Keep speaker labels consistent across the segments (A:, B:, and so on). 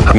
A: I've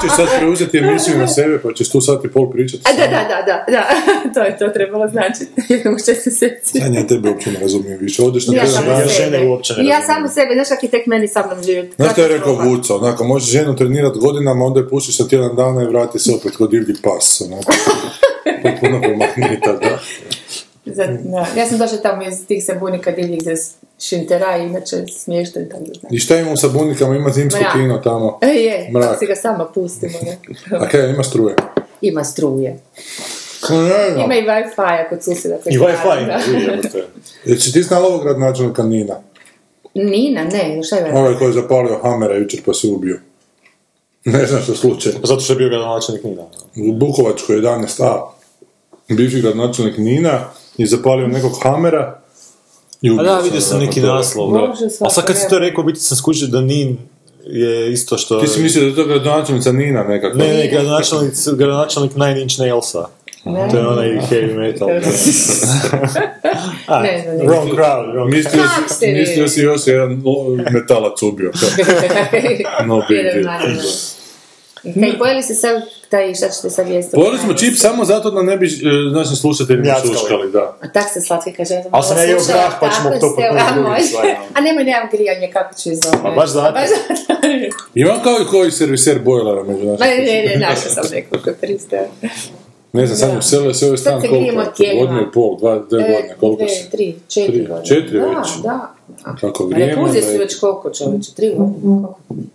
B: Ti ćeš sad preuzeti emisiju na sebe, pa ćeš tu sat i pol pričati.
C: e. A da, da, da, da, da, to je to trebalo značiti, jednom šest mjeseci.
B: Sanja, ja tebe uopće ne razumijem više. Odeš na
C: Ja
B: tjedan
C: samo
B: dana.
C: sebe.
D: žene uopće ne
C: Ja
D: razumijem.
C: samo sebe, znaš kak je tek meni sa mnom živjeti.
B: Znaš što je rekao Vuca, onako, možeš ženu trenirati godinama, onda je pušiš sa tjedan dana i vrati se opet kod divlji pas, onako. Potpuno pomagnita, da.
C: Za- da, Ja sam došla tamo iz tih sabunika divljih za šintera i inače smiješno i tako da znam.
B: I šta imamo sa bunikama, ima zimsko
C: Mrak.
B: kino tamo.
C: E, je,
B: Mrak.
C: si ga sama pustimo, ne?
B: A kaj, ima struje?
C: Ima struje. Ima i Wi-Fi kod susjeda. koji
D: I
C: se radi,
D: Wi-Fi
C: da.
D: ima,
B: Jebote. Jesi ti znala ovog gradonačelnika Nina?
C: Nina, ne, šta je
B: Ovaj koji je zapalio Hamera jučer pa se ubio. Ne znam što slučaj.
D: Zato što je bio gradonačelnik Nina.
B: U Bukovačku 11a. Bivši gradonačelnik Nina je zapalio nekog Hamera i
D: A
B: ubio
D: Pa da,
B: se,
D: vidio sam
B: onako,
D: neki
B: to je.
D: naslov, da.
C: Može
D: A sad kad si
C: svako,
D: to
C: je.
D: rekao, u biti sam skužio da Nin je isto što...
B: Ti si mislio da je to gradonačelnica Nina nekako?
D: Ne, ne, gradonačelnik, gradonačelnik Nine Inch Nailsa.
B: Ono,
C: Ne.
D: To je onaj heavy metal. A,
C: Ne znam, ne.
D: wrong crowd, wrong
B: Mislio,
C: Kak
B: si,
C: ste vi?
B: mislio si još jedan o, metalac ubio. No big
C: Jedan
B: deal.
C: naravno. Kaj, pojeli ste sad taj, šta ćete sad jesti?
B: Pojeli smo čip samo zato da ne bi e, našim slušateljima
D: Pljackali.
B: šuškali, da.
C: A tak se slatke kaže.
D: Ali sam ja jeo
C: slušala,
D: grah, pa ćemo
C: tako
D: to
C: ste,
D: potpuno
C: a,
D: drugi
C: može.
D: stvar.
C: A nemoj, nemam grijanje, kako ću izvojiti.
D: Pa baš zato.
B: Imam kao i koji serviser bojlera među našim
C: Ma ne, ne, ne, našla sam nekoliko pristaja.
B: Ne znam, sad uselio se ovaj stan
C: Sad se
B: koliko
C: grijemo
B: je,
C: tijelima.
B: godinu i pol, dva, dve godine, koliko
C: E, Dve,
B: se,
C: Tri, četiri
B: Tri,
C: godine.
B: četiri
C: da,
B: već.
C: Da, da.
B: kako vrijeme,
C: Repuzije
B: da
C: su
B: je-
C: već koliko čovječe, tri godine.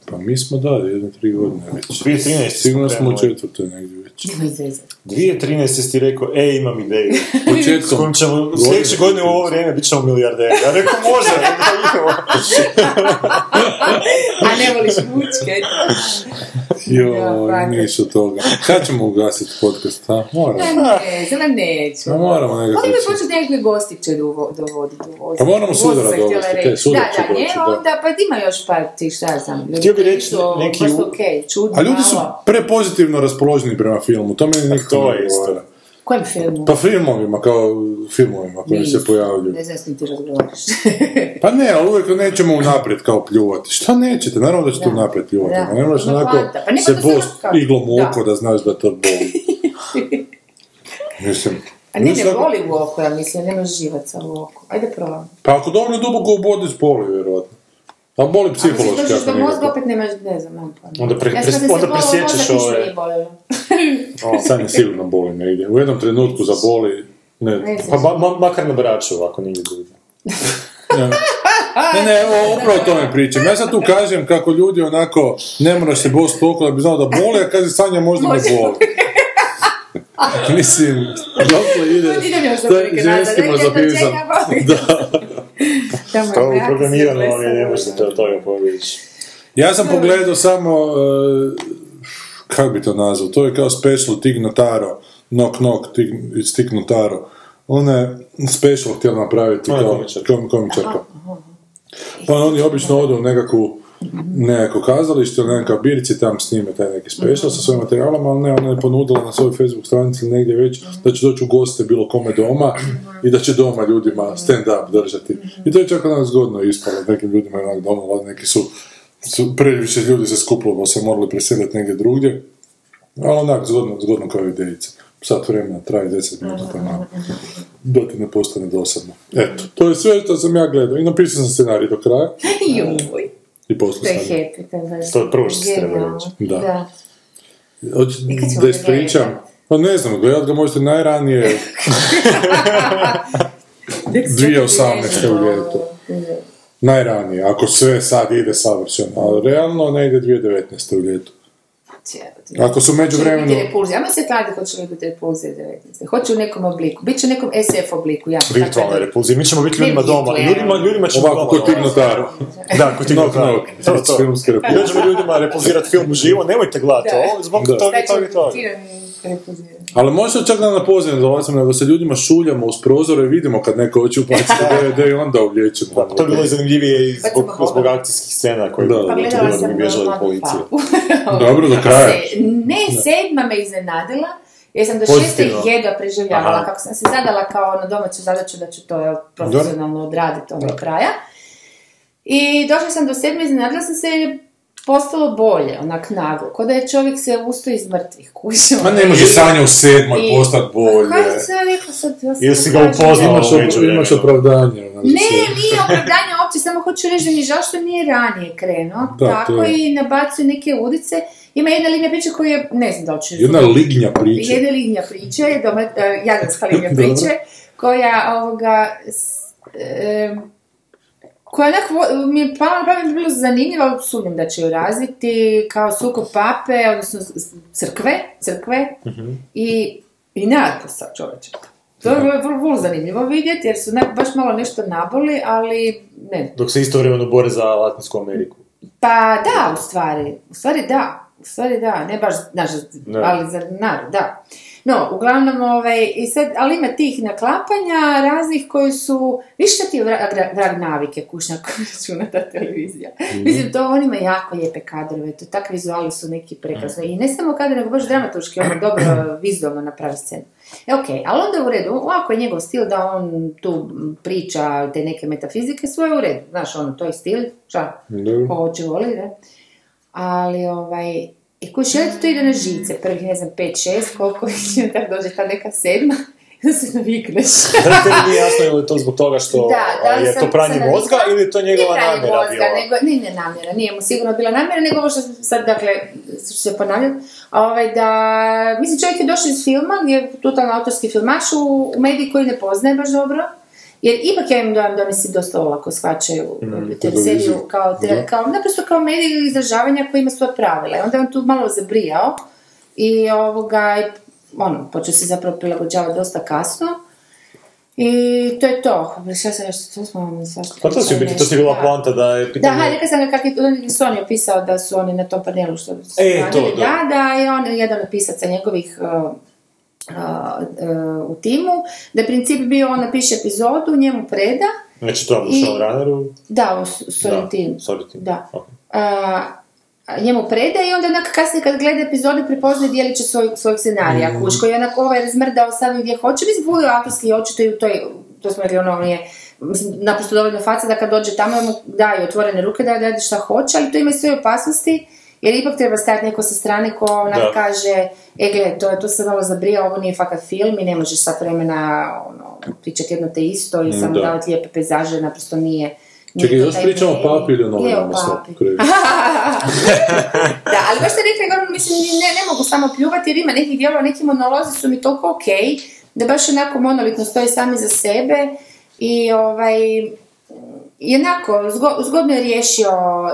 B: pa mi smo da, jedne, tri godine već.
D: 2013
B: Sigurno smo u
D: krenuli.
B: četvrtoj negdje već.
C: Nema izveze.
D: 2013 si ti rekao, e, imam ideju. S
B: Početkom.
D: kojom ćemo, sljedeće godine u ovo vrijeme bit ćemo milijarderi. Ja rekao, može, onda idemo.
C: A ne voliš mučke. Ja,
B: Joj,
C: fakat.
B: nisu toga. Kad ćemo ugasiti podcast, ha?
C: Ne,
B: Moramo.
C: ne, zama neću.
B: Pa moramo nekako.
C: Oni bi početi nekakve gostiće dovo- dovoditi u vozu.
B: Pa moramo
C: Vozu
B: sudara
C: sam htjela
B: dovesti,
C: reći.
B: te, sudar
C: Da,
B: će
C: da,
B: doći,
C: nje,
B: da.
C: onda, pa ima još par tih, šta ja znam.
D: Htio bi reći
C: nešto,
D: neki
C: baš
D: u-
C: okej, čudno,
B: A ljudi su
C: malo.
B: prepozitivno raspoloženi prema filmu, to meni nikto
D: Pa To je
B: ne
D: isto.
B: govara.
C: Kojem filmu?
B: Pa filmovima, kao filmovima koji se pojavljuju.
C: Ne znam s kim ti razgovaraš.
B: Pa ne, ali uvijek nećemo unaprijed kao pljuvati. Šta nećete? Naravno da ćete
C: Da.
B: unaprijed pljuvati.
C: Da.
B: Da. Ne moraš
C: Ma
B: onako
C: hvata. Pa nema
B: se
C: da se
B: bost
C: natkako.
B: iglom u
C: Da.
B: oko da znaš da to boli. Mislim,
C: A ne,
B: mislim
C: ne
B: da-
C: boli u oko, ja mislim, nema živaca u oko. Ajde probam.
B: Pa ako dobro duboko ubodi, boli vjerojatno. A boli
C: Ako se
B: psihološki
C: dođeš
B: ako
C: do mozga,
B: nekako.
C: opet nemaš, ne znam, nemam pojma.
D: Onda pre-
C: ja sam
D: pres-
C: kad sam se
D: onda
C: bolila u
D: presječeš
C: mozak, ništa
D: ove-
C: nije bolilo.
B: Sad je sigurno boli negdje. U jednom trenutku zaboli. Ne,
C: Ne znam.
D: Pa ma, ma, makar na braču, ako nigdje drugdje.
B: ne, ne, evo, upravo o tome pričam. Ja sad tu kažem kako ljudi onako ne moraš se bosti toliko da bi znao da boli, a kaže Sanja možda ne
C: Može.
B: boli. Mislim, dokle ide
C: Idem još za
B: taj
C: prekid,
B: ženski
C: da, da, da,
B: mazohizam.
C: da, da,
B: Da.
C: Tamo je
D: To je
C: brak,
D: programirano,
C: sve
D: ali ne
C: blesavo.
D: možete od toga pobjeći.
B: Ja sam pogledao samo, eh, kako bi to nazvao, to je kao special Tig Notaro, Knock Knock, Tig, it's Tig Notaro. Ona je special htjela napraviti
D: Ona je
B: kao
D: komičarka.
B: kom, komičarka. Pa oni obično odu u nekakvu nekako kazalište ili nekakva birci tam snime taj neki special sa svojim materijalom, ali ne, ona je ponudila na svojoj Facebook stranici ili negdje već da će doći u goste bilo kome doma i da će doma ljudima stand-up držati. I to je čak onak zgodno ispalo, nekim ljudima je onak doma, ali neki su, su previše ljudi se skupilo, pa se morali preseliti negdje drugdje, ali onak zgodno, zgodno kao idejica. Sat vremena traje 10 minuta tamo, da ti ne postane dosadno. Eto, to je sve što sam ja gledao i napisao sam scenarij do kraja
C: Joj,
B: i
C: to
B: poslao
C: je
B: sam.
C: happy, to je baš
D: To je prvo što se treba
C: genijalno.
D: reći.
B: Da.
C: da.
B: Hoć,
C: Nikad ćemo
B: da
C: ga
B: ispričam?
C: gledat.
B: Pa ne znam, gledat ga možete najranije 2018. u ljetu. Najranije, ako sve sad ide savršeno, ali realno negdje 2019. u ljetu. Ako su
C: Hoće
B: među
C: li
B: vremenu...
C: biti repulzije? Ajmo se kladi hoće li biti repulzije 19. Hoće u nekom obliku. Biće u nekom SF obliku, ja.
D: Virtualne repulzije. Mi ćemo biti ljudima
C: Ne
D: doma.
C: virtualne.
D: Ljudima, ljudima ćemo
B: Ovako,
D: doma ono,
B: ko ti
D: dolaziti.
B: notaru.
D: Da, ko ti
B: Knock,
D: notaru.
B: knock.
D: To, to.
C: Pa
B: Filmske repulzije.
D: Dođemo ljudima repulzirati film uživo, nemojte gledati ovo, zbog
B: Da.
D: toga, toga, toga.
C: Znači, prepozirati.
B: Ali možda čak da na poziv dolazimo, nego se ljudima šuljamo uz prozore i vidimo kad neko hoće upaciti DVD i onda uvlječemo.
D: Da, pa to je bilo i zanimljivije i zbog,
C: Recimo,
D: zbog akcijskih scena koje
B: Da.
D: je
B: Pa
C: Pa
D: bilo
C: gledala sam
D: da bi bježali od
C: Mladu
D: policije.
C: Papu.
B: Dobro, do kraja.
C: pa. Se- ne, sedma me iznenadila. Ja sam do
D: Pozitivno.
C: šeste jedva preživljavala,
D: Aha.
C: kako sam se zadala kao na domaću zadaću da ću to jel, profesionalno odraditi ono do kraja. I došla sam do sedme, iznenadila sam se jer je postalo bolje, onak naglo. Ko da je čovjek se usto iz mrtvih kuća.
B: Ma Pa ne može Sanja u sedmoj
C: I- Pa,
B: postati bolje.
C: Kaj sam ja rekla sad? Ja sam
D: Jel si ga
C: kažem,
D: upoznala?
B: Imaš, op-
D: Među
B: imaš
D: vremena.
B: opravdanje. znači,
C: Ne,
B: sve.
C: nije opravdanje uopće, samo hoću reći da mi je žao što nije ranije krenuo.
B: Da, to
C: tako
B: je.
C: i nabacuje neke udice. Ima jedna linija priče koju je, ne znam da li ću
B: Jedna lignja priča.
C: Znači, jedna linija priče, doma, eh, jadranska linija priče, koja ovoga... s- em, koja onak vo- mi je pala na pamet da je bilo zanimljivo, ali sumnjam da će ju razviti, kao sukob pape, odnosno s- s- crkve, crkve i, i narkosa čovječa. To je bilo vrlo, vrlo zanimljivo vidjeti, jer su onak baš malo nešto naboli, ali ne.
D: Dok se istovremeno bore za Latinsku Ameriku.
C: Pa da, u stvari, u stvari da, u stvari da, ne baš, znaš,
D: Ne.
C: ali za narod, da. No, uglavnom, ovaj, i sad, ali ima tih naklapanja raznih koji su, viš šta ti je vra- dra- drag navike kućna koju računa ta televizija. Mislim, to on ima jako lijepe kadrove, to tak vizuali su neki prekrasni. I ne samo kadre, nego baš dramatuški, on dobro vizualno napravi scenu. E, ok, ali onda je u redu, ovako je njegov stil da on tu priča te neke metafizike, svoje u redu. Znaš, ono, to je stil, šta,
B: Dobro.
C: ko hoće voli, ne? Ali, ovaj, i koji šelit to ide na žice, prvih, ne znam, 5-6, koliko ih tako dođe ta neka sedma, da se navikneš.
D: Da li tebi nije jasno je li to zbog toga što
C: Da, da li
D: je
C: sam-
D: to pranje
C: sam navikla?
D: mozga ili je to njegova
C: Nije pranje
D: namjera
C: mozga,
D: bila?
C: Nego, ne, ne namjera, nije mu sigurno bila namjera, nego ovo što sam sad, dakle, što ću se ponavljam, ovaj, da, mislim, čovjek je došao iz filma, gdje je totalno autorski filmaš u, u mediji koji ne poznaje baš dobro, jer ipak ja imam dojam da oni se dosta olako shvaćaju
D: Mm,
C: ono, te
B: televiziju.
C: seriju kao, te-
D: Mhm.
C: kao, naprosto kao medij izražavanja koji ima svoje pravila. I onda je on tu malo zabrijao i ovoga, i, ono, počeo se zapravo prilagođavati dosta kasno. I to je to. Šta sam još, to smo vam svašta
D: Pa to si u biti, to si bila
C: Da.
D: poanta da je
C: Da,
D: pitanje...
C: ha, rekla sam ga kako je Sony opisao da su oni na tom panelu što su
D: E, to,
C: radili,
D: da.
C: da, da, je on jedan od pisaca njegovih uh, uh, uh, u timu, da je princip bio on napiše epizodu, njemu preda,
D: Znači to je
C: I-
D: u Runneru.
C: da, u Sorrentinu.
D: Sorrentinu.
C: Da.
D: Ok.
C: a, a njemu preda i onda onak kasnije kad gleda epizodu prepoznaje djelit će svoj, svoj scenarija mm. kuško i onak ovaj razmrdao sam gdje hoće mislim budu autorski očito i u toj to smo rekli ono on je mislim, naprosto dovoljno faca da kad dođe tamo mu daju otvorene ruke da radi šta hoće ali to ima sve opasnosti jer ipak treba stajati neko sa strane ko onak
D: Da.
C: kaže e gle, to, to se malo zabrija, ovo nije fakat film i ne možeš sad vremena ono, pričati jedno te isto i samo
B: da.
C: davati lijepe pejzaže, naprosto nije nije
B: Čekaj,
C: to
B: još
C: taj
B: pričamo o
C: medij.
B: papi ili o
C: Je, o
B: novinama sad?
C: papi.
B: Krevi.
C: Da, ali baš ste rekli, ono, mislim, ne, ne mogu samo pljuvati jer ima nekih dijelova, neki monolozi su mi toliko okej, da baš onako monolitno stoje sami za sebe i ovaj, i onako, zgo- zgodno je riješio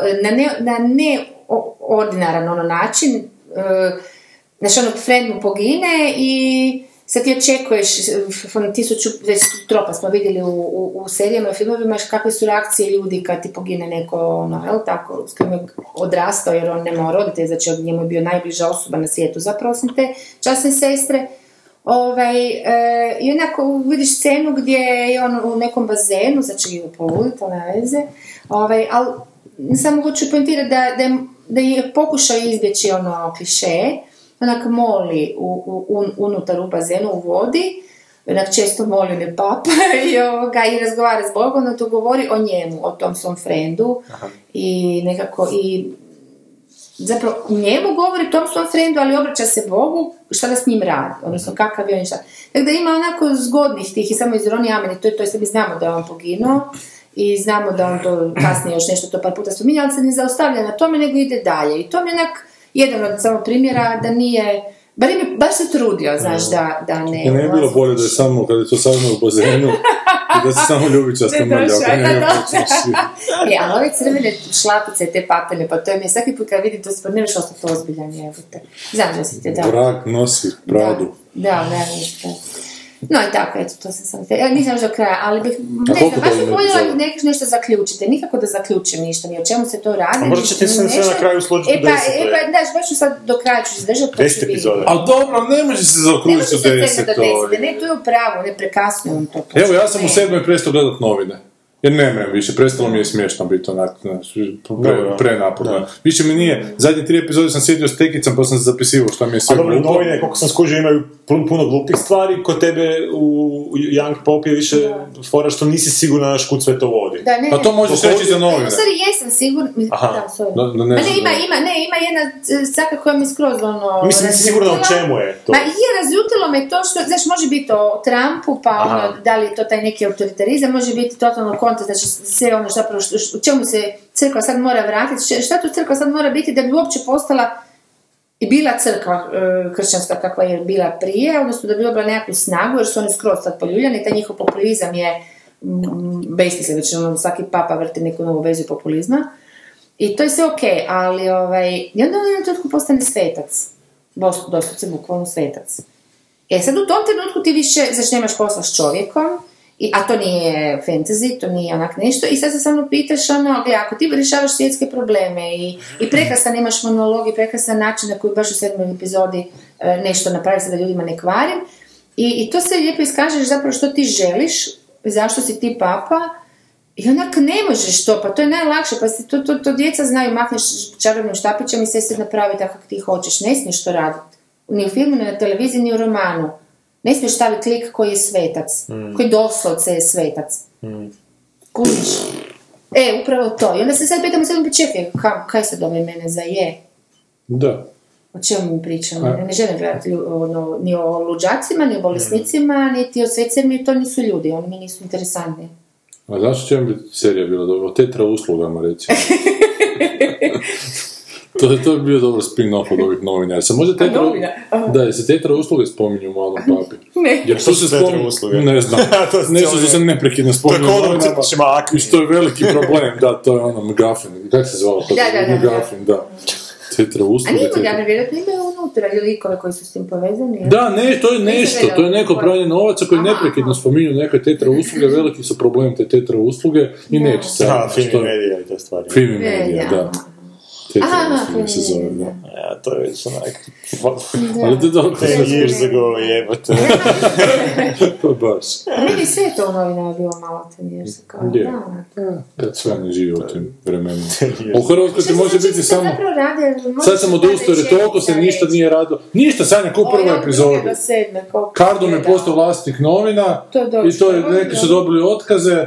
C: e, na ne, na ne o- ordinaran ono način, e, znaš, ono, friend mu pogine i sad ti očekuješ, e, ono, tisuću, već tropa smo vidjeli u, u, u serijama i filmovima, kakve su reakcije ljudi kad ti pogine neko, ono, jel tako, s kojim je odrastao, jer on nema roditelja, znači on njemu je bio najbliža osoba na svijetu, zapravo osim te časne sestre. Ovaj, e, I onako vidiš scenu gdje je on u nekom bazenu, znači u poludit, ona veze, ovaj, ali samo hoću pojentirati da, da, je, da je pokušao izbjeći ono kliše, onak moli u, u, un- unutar u bazenu u vodi, onak često moli ne papa i, ovoga, i razgovara s Bogom, no to govori o njemu, o tom svom frendu i nekako i zapravo njemu govori tom svom frendu, ali obraća se Bogu šta da s njim radi, odnosno
B: Mhm.
C: kakav je on i šta. Tako da ima onako zgodnih tih i samo iz Ronija Ameni, to je to, jest mi znamo da je on poginuo i znamo da on to kasnije još nešto to par puta spominja, ali se ne zaustavlja na tome, nego ide dalje. I to mi je onak jedan od samo primjera da nije, bar, je, baš se trudio, znaš, da, da ne...
B: Mhm. I ne bi bilo
C: ulazi-
B: bolje da je samo, kad je to saznao u bazenu, i da se samo ljubičasto
C: Ne
B: pa mrljao.
C: trošak,
B: kad njega
C: da.
B: počneš svi-
C: E, ali ove crvene šlapice, te papene, pa to je mi svaki put kad vidim to spod, ne više ostati ozbiljan jebote. Znam da si te, da.
B: Vrag nosi pradu.
C: Da, da, ništa. No i tako, eto, to sam sam te... e, Nisam još do kraja, ali bih... Ne
B: koliko
C: znam, baš
B: to
C: bih
B: ima
C: voljela
B: epizoda?
C: da nek- nešto zaključite. Nikako da zaključim ništa, ni o čemu se to radi.
D: A možda
C: ni-
D: će ti se
C: ni
D: sve na
C: nešto.
D: kraju složiti
C: E pa,
D: deset,
C: e
D: to je.
C: pa, znaš, baš ću sad do kraja ću izdržati. to će
D: Deset
C: biti.
D: epizoda.
B: Ali dobro,
C: Ne
B: ne može se
C: može se
B: zaokružiti do
C: odsegnuti do
B: 10.
C: desete, ne, to je u pravu, ne prekasno je on to.
B: Evo, ja sam
C: Ne.
B: u sedmoj prestao gledat novine. Jer ne mrem više, prestalo mi je smiješno biti onak, znaš, pre,
D: Dobro. Da.
B: prenaporno. Više mi nije, zadnje tri epizode sam sjedio s tekicom pa sam se zapisivao šta mi je sve
D: A dobro,
B: glupo.
D: novine, koliko sam skužio, imaju puno, puno glupih stvari, kod tebe u Young Pop je više fora što nisi sigurna na kud sve to vodi.
C: Da, ne,
B: Pa to
C: ne.
B: možeš
D: Dok
B: reći za novine.
C: U stvari jesam sigurna,
D: Aha.
C: da, sorry.
B: Da- da ne
C: Ma ne,
B: znam,
C: ima,
B: da.
C: ima, ne, ima jedna e, caka koja mi skroz ono...
D: Mislim, nisi sigurna u
C: razljutila.
D: čemu je to.
C: Ma je, razljutilo me to što, znaš, može biti o Trumpu, pa
D: Aha.
C: ono, da li je to taj neki autoritarizam, može biti totalno kontra, znači sve ono zapravo, što, š- u čemu se crkva sad mora vratiti, š- šta tu crkva sad mora biti da bi uopće postala i bila crkva e, kršćanska kakva je bila prije, odnosno da bi dobila nekakvu snagu, jer su oni skroz sad poljuljani, taj njihov populizam je mm, besmislen, ono, svaki papa vrti neku novu vezu populizma. I to je sve ok, ali ovaj, i onda on u jednom trenutku postane svetac. Bos- Doslovce bukvalno svetac. E sad u tom trenutku ti više, znači nemaš posla s čovjekom, i, a to nije fantasy, to nije onak nešto, i sad se samo pitaš ono, gle, ako ti rješavaš svjetske probleme i, i prekrasan imaš monolog i prekrasan način na koji baš u sedmoj epizodi e, nešto napravi se da ljudima ne kvarim, i, i to se lijepo iskažeš zapravo što ti želiš, zašto si ti papa, i onak ne možeš to, pa to je najlakše, pa se to, to, to djeca znaju, makneš čarobnim štapićem i sve se napravi tako kako ti hoćeš, ne smiješ to raditi. Ni u filmu, ni na televiziji, ni u romanu. Ne smiješ staviti lik koji je svetac, koji doslovce je svetac. Kužiš? E, upravo to. I onda se sad pitam, sad mi čekaj, ka- kaj sad ove mene za je?
B: Da.
C: O čemu mi pričamo? Ne želim gledati lju- ono, ni o luđacima, ni o bolesnicima, niti o svecima, to nisu ljudi, oni mi nisu interesantni.
B: A znaš o čemu bi serija bila dobra? O tetra uslugama, recimo. to, to bi bio dobar spin-off od ovih novina. Jer se možda tetra...
C: novina? Aha.
B: Da, jer se tetra usluge spominju u malom papi.
C: Ne.
B: Jer
D: Što
B: što
D: su
B: se
D: tetra
B: spominju...
D: usluge?
B: Ne znam.
D: To su
B: Nešto
D: cijelo
B: što se neprekidno
D: To je
B: spominju u
D: kod ono
B: novinama.
D: crtićima akni.
B: I što je veliki problem, da, to je ono McGuffin, kako se zvalo? to?
C: Da, da, da, da.
B: McGuffin, da. Tetra
C: A
B: usluge,
C: nije
B: tetra-
C: Morgana, vjerojatno imaju unutra ili likove koji su s tim povezani. jel?
B: Da, ne, to je nešto, to je neko pranje novaca koji
C: Aha.
B: neprekidno spominju neke tetra usluge, veliki su problem te tetra usluge i neće se.
D: Da, znači,
B: što je-
D: Fimi medija i te stvari.
B: Fimi
C: Ne,
B: medija,
C: da.
B: da. Tetra
C: Aha,
B: usluge se
C: Fimi
B: zove,
C: medija,
B: da.
D: Ja, to je već onak...
B: Ali to je dobro,
D: Ten years
C: medija.
D: ago, jebate.
B: to je baš.
C: A meni sve to u novinama bilo malo ten years kao
B: Je.
C: da.
B: Kad sve ne živi u tim vremenima. U Hrvatskoj ti
C: Što
B: može
C: znači
B: biti
C: sad
B: samo...
C: zapravo rade, možda
B: Sad sam
C: se
B: odustao jer
C: radi
B: toliko se
C: četiri,
B: ništa
C: pet.
B: nije radilo. Ništa, Sanja, ko
C: Ovo je
B: prva
C: od
B: epizoda.
C: druge do sedme, koliko
B: Kardom je
C: da.
B: postao vlasnik novina
C: To je dobro.
B: i to je, neki su dobili otkaze,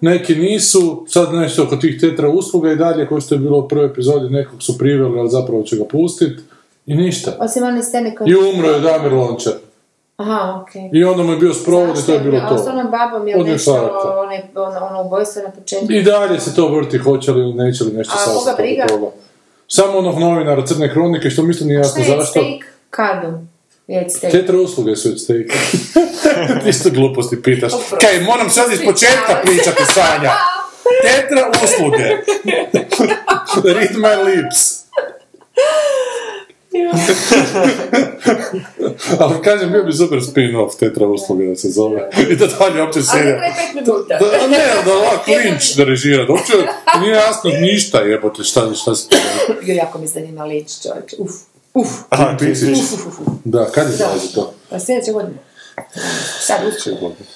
B: neki nisu, sad nešto oko tih tetra usluga i dalje, koji što je bilo u prvoj epizodi, nekog su priveli, ali zapravo će ga pustit i ništa.
C: Osim one scene koje...
B: I umro je Damir Lončar.
C: Aha, okej.
B: I onda mu je bio sprovod i
C: Zašto
B: to je bilo
C: A s
B: to.
C: onom babom je
B: Od
C: nešto,
B: infarkta.
C: one- ono, ono ubojstvo na početku.
B: I dalje se to vrti, hoće li ili neće li nešto
C: A
B: sad
C: koga
B: se to
C: briga?
B: dogodilo. Samo onog novinara Crne kronike, što mislim nije jasno
C: Šta je
B: zašto.
C: steak kardom? Je steak.
B: Tetra usluge su od stejka. Ti isto gluposti pitaš.
C: Oprosti.
B: Kaj, moram sad iz početka pričati, Sanja. Tetra usluge. Read my lips. Ali kažem, bio bi super spin-off Tetra usluge da se zove. I da dalje uopće
C: Ali
B: serija.
C: to je pet minuta.
B: Da, a ne, da ovak Lynch da režira. Uopće nije jasno ništa jebote šta, šta se...
C: Jo, jako me zanima Lynch, čovječ. Uf, uf,
D: Aha, ti si-
C: uf, uf, uf.
B: Da, kad je
C: Da.
B: dolazi to?
C: Pa sljedeće godine. Sad uskoro.
B: sljedeće godine.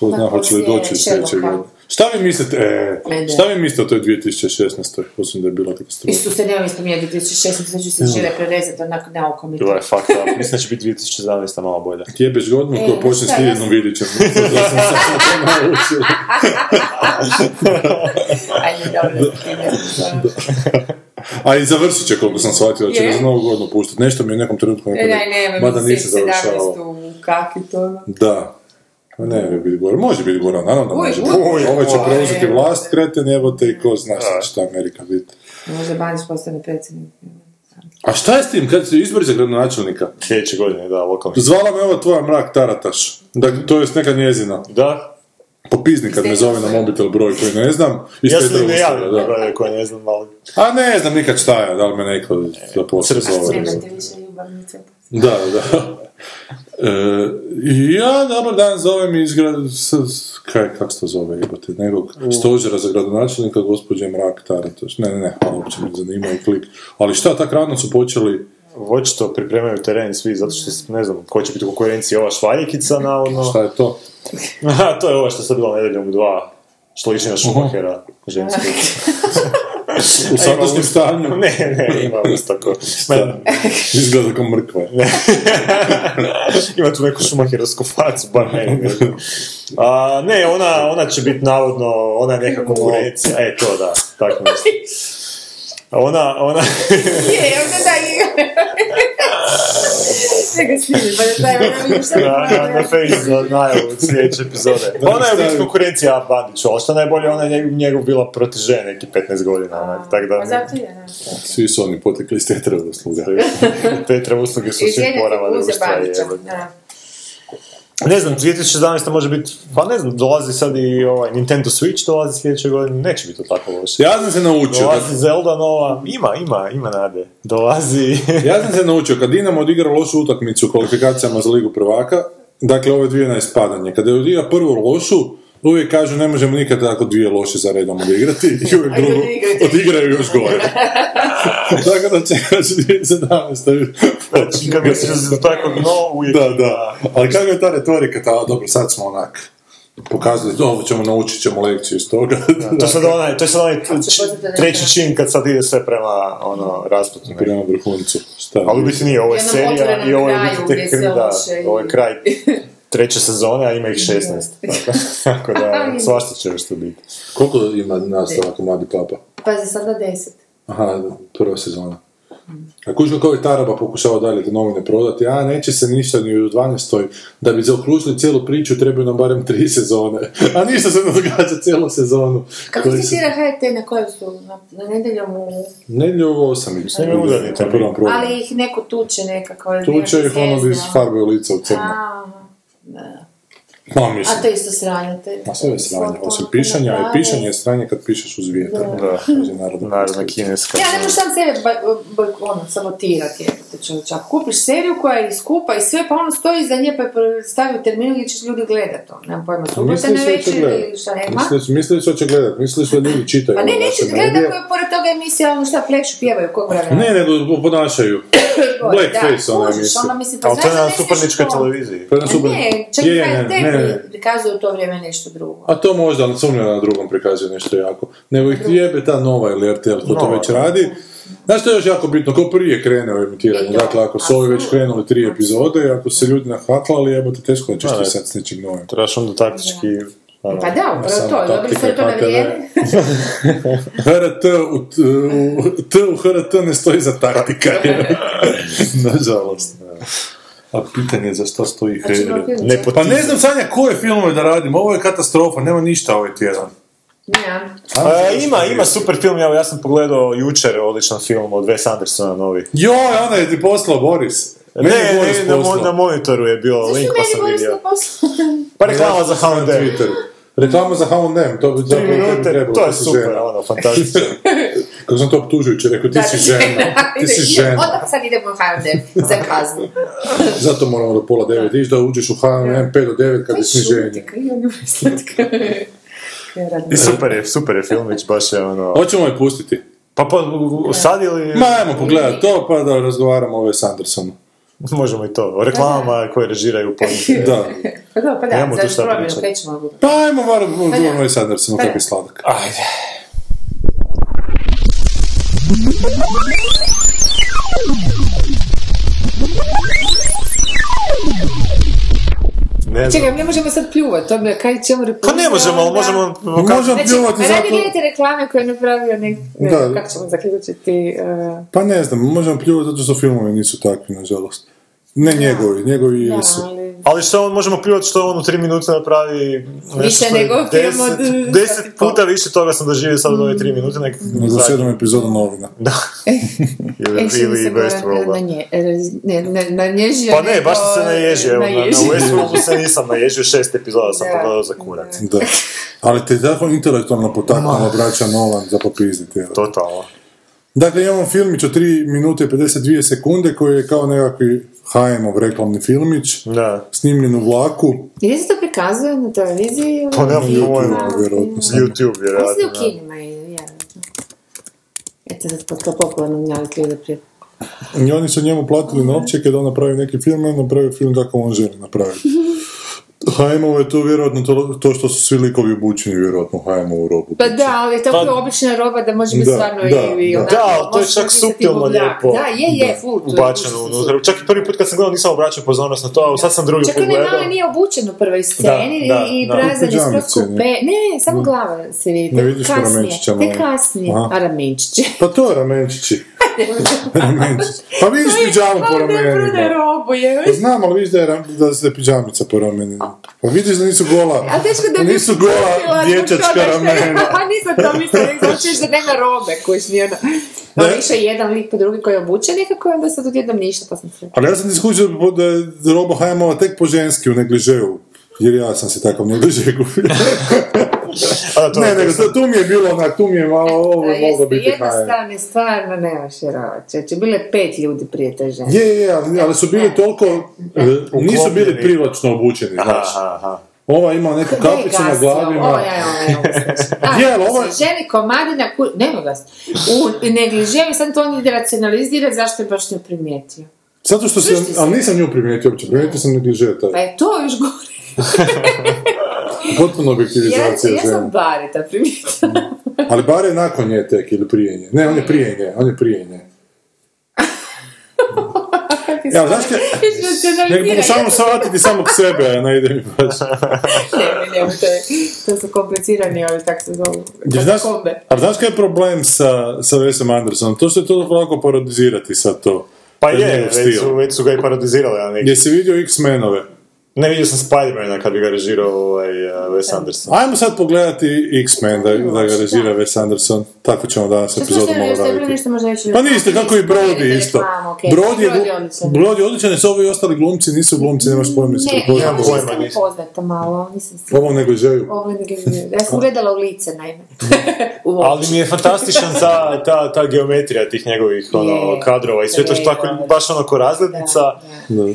B: Ko zna,
C: Nakon
B: hoće li doći
C: Dakle, sljedeće
B: sljedeće
C: lokale.
B: godine. Šta vi mislite, e,
C: Ne, ne.
B: šta vi mislite o toj 2016. Osim da je bila katastrofa.
C: Isuse, nemoj mi spominjati 2016, sad ću se žele prerezati onako na oko mi.
D: Bila je fucked up. Mislim da će biti 2017. malo bolja.
B: Jebeš godinu
C: E,
B: koja počne
C: šta,
B: s
C: ja sam-
B: Ljiljnom Vidićem. Ja sam sad sve to naučio.
C: Ajde, dobro, da se ne ono. znam.
B: A i završit će koliko sam shvatio, da će
C: Je?
B: ga za novu godinu pustiti. Nešto mi je u nekom trenutku neko...
C: Ne, ne, nemoj
B: Mada
C: mi
B: nisam
C: se 17
B: završavao.
C: u kaki to. ono.
B: Da. Ma Ne, ne biti gore. Može biti gore, naravno da
C: Uj,
B: može.
C: uj,
B: Uj, Ovaj će
C: uj.
B: preuzeti vlast, kreten jebote i ko zna sad će ta Amerika biti.
C: Možda Bandić postane predsjednik.
B: A šta je s tim kad su izbori za gradonačelnika?
D: Sljedeće godine, da, lokalni.
B: Zvala me ova tvoja mrak Tarataš. Da, to jest neka njezina.
D: Da,
B: Popizni kad me zove na mobitel broj koji ne znam. I
D: ja se ne javim na
B: da.
D: brojeve koje ne znam, ali...
B: A ne znam nikad šta je, da li me neko za posao
D: Crkva.
B: zove.
C: Nemate više ljubavnice.
B: Da, da. E, I ja dobar dan zovem iz grad... s- s- kaj, kak se to zove, jebote, nekog stožera za gradonačelnika, gospođe Mrak Taratoš. Ne, ne, ne, ono uopće me zanima i klik. Ali šta, tak rano su počeli...
D: Očito pripremaju teren svi, zato što s- ne znam ko će biti u konkurenciji ova švaljikica na ono...
B: Šta je to?
D: Aha, to je ova što sad bila nedjeljom u dva, što liči na Schumachera, ženski.
B: U sadašnjem stanju
D: ne, ne, ima vas tako. Ma,
B: izgleda kao mrkva.
D: ima tu neku šumahirovsku facu, bar meni. ne znam. A, ne, ona, ona će biti navodno, ona je neka konkurencija, e to da, tako nešto. Ona, ona,
C: Je, evo da da i... Čega smiri, pa da daj, ja vidim šta mi
D: na, na, na
C: je.
D: Face za najavu od sljedeće epizode. Ona je u biti konkurencija Bandiću, ali što najbolje, ona je njegov, njegov bila protiže neki 15 godina, onak, tako da...
C: Pa zato je, da.
B: Svi su oni potekli iz tetra usluga.
D: Petra usluge su
C: I
D: svim
C: E, žene
D: porama
C: kukuze
D: društva.
C: Bandića,
D: jebote.
C: da.
D: Ne znam, 2017. može biti, pa ne znam, dolazi sad i ovaj Nintendo Switch, dolazi sljedeće godine, neće biti to tako loše.
B: Ja sam se naučio. da-
D: Dolazi Zelda nova, ima, ima, ima nade. Dolazi...
B: Ja sam se naučio, kad Dinamo odigra lošu utakmicu u kvalifikacijama za Ligu prvaka, dakle ove dvije na ispadanje, kada je odigra prvu lošu, uvijek kažu ne možemo nikad tako dvije loše za redom odigrati i uvijek
C: A ljudi
B: drugu
C: igraju.
B: odigraju još gore. tako da će znači 2017.
D: Znači, kad misliš da si tako dno, uvijek...
B: Da, da. Ali kako je ta retorika, ta, dobro, sad smo onak pokazali, ovo ćemo naučit ćemo lekciju iz toga.
D: To je sad onaj, to je sad onaj
C: poznati da ne
D: treći
C: zna.
D: čin kad sad ide sve prema ono, rasplatu. nekako.
B: Prema vrhuncu. Šta?
D: Ali u biti nije, ovo je
C: Jednom
D: serija
C: otvorenom
D: i ovo je u
C: kraju
D: biti tek
C: gdje se
D: kraj, da,
C: loše i-
D: ovo je kraj treće sezone, a ima ih 16. Tako, tako da, svašta će još tu biti.
B: Koliko ima nastavak u Mladi Papa?
C: Pa za sada deset.
B: Aha, prva sezona. A kužno kao je Taraba pokušao dalje te novine prodati, a neće se ništa ni u 12. Da bi zaokružili cijelu priču trebaju nam barem tri sezone. A ništa se ne događa cijelu sezonu.
C: Kako
B: Koji
C: ti
B: se-
C: tira HRT na kojem su? Na, na nedeljom u...
B: Nedjelju u 8.
D: Sve mi udarni
B: Na prvom programu.
C: Ali ih neko tuče nekako. ili
B: Tuče
C: neka
B: ih ono bi
C: zvijezda.
B: farbaju lica u crno.
C: A, da.
B: Ma mislim.
C: A to je isto sranje. to je-
B: A sve je sranje.
C: to
B: Osim
C: onako
B: pišanja, i
C: naprave.
B: pišanje je sranje kad pišeš uz vjetar.
D: Da.
B: Kaže narodna
D: Narodna
B: poslovica.
D: kineska.
C: Ja ne možeš sam sebe ba- ba- ono, sabotirati, jebote čovječe. Ako kupiš seriju koja je skupa i sve, pa ono stoji iza nje pa je stavi u terminu gdje ćeš ljudi gledati to. Nemam pojma,
B: A
C: subota
B: Mislili
C: na
B: su da će
C: večer
B: gledat.
C: ili šta nema.
B: Mislili su- Mislili su da će gledat. Mislili su da ljudi čitaju.
C: Pa ne,
B: ove
C: neću
B: naše
C: gledati
B: medije.
C: ako je pored toga emisija, ono šta, plešu, pjevaju, kog vremena.
B: Ne, nego ponašaju. Blackface ona
C: kužiš,
B: emisija.
C: ono, mislim, pa
D: Ali to je
C: znaš da
D: na
C: ne smiješ
D: suparničkoj
C: to.
D: televiziji.
B: To je na
C: Pa
B: super-
C: Ne, čak
B: Je,
C: i
B: ne,
C: HRT
B: ne, ne.
C: prikazuje u to vrijeme nešto drugo.
B: A to možda, ali sumnjam da na drugom prikazuje nešto jako. Nego ih jebe ta nova ili RTL, ko to
D: Nova,
B: već
D: da.
B: radi. Znaš što je još jako bitno, ko prije krene u emitiranje,
C: I to,
B: dakle ako su ovi već
C: apsolutno.
B: krenuli tri epizode i ako su se ljudi nahatlali, jebote teško da ćeš
D: Da,
B: ti
D: da.
B: sad s nečim novim.
D: Trebaš onda taktički... ono,
C: Pa da, upravo
B: Samo
C: to, dobili
B: taktika
C: ste to na
B: HTV.
C: vrijeme.
B: HRT u, t- u- t u HRT ne stoji za taktika, jebote. nažalost. A pitanje je za što stoji
C: Znači,
B: HRT.
C: ono film
D: Ne
C: će-
D: pot-
B: Pa ne znam Sanja koje filmove da radim, ovo je katastrofa, nema ništa ovaj tjedan.
C: Ne,
D: A, ima, ima super film, evo ja sam pogledao jučer odličan film od Wes Andersona novi.
B: Joj, ona je ti poslao Boris.
D: Ne,
B: Meni je Boris
D: ne, na, mo-
B: poslao.
D: na monitoru je bio
C: Zašto
D: link pa
C: meni
D: sam
C: Boris
D: vidio.
C: ne posla?
D: Pa reklama
B: Na
D: za H&D.
B: Twitteru. Reklama za H&M, to bi
D: Tri
B: zapravo tebi
D: minute,
B: trebalo,
D: to je
B: ti si
D: super,
B: žena.
D: ono, fantastično.
B: Kako sam to optužujući, rekao, ti
C: Da,
B: si žena, ti si žena.
C: Odmah sad idemo u HRD za kaznu.
B: Zato moramo do pola devet ići da uđeš u H&M 5 do 9 kad je sniženje.
C: Šuti, kaj je ljubav slatka. Kaj je radno.
D: I super je, super je filmić, baš je ono...
B: Hoćemo je pustiti.
D: Pa pa, u- u- sad ili...
B: Ma, ajmo pogledat to, pa da razgovaramo ove s Andersonom.
D: Možemo i to, o reklamama koje režiraju po...
B: Da.
C: Pa da, pa
D: Nemamo
C: da,
D: tu
C: sad
D: šta
C: problem,
D: pričati.
C: kaj ćemo odlučiti?
B: Pa ajmo, moram
C: da.
B: ove s Andersonom,
C: Pa
B: kako
C: da.
B: je sladak.
D: Ajde. Ne znam.
C: Čekaj, ne možemo sad pljuvat, to me, kaj ćemo
D: Pa
C: repulsati?
D: ne možemo, ali
C: tá?
D: možemo...
B: Možemo
C: Znači,
B: pljuvati
C: radi
B: zato...
C: gledajte reklame koje je napravio nek... ne,
B: Da.
C: Kako ćemo zaključiti? Uh,
B: Pa ne znam, možemo pljuvati zato što filmovi nisu takvi, nažalost. Ne njegovi, njegovi
C: da,
B: su.
C: ali...
D: Ali što on, možemo pljuvati što on u tri minute napravi... nešto
C: Više
D: što je
C: nego film od-
D: deset- Deset puta više toga sam doživio sad od ove tri minute, nek...
B: Za sedam epizoda novina.
D: Da.
C: E,
D: ili,
C: Actually,
D: ili
C: sam bila
D: Westworlda.
C: na nje, ne, ne, na nježio,
D: Pa ne, baš sam se
C: nego
D: naježio, evo, na, na
C: naježio.
D: Westworldu se nisam naježio, šest epizoda sam
C: Da.
D: pogledao za kurac.
B: Da. Ali te tako intelektualno potaknula braća Nolan za popizditi. jel?
D: Totalno.
B: Dakle, imamo filmić od 3 minute i 52 sekunde koji je kao nekakvi HM-ov reklamni filmić,
D: Da.
B: snimljen u vlaku,
C: Gdje se to prikazuje? Na televiziji?
D: Pa nemam
C: Na
D: pojma,
C: filmima?
B: vjerojatno.
D: YouTube,
C: Mislim
D: vjerojatno.
C: u
D: da.
C: kinima je, vjerojatno. Eto, da smo to popularno gnjaviti ljude prije.
B: I oni su njemu platili novčeke da on napravi neki film, i on napravi film kako on želi napraviti. HM-ovo je tu vjerojatno to, to što su svi likovi obučeni vjerojatno u HM-ovu robu.
C: Pa da, ali je tako
D: Pa-
C: obična roba da može biti
B: Da,
C: stvarno
B: da,
C: i... i
B: da.
C: onako,
D: Da, ali to je
C: možeš
D: čak
C: napisati
D: suptilno
C: bubljak.
D: lijepo.
C: Da, je, je, full. to je
D: Ubačeno
C: užasno
D: unutra. Čak i prvi put kad sam gledao nisam obraćao pozornost na to, ali sad sam drugi
C: Čak
D: put
C: onaj
D: gledao.
C: mali nije obučen u prvoj sceni
D: Da, da,
C: i
D: da.
C: brazan je
B: Pidžamice,
C: skroz kupe.
B: ne?
C: Ne, ne, samo glava se vidi.
B: Ne vidiš
C: kasnije,
B: ramenčića
C: tek
B: malo.
C: kasnije.
B: Aha.
C: A ramenčiće.
B: Pa to je ramenčići. ramenčići. Pa vidiš piđamu po
C: Prve
B: ramenima.
C: robu je.
B: Pa znam, ali vidiš da je, ram- da se piđamica po ramenima. Pa vidiš da nisu gola.
C: A teško da bi
B: nisu gola
C: kupila zbog
B: dječačka
C: toga što-
B: ramena.
C: Pa nisam to mislila, nego sam čuš da nema robe koji nije ona...
B: Ne.
C: Ali išao je jedan lik po drugi koji je obučen nekako i onda sad odjednom ništa pa sam se...
B: Ali ja sam iskušao da je roba HM-ova tek po ženski u negližeju. Jer ja sam se takav negliže kupio.
D: A da, to
B: ne,
D: je-
B: nego sad tu mi je bilo onak, tu mi je malo, ovo je moglo biti HM.
C: Jednostavno, stvarno nemaš vjerovat. Znači, bilo je pet ljudi prije te žene.
B: Je, je, ali, ali su bili toliko, e, nisu bili
D: Uklopljeni.
B: privlačno obučeni, znaš.
D: Aha, aha.
B: Ova ima neku kapicu na glavi, ima-
C: Ovo je, ovo je, ovo
B: Je, ali ovo je-
C: Žene komadina, ku... nema vas. U negliževi, sad to on ide racionalizirati, zašto je baš ne primijetio.
B: Zato što sam,
C: Zašto si-
B: ali nisam nju primijetio uopće, primijetio sam negliže taj.
C: Pa je to još gore.
B: Potpuno
C: Ja,
B: objektivizacija
C: ja
B: žena. Mm.
C: sam barita primijetila.
B: Ali bare je nakon nje tek, ili prije nje. Ne, on je prije nje, on je prije nje. Ja, znaš kaj, nek
C: Racionalizirati.
B: pokušavam shvatiti samog sebe, a ne ide mi baš.
C: Ne, ne, ne, to je- to su komplicirani, ali tak se zovu.
B: Jer znaš,
C: Katakombe.
B: ali znaš kaj je problem sa, sa Vesom Andersonom? To što je to lako parodizirati sad to.
D: Pa
B: Taj
D: je,
B: njegov
D: već
B: stil.
D: su, već su ga i parodizirali na neki.
B: Jesi vidio X-menove?
D: Ne vidio sam Spidermana kad bi ga režirao ovaj, uh, Wes Anderson.
B: Ajmo sad pogledati X-Men da, da ga režira Wes Anderson. Tako ćemo danas
C: Što smo
B: epizodu
C: što-
B: malo
C: što je bilo
B: raditi.
C: nešto možda reći?
B: Pa niste, tako i Brody isto.
C: Reklama, okej.
B: Brody je,
C: Brody
B: glu-
C: odličan.
B: Brody je odličan, jer su ovi ostali glumci, nisu glumci, nemaš pojma, nisu
C: Ne,
B: prepoznati.
C: ja
D: Nemam pojma,
C: nisam
D: nisam.
C: upoznata malo, nisam se...
B: Ovo nego želju.
C: Ovo ne gledam. Ja sam gledala u lice, naime. u oči.
D: Ali mi je fantastičan ta, ta, ta geometrija tih njegovih ono,
C: Je,
D: kadrova i sve to što tako,
C: je,
D: baš ono ko razglednica.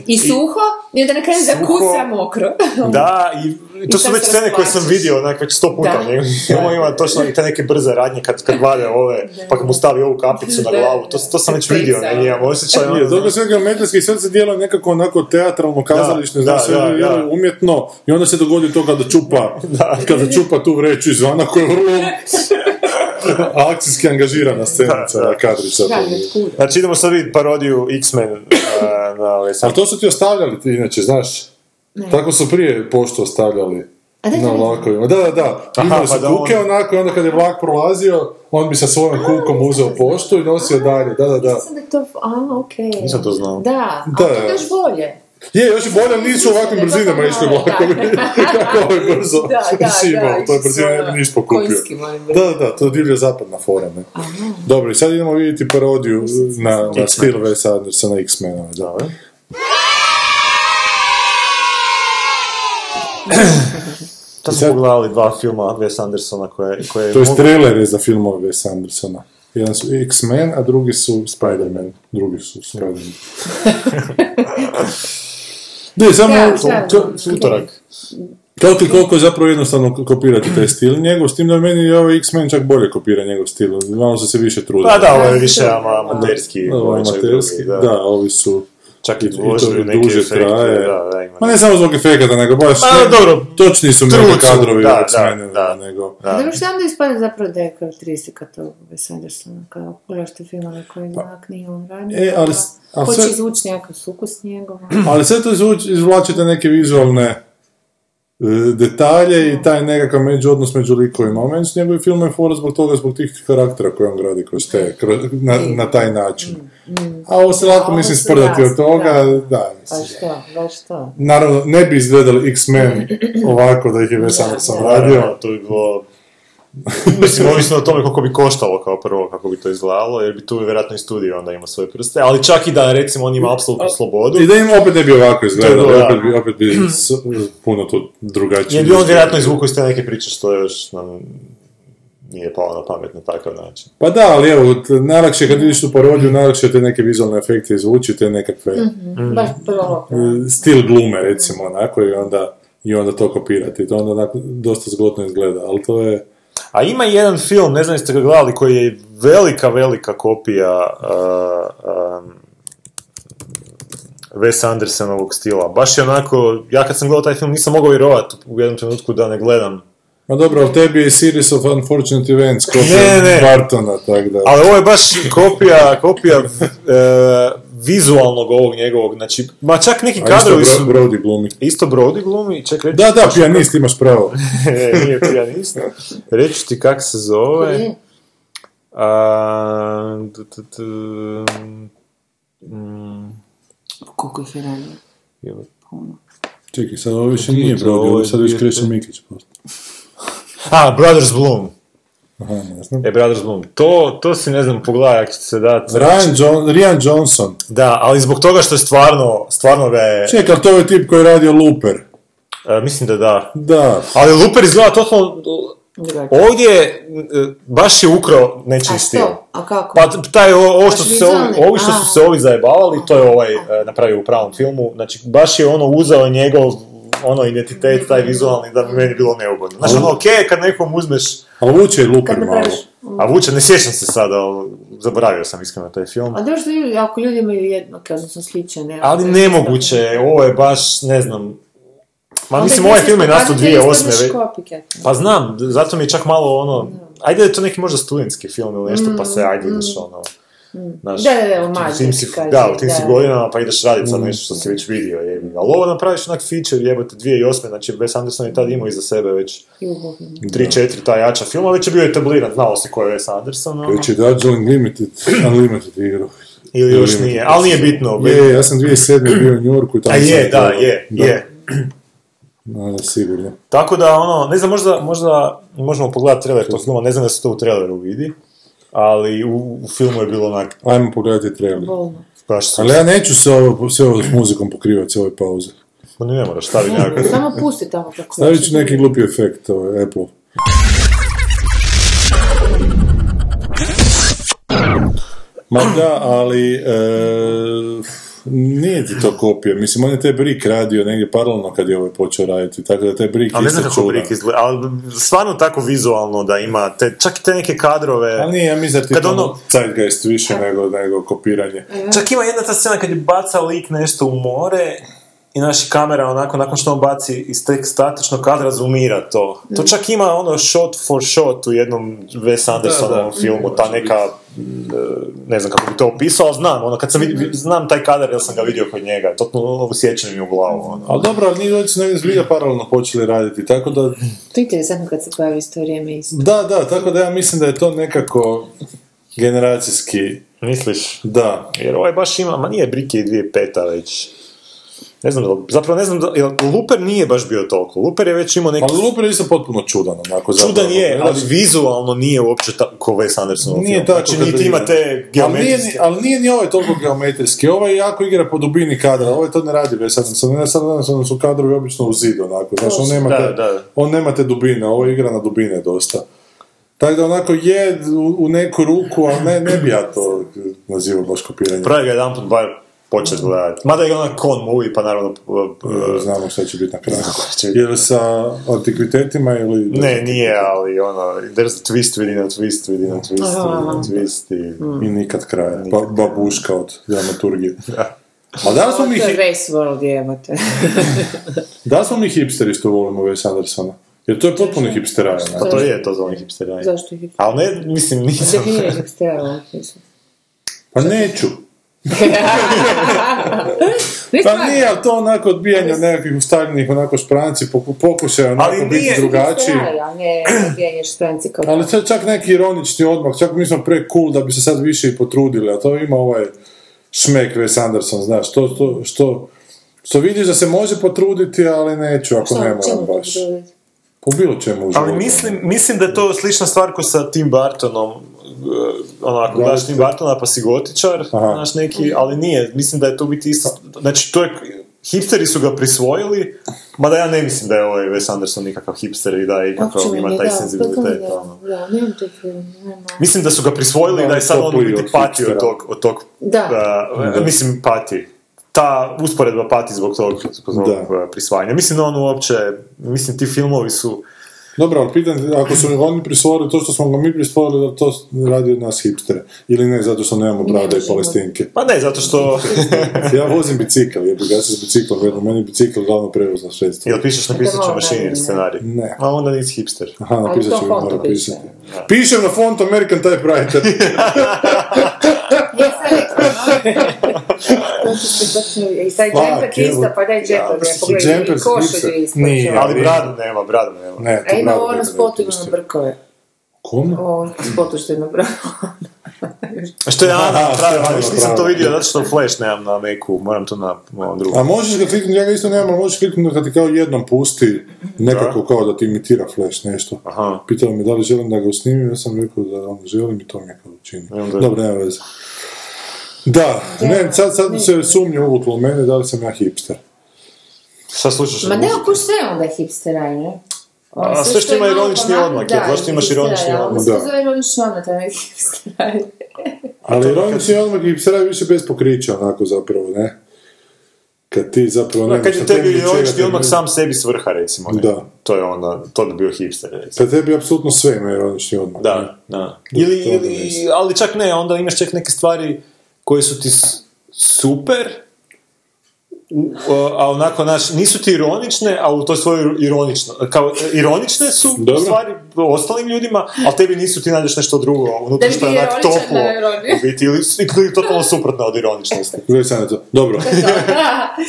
C: I suho, i onda na kraju
D: Suho.
C: zakuca mokro.
D: Da, i to
C: I
D: su
C: sad
D: već
C: se
D: scene koje sam
C: rasplačeš.
D: vidio, onak, već sto puta.
C: Da.
D: nego- Ovo ima točno i te neke brze radnje kad, kad valja ove, pa kad mu stavi ovu kapicu na
C: Da,
D: glavu, to,
C: da.
D: to sam već vidio,
C: Pizza.
D: ne, imam osjećaj. ono,
B: Je, dobro sve geometrijski, sve se djeluje nekako onako teatralno, kazališno,
D: Da,
B: znaš,
D: da,
B: sve
D: da,
B: je
D: da.
B: umjetno i onda se dogodi to kada čupa, kada čupa tu vreću izvana koja je vrlo akcijski angažirana scenica,
D: Da, da.
B: kadrica.
C: Da, od kuda.
D: Znači idemo sad vidjeti parodiju X-Men uh, na ove
B: A to su ti ostavljali ti inače, znaš? Tako su prije poštu ostavljali.
C: A da,
B: na
C: da, da.
B: vlakovima. Da, da, da.
D: Aha,
B: Imali su
D: pa da
B: kuke
D: on-
B: onako i onda kad je vlak prolazio, on bi sa svojom kukom uzeo poštu i nosio dalje. Da, da, da.
C: Mislim da je to... A, okej.
D: Nisam to znao.
C: Da, a
B: Da.
C: to je još bolje.
B: Je, još je bolje, ali nisu u ovakvim
C: Mislim da je
B: brzinama
C: to
B: išli
C: malo,
B: vlakovi. Kako ovo je brzo
C: Da, da, da,
B: šimao, to je brzina ne bi
C: ono,
B: niš pokupio.
C: konjski, molim
B: Da, da, da, to je divlja zapadna fora, ne. Dobro, i sad idemo vidjeti parodiju na, na stil Wes Andersona X-Mena. Da.
D: To smo pogledali dva filma Wes Andersona koje, koje
B: To je trailer je za filmove Wes Andersona. Jedan su X-Men, a drugi su Spider-Man. Drugi su Spider-Man. Ne, samo
C: Da,
B: ovo-
C: da,
B: to-
C: da.
D: utorak.
B: Toliko i koliko je zapravo jednostavno kopirati taj stil njegov, s tim da meni je ovaj X-Men čak bolje kopira njegov stil, malo su se više trudili.
D: Pa da, ovo je više ama- amaterski.
B: Ovo
D: ovaj
B: je
D: čak
B: Znači, amaterski,
D: drugi,
B: da. ovi su...
D: Čak i
B: i to
D: uložili neke
B: duže
D: efekte,
B: traje.
D: da, da, ima
B: Ma ne samo zbog efekata, nego baš...
D: Ma,
B: ne-
D: dobro.
B: Točni su
D: Trud
B: mnogo
D: su,
B: kadrovi
D: da,
B: u X-Menu,
D: da, da.
B: nego...
C: Da. Dobro, što onda ispada zapravo da je karakteristika tog Wes Andersona, kao pogledaš te filmove koje znak nije on radio,
B: E, ali
C: pa
B: s- a
C: hoće
B: sve-
C: izvući nekakav sukus njegova.
B: Ali sve to izvuč- izvlačite neke vizualne e, detalje i taj nekakav međuodnos među likovima. A meni su njegovi film je fora zbog toga, zbog tih karaktera koje on gradi kroz te, kroz- na, na taj način. A ovo se lako
C: ovo
B: mislim
C: su
B: sprdati od
C: jasni,
B: toga,
C: da.
B: da.
C: Pa
B: mislim.
C: što, baš to.
B: Naravno, ne bi izgledali X-Men ovako da ih je Wes Anderson radio.
D: Da, to bi bilo... Mislim, ovisno o tome koliko bi koštalo kao prvo, kako bi to izgledalo, jer bi tu vjerojatno i studio onda imao svoje prste, ali čak i da recimo on ima apsolutnu slobodu,
B: I da im opet ne bi ovako izgledali,
D: bilo, da.
B: opet bi, opet bi s- puno to drugačije.
D: jer bi on vjerojatno izvukao iz te neke priče što je još nam nije palo na pamet na takav način.
B: Pa da, ali evo, t- najlakše kad vidiš tu parodiju, najlakše te neke vizualne efekte izvući, te nekakve
C: Baš prvo.
B: e, stil glume, recimo, onako, i onda, i onda to kopirati. To onda onako dosta zgodno izgleda, ali to je...
D: A ima jedan film, ne znam jeste ga gledali, koji je velika, velika kopija uh, um, Wes Andersonovog stila. Baš je onako, ja kad sam gledao taj film nisam mogao vjerovati u jednom trenutku da ne gledam.
B: Ma dobro, ali tebi je Series of Unfortunate Events kopija
D: Ne, ne.
B: Bartona, tako da...
D: Ali ovo je baš kopija, kopija e, vizualnog ovog njegovog, znači, ma čak neki
B: A isto
D: kadrovi
B: Bro-
D: su...
B: Brody glumi.
D: Isto Brody glumi, čak reći...
B: Da, da, pijanist, imaš pravo.
D: E, nije pijanist. Reći ti kak se zove. A, tu, tu, tu, mm,
C: Koliko ih je ranije?
D: evo,
B: Čekaj, sad ovo više nije Brody,
D: ovaj
B: ovo je sad već Krešo Mikić. posto.
D: A, Pa, Brothers Bloom.
B: Aha, ne znam.
D: E, Brothers Bloom. To, to si ne znam, pogledaj ako će se dati.
B: Ryan, John, Rian Johnson.
D: Da, ali zbog toga što je stvarno, stvarno ga je...
B: Čekaj, ali to je tip koji je radio Looper.
D: e, mislim da da.
B: Da,
D: Ali Looper izgleda totalno... Ovdje je, e, baš je ukrao
C: A
D: nečiji stil.
C: što? A kako?
D: Pa t- taj, o- ovo
C: Baš
D: što su se ovi,
C: vizualni?
D: ovi što
C: A.
D: su se ovi zajebavali, to je ovaj e, napravio u pravom filmu. Znači, baš je ono uzeo njegov ono identitet, taj vizualni, da bi meni bilo neugodno. Znači, ono, okej, kad nekom uzmeš,
B: ali vuče i Looper
C: Kad mm.
B: malo.
C: napraviš...
D: a vuče, ne sjećam se sada, ali zaboravio sam iskreno taj film.
C: A dobro Pa što ljudi, ako ljudi imaju jednake, odnosno sličane.
D: Ali
C: onda je isto-
D: nemoguće, je, ovo je baš, ne znam, ma
C: Onda
D: mislim,
C: je
D: ovaj film je nastao
C: pokazatelj isto
D: 2008.
C: baš
D: već-
C: copycat.
D: Pa znam, zato mi je čak malo ono, ajde da je to neki možda studentski film ili nešto, pa se ajde ideš ono... Znaš,
C: Mm, Da, da, da, omaž,
D: u tim si,
C: ti kažem,
D: da, u tim si
C: da. Mm.
D: godinama pa ideš raditi sad nešto što si već vidio, jebi ga. Ali ovo napraviš onak feature, jebote, 2008. Znači, Wes Anderson je tad imao iza sebe već
C: I ugodno.
D: 3-4 ta jača filma, već je bio etabliran, znao se ko je Wes Anderson, ono.
B: Već je Darjeeling Limited, Unlimited igru.
D: ili još nije, ali nije bitno.
B: Je, ja sam 2007. bio u Njorku i tamo
D: A je,
B: sam
D: da,
B: gledao.
D: je,
B: Da,
D: je.
B: da, sigurno.
D: Tako da, ono, ne znam, možda, možda možemo pogledati trailer tog filma, ne znam da se to u traileru vidi, ali u, u filmu je bilo onak,
B: Ajmo pogledati trailer.
C: Bolno.
D: baš su,
B: Ali ja neću se ovo, sve ovo s muzikom pokrivati, sve ove pauze.
D: Ma ne moraš staviti nekako.
C: Samo pusti tamo kako
B: Stavit ću neki glupi efekt, ovaj, Apple. Ma da, ali e, nije ti to kopija. Mislim, on je taj Brick radio negdje paralelno kad je ovaj počeo raditi, tako da taj Brick
D: Ali ne znam
B: isto
D: kako
B: čudan.
D: Brick izgleda, ali stvarno tako vizualno da ima te, čak i te neke
B: Ali
D: kadrove.
B: nije, ja mislim da ti
D: Kad
B: to
D: ono-
B: zeitgeist više nego, nego kopiranje.
D: Čak ima jedna ta scena kad je baca lik nešto u more i naši kamera onako, nakon što on baci iz tek statičnog kadra, zoomira to.
B: Mm.
D: To čak ima ono shot for shot u jednom Wes Andersonovom
B: Mm,
D: filmu, ta neka, eh, ne znam kako bi to opisao, ali znam, ono, kad sam
B: Mm.
D: vidio, znam taj kadar jer sam ga vidio kod njega, totalno ono, usjećan mi u glavu, ono.
B: Ali dobro, ali nije su negdje zbilja paralelno počeli raditi, tako da,
C: To je interesantno kad se pojavi isto vrijeme isto.
B: da, da, tako da ja mislim da je to nekako generacijski,
D: Misliš?
B: da,
D: Jer ovaj baš ima, ma nije Brike i dvije peta već. Ne znam, da li- zapravo ne znam, da, jel Looper nije baš bio toliko. Looper je već imao neki...
B: Ali Looper je isto potpuno čudan, onako
D: Čudan
B: Pa zapravo.
D: je, ali
B: Znaš,
D: vizualno nije uopće tako Wes Anderson
B: Nije
D: film.
B: tako kad
D: Znači, niti
B: vidim.
D: ima te
B: ali nije, ni-
D: geometrijske...
B: ali nije ni ovaj toliko geometrijski. Ovaj jako igra po dubini kadra, ovaj to ne radi već sad. Sad ne sad jednostavno su kadrovi obično u zidu, onako. Znaš, on nema,
D: Da,
B: te,
D: da.
B: on nema te dubine, ovo igra na dubine dosta. Tako da onako je u, u neku ruku, ali ne, ne bi ja to nazivao baš kopiranje.
D: Pravi ga jedan put bar počet gledati. Mada je ona con movie, pa naravno... p- p-
B: Znamo šta će biti na kraju.
D: šta će biti.
B: Je li sa antikvitetima ili...
D: Ne, nije, ali ono, there's a twist within a twist within a twist within a twist i...
B: I nikad kraja. Ba- babuška od dramaturgije. A da li smo Pa mi
C: To je Wasteworld, jebote.
B: Da li smo mi hipsteri što volimo Wes Andersona? Jer to je potpuno hipsteraj.
D: Pa to je to za onih hipstera.
C: Zašto je hipster?
D: Ali ne, mislim, nisam...
C: Definiraj hipstera ovog mislim.
B: Pa neću.
C: Ne
B: Pa
C: stvarno,
B: nije, ali to onako odbijanje od nekakvih ustavljenih onako špranci, poku- pokušaj onako
D: Ali
B: biti
D: nije
B: drugačiji.
C: hipstera, ali ne, odbijanje špranci kao
B: Ali to je čak neki ironični odmak, čak mi smo pre cool da bi se sad više i potrudili, a to ima ovaj šmek Wes Anderson, znaš, to, to, što, što vidiš da se može potruditi, ali neću ako
C: Šta,
B: ne
C: čemu
B: moram
C: to
B: baš.
C: prodati?
B: Po bilo čemu u
D: Ali
B: životu.
D: mislim, mislim da je to slična stvar ko sa Tim Bartonom. e, Onako,
B: Da,
D: daš
B: da.
D: Tim Bartona pa si gotičar,
B: Aha.
D: znaš neki, ali nije. Mislim da je to u biti isto. Znači, to je hipsteri su ga prisvojili, mada ja ne mislim da je ovaj Wes Anderson nikakav hipster i da je
C: Uopće
D: ikakav
C: mi
D: ima
C: ne
D: taj
C: da, totalno
D: senzibilitet.
C: ne
D: ono.
C: da, da, nemam te filme, nemam.
D: Mislim da su ga prisvojili i da je sad on u
B: Topuju
D: biti
B: od
D: pati od
B: hipstera.
D: tog, od tog
C: Da.
D: uh,
B: Mhm.
D: mislim pati. Ta usporedba pati zbog tog, zbog tog
B: Da.
D: uh, prisvajanja. Mislim da on uopće, mislim ti filmovi su,
B: Dobro, ali pitan te, ako su ga oni prisvojili to što smo ga mi prisvojili, da to radi od nas hipstere. Ili ne, zato što nemamo brada i
C: možemo.
B: palestinke.
D: pa ne, zato što,
B: Znači, Ja vozim bicikl, jer ja se s biciklom vedem, meni je bicikl glavno prevozno sredstvo.
D: jel pišeš na pisaćoj
C: Dobro,
D: mašini
C: ne.
D: scenarij?
B: Ne.
D: A onda nisi hipster.
B: Aha,
C: Ali
B: napisat
C: to
B: ću mi
C: fontu
B: mora
C: piše.
B: pisati. Pišem na font American Typewriter.
C: To ću se točno, i taj
B: Fuck,
C: džemper ti isto,
B: evo.
C: pa daj
B: Ja,
C: džemper, ne
B: mislim,
C: pogledaj,
B: džemper
C: i
B: s
C: košulju
B: hipster-
C: isto.
B: Nije.
C: čovječe.
D: Ali bradu nema, bradu nema.
B: Ne,
C: A
B: to
C: E, ima ono
B: bravo,
C: u onom
B: American
C: spotu ima
B: Typewriter.
C: brkove.
B: Kome?
C: U ovom spotu što ima brkove.
D: A Što je Ana napravila,
B: što je
D: ali
B: Ana
D: nisam to
B: napravila.
D: vidio zato što Flash nemam na Macu, moram to na ovom
B: A
D: drugom.
B: možeš ga kliknuti, ja ga isto nemam, ali možeš kliknuti kad ti kao jednom pusti nekako kao da ti imitira flash nešto.
D: Aha.
B: Pitao me da li želim da ga usnimim, ja sam rekao da on želim i to mi je kao čini.
D: I onda-
B: Dobro, nema veze. Da, ne, sad, sad se sumnje uvuklo u mene da li sam ja hipster.
D: Šta slušaš?
C: Ma ne,
D: muziku?
C: okuš sve onda hipsteraj, ne? Ono,
D: A sve što ima
C: je malo
D: ironični
C: pomaknuto,
D: odmak,
C: da,
D: jer zašto imaš
C: hipsteraj,
D: ironični
C: ali
D: odmak?
C: Onda
B: Da.
C: se zove ironični odmak, to je neki hipsteraj.
B: Ali
D: ono
B: ironični odmak hipstera je više bez pokrića onako zapravo, ne? Kad ti zapravo
D: Da,
B: nemaš
D: kad je
B: na
D: tebi
B: temelju čega
D: ironični
B: te-
D: odmah sam sebi svrha, recimo. ne?
B: Da.
D: To je onda, to bi bio hipster, recimo.
B: Kad tebi apsolutno sve ima ironični odmak. ne?
D: Da, da. Ili,
B: to onda
D: ili,
B: mislim.
D: ali čak ne, onda imaš čak neke stvari koje su ti s- super, u- o, a onako, znaš, nisu ti ironične, a u toj svojoj ironično, kao, e, ironične su
B: Dobro.
D: stvari ostalim ljudima, ali tebi nisu, ti nađeš nešto drugo,
C: Da
D: unutra
C: bi
D: što je
C: bio
D: onak
C: ironičan,
D: toplo,
C: da je ironičan.
D: u biti, ili, ili totalno suprotno od ironičnosti.
B: Gledaj sad na to. Dobro.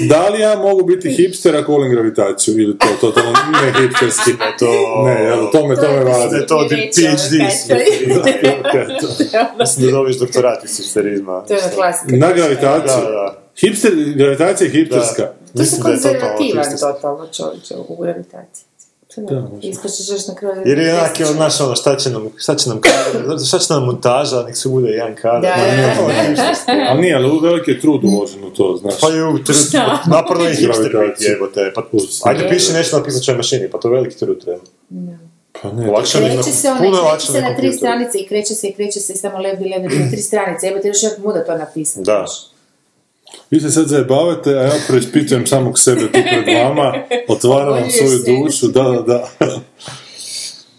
B: da li ja mogu biti hipster ako volim gravitaciju? Ili to totalno ne hipsterski?
D: to-
B: Ne, ja, to me, to me vadi.
D: to ti PhD
C: Da,
D: Ne dobiješ doktorat iz hipsterizma.
C: To je ona klasika.
B: Na gravitaciju.
D: Da, da.
B: Hipster, gravitacija je hipsterska.
C: To se
D: Mislim da je totalno
C: konzervativan
D: hipsterski.
C: totalno čovječe u gravitaciji. To ne, Ispašćeš još na kraju.
D: Jer je onak, je, znaš, ono, šta će nam, šta će nam kadar, šta će nam montaža, nek se bude jedan kadar.
C: Da,
D: Ma
C: da,
D: nije,
C: da.
D: ovo je hipsterski.
B: Ali nije, ali veliki je trud uložen u to, znaš.
D: Pa ju, tr- naporno je hipster biti,
B: Gravitaciju.
D: jebote. Pa,
B: Uz-
D: ajde, piši nešto na pisaćoj mašini, pa to je veliki trud, treba.
B: Pa ne,
D: Lakše mi je na,
C: Kreće se ona,
D: puno
C: kreće
D: je lakše
C: se
D: na
C: na tri
D: kompjuteru.
C: stranice i kreće se i kreće se i samo levi, levi, levi, tri stranice. Evo te još jak muda to napisati.
D: Da.
B: vi se sad zajebavate, a ja preispitujem samog sebe tu pred vama, otvaram vam
C: Oboljuješ
B: svoju
C: se.
B: dušu, da, da, da.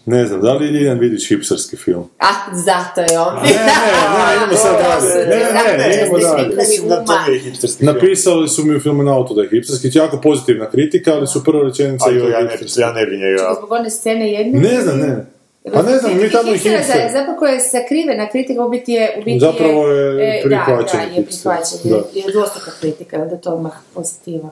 B: Ne znam, da li je jedan vidiš hipsterski film?
C: A, zato je on.
B: Ne, ne, ne, idemo sad dalje. Ne, ne, ne, idemo dalje.
D: Mislim da to je hipsterski film.
B: Napisali su mi u filmu na auto da je hipsterski, jako pozitivna kritika, ali su prva rečenica...
D: A joj,
B: da
D: ja
B: je
D: ne,
B: hipsterski.
D: ja ne bi njega.
C: Zbog one scene jedne.
B: Ne znam, ne. Pa ne znam, mi tamo i
C: Hipstera za-
B: hipster.
C: Zapravo koja je sakrivena kritika, u biti je... U biti
B: Zapravo je
C: e, Da, da,
B: prihvaćen
C: je
B: hipster.
C: prihvaćen. Jer
B: Da.
C: je dvostruka kritika, onda to odmah pozitiva.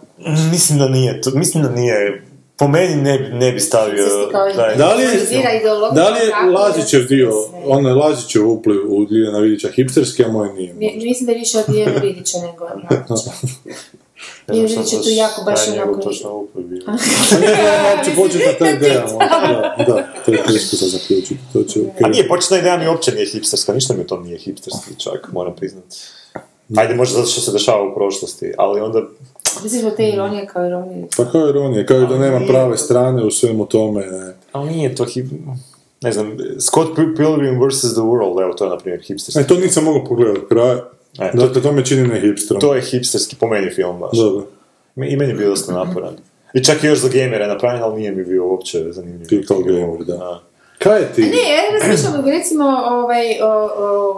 D: Mislim da nije, to, mislim da nije. Po meni ne, bi- ne bi stavio
C: Hipsterski kao
D: da je
B: Da li
C: Analizira
B: je,
C: ideologiju
B: da li je
C: kako
B: Lazićev
C: je-
B: dio,
C: sve.
B: onaj Lazićev upliv u Ljiljana Vidića hipsterski, a moj nije?
C: Mi- Mislim da je više od Dijana Vidića nego od Lazića.
D: Ne znam
C: Jer
D: šta
C: Vidić je
D: to
C: tu jako baš
D: šta je njegov
C: onako-
D: točno upliv bio.
B: Pa ne, ja uopće početi na taj ideja. ono. Da, da, to je teško za zaključiti. To će
D: A nije, početna ideja mi uopće nije hipsterska, ništa mi to nije
B: Oh.
D: hipsterski čak, moram priznati. Ajde, možda zato što se dešava u prošlosti, ali onda...
C: Misliš da te ironije kao ironije?
B: Pa kao ironija, kao i da nema prave strane u svemu tome. ne.
D: Ali nije to hip... Ne znam, Scott Pilgrim vs. The World, evo, to je, na primjer, hipsterski.
B: E, to nisam mogao pogledati kraj.
D: E, to-
B: Dakle, to me čini ne hipsterom.
D: To je hipsterski, po meni, film baš.
B: Dobro.
D: I meni je bio dosta naporan. I čak i još za gamere napravljen, ali nije mi bio uopće zanimljiv.
B: Ti kao gamer, da. Kaj je ti?
C: Ne, ja razmišljam, recimo, ovaj, o, o,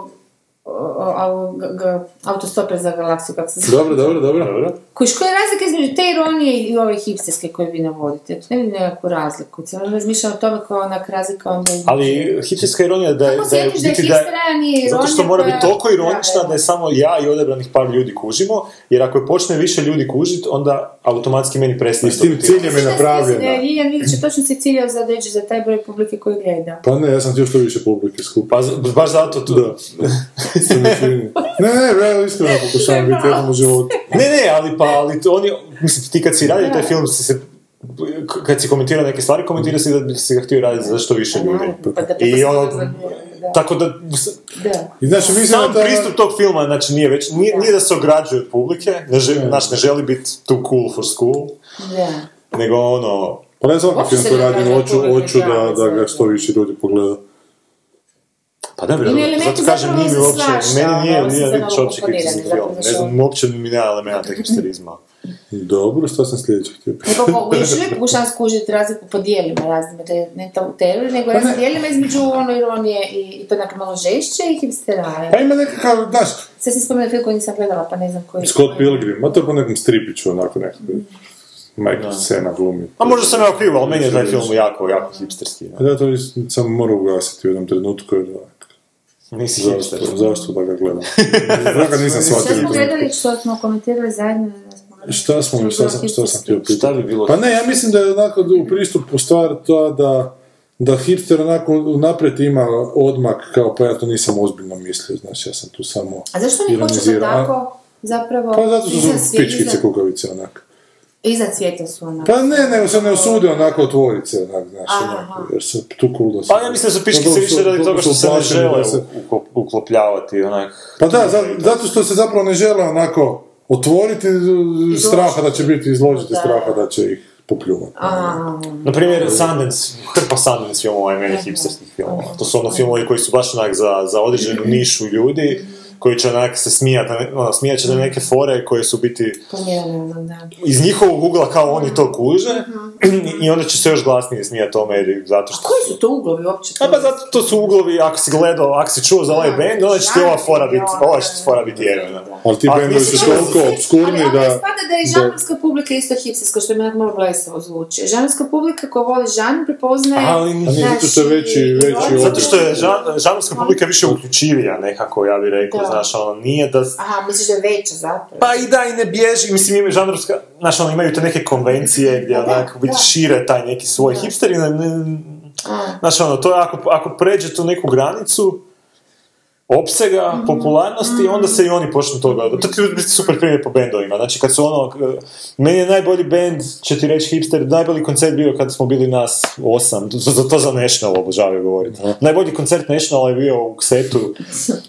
C: o, o, g- g- autostoper za galaksiju, kako se zove.
B: Dobro, dobro, dobro.
D: Dobro.
C: Kojiš, koja je razlika između te ironije i ove hipsterske koje vi navodite? Eto, ne vidim nekakvu razliku. Cijelo razmišljam o tome kao onak razlika onda... između-
D: Ali hipsterska ironija da je...
C: Kako se
D: je u
C: vidiš da je
D: biti
C: hipstera, a nije ironija?
D: Zato što mora
C: koja-
D: biti toliko ironična
C: Da,
D: da je samo ja i odabranih par ljudi kužimo, jer ako je počne više ljudi kužit, onda automatski meni prestaje.
B: I s tim
D: dobiti-
B: ciljem je napravljena.
C: Ljiljana Vidić je točno se ciljao za određe za taj broj publike koji gleda.
B: Pa ne, ja sam htio što više publike skupa.
D: Pa z- baš zato tu...
B: Da. Se mi čini. Ne, ne, ja iskreno pokušavam biti jednom u životu.
D: Ne, ne, ali pa, ali to oni, mislim, ti kad si radio taj film, si se, kad si komentirao neke stvari, komentirao si da bi si ga htio raditi za što više ljudi.
C: Pa da, pa
D: I
C: to
D: ono,
C: sam- da.
D: Tako da,
C: da.
B: I znači, mislim
D: sam
B: da ta-
D: pristup tog filma, znači nije već, nije, nije da se ograđuje od publike, ne želi, znači ne želi biti too cool for school,
C: da.
D: nego ono,
B: Pa ne znam
C: Uopće
B: film
C: se
B: koji
C: ne
B: radi,
C: gleda
B: hoću,
C: publika,
B: hoću da, da ga što više ljudi pogleda.
D: pa da bi,
C: Ima elementi
D: zato kažem,
C: zapravo
D: nije mi
C: za
D: uopće,
C: svašta,
D: meni nije,
C: ono,
D: nije
C: osim za
D: Ribić uopće kritični
C: novokomponirane,
D: film,
C: zato
D: ne
C: što-
D: znam, uopće mi nema elemenata hipsterizma.
B: Dobro, šta sam sljedeće htio pitati?
C: Nego po- još uvijek pokušavam skužiti razliku po dijelima raznim, to je ne to teror, nego raznim dijelima između ono ironije i, i to onako malo žešće i hipsteraje.
B: Pa ima nekakav, znaš,
C: Sve se spomenuo film koji nisam gledala, pa ne znam koji.
B: Scott Pilgrim, ma to je po nekom stripiću, onako nekako. Michael Sena glumi.
D: A možda sam ja krivo, ali meni je taj film jako, jako hipsterski.
B: A Da, to is- sam morao ugasiti u jednom trenutku, jer onak,
D: Nisi
B: zašto,
D: hipster.
B: zašto da ga gledam? Ja ga
C: Sve
B: nisam
C: smo
B: shvatio.
C: gledali što smo komentirali zajedno. da smo gledali.
B: Šta smo, šta sam, šta sam htio pitati?
D: Šta bi bilo?
B: Pa ne, ja mislim da je onako u pristupu stvar ta da da hipster onako naprijed ima odmak kao pa ja to nisam ozbiljno mislio, znači ja sam tu samo
C: A zašto oni hoće to
B: ironizirao. A-
C: tako? Zapravo,
B: Pa zato što
C: iznad
B: su
C: svije-
B: pičkice
C: iznad-
B: kukavice onak.
C: Iza cvijeta su ono. ona.
B: Pa ne, nego se ne usude onako otvorice, onak, znaš, onako, jer su tu cool da su...
D: Pa ja mislim da su piškice
B: dobro
D: više radi
B: dobro
D: toga što
B: su
D: se ne
B: uplašeni da
D: žele
B: se-
D: uko- uklopljavati, onak.
B: Pa da, za- zato što se zapravo ne žele onako otvoriti z- straha da će biti, izložiti
C: Da.
B: straha da će ih popljuvati.
C: A, ono,
D: Na primjer, Sundance, hrpa Sundance filmova je meni hipsterskih filmova. To su ono filmovi koji su baš onak za, za određenu nišu ljudi, koji će onak se smijat, na ne- ono, smijat će na neke fore koje su u biti
C: planirano, da.
D: iz njihovog ugla kao oni
C: Mhm.
D: to kuže i onda će se još glasnije smijat tome jer- zato što...
C: Koji su to uglovi uopće?
D: A pa zato to su uglovi, ako si gledao, ako si čuo za ovaj
C: Da, ono.
D: bend, onda će ti ova fora biti,
C: da, da,
D: ova će ti fora biti jevena.
B: Ali ti
D: A,
B: bendovi
D: mislim,
B: su
D: to je
B: toliko obskurni
C: Ali onda
B: da...
C: ispada da je žanrovska publika isto hipsterska, što mi onako malo blesavo zvuči. Žanrovska publika koja voli žanr prepoznaje...
D: Ali nije,
C: znaš,
B: zato što je veći-
C: i-
B: veći
C: i-
B: odnos.
D: Zato što je žan- žanrovska publika više uključivija nekako, ja bih rekao,
C: Da.
D: znaš, ono, nije da...
C: Aha, misliš da je veća zapravo?
D: Pa i da, i ne bježi, mislim, imaju žanrovska, znaš, ono, imaju te neke konvencije gdje
C: Pa da,
D: onak
C: da. Mm.
D: bit šire taj neki svoj hipster i ne- ne- znaš, ono, to je ako, ako pređe tu neku granicu opsega,
C: Mhm.
D: popularnosti, onda se i oni počnu toga. To ti je super primjer po bendovima. Znači, kad su ono... k- Meni je najbolji bend, će ti reći hipster, najbolji koncert bio kad smo bili nas osam. To, to, to za National obožavaju govoriti. Najbolji koncert National je bio u ksetu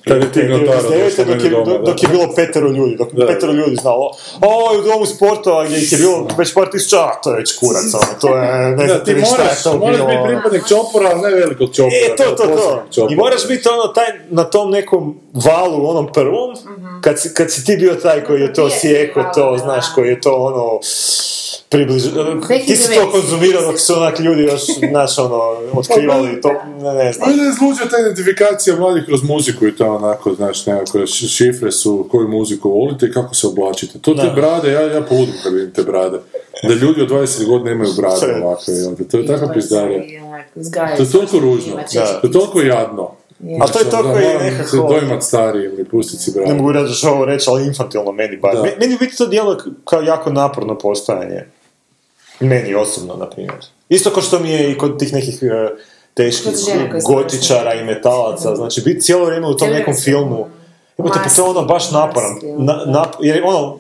B: Kad je Tigran Taro došao
D: dok, je,
B: meni doma, da.
D: dok je bilo petero ljudi, dok
B: Da.
D: petero ljudi znalo, o, u domu sportova gdje ih je bilo već par tisuća, a, to je već kurac, ono, to je, ne
B: Da,
D: znam
B: ti
D: ti ni šta je
B: moraš,
D: to
B: moraš
D: bilo.
B: biti
D: ono.
B: pripadnik čopora, ali ne velikog čopora.
D: E, to,
B: nego
D: to, to.
B: posebnog čopora.
D: I moraš biti ono taj, na tom nekom valu, onom prvom, kad, si, kad si ti bio taj koji je to
C: Mhm. Jesi,
D: sjeko, to,
C: da.
D: znaš, koji je to ono, približ...
C: Neki
D: Ti si
C: deveti.
D: to konzumirao dok su onak ljudi još, znaš, ono, otkrivali
C: Pa,
D: to, ne, ne znam.
B: Možda je slučaj Pa ta identifikacija mladih kroz muziku i to onako, znaš, nekako š- šifre su koju muziku volite i kako se oblačite. To te
D: Da.
B: brade, ja, ja poludim kad vidim te brade. Da ljudi od 20 godina imaju
D: To
B: brade
D: je-
B: ovakve, jel te, to je takva pizdarija.
C: Zgajaju.
B: To je toliko ružno,
D: Da.
B: to je toliko jadno. ono,
D: A to je to koji je
B: moram se
D: nekako...
B: dojmat starijim i pustiti si
D: ne
B: brade.
D: mogu reći da ću ovo reći, ali infantilno meni bar.
B: Da.
D: Me- Meni u biti to djeluje kao jako naporno postojanje. Meni osobno, na primjer. Isto kao što mi je i kod tih nekih e, teških
C: Kod žena koje su
D: gotičara i metalaca, znači biti cijelo vrijeme u tom
C: Cijelo
D: nekom
C: vrijeme.
D: filmu. Jebote, pa to je ono baš naporan.
C: Maski,
D: Na, nap- jer je ono,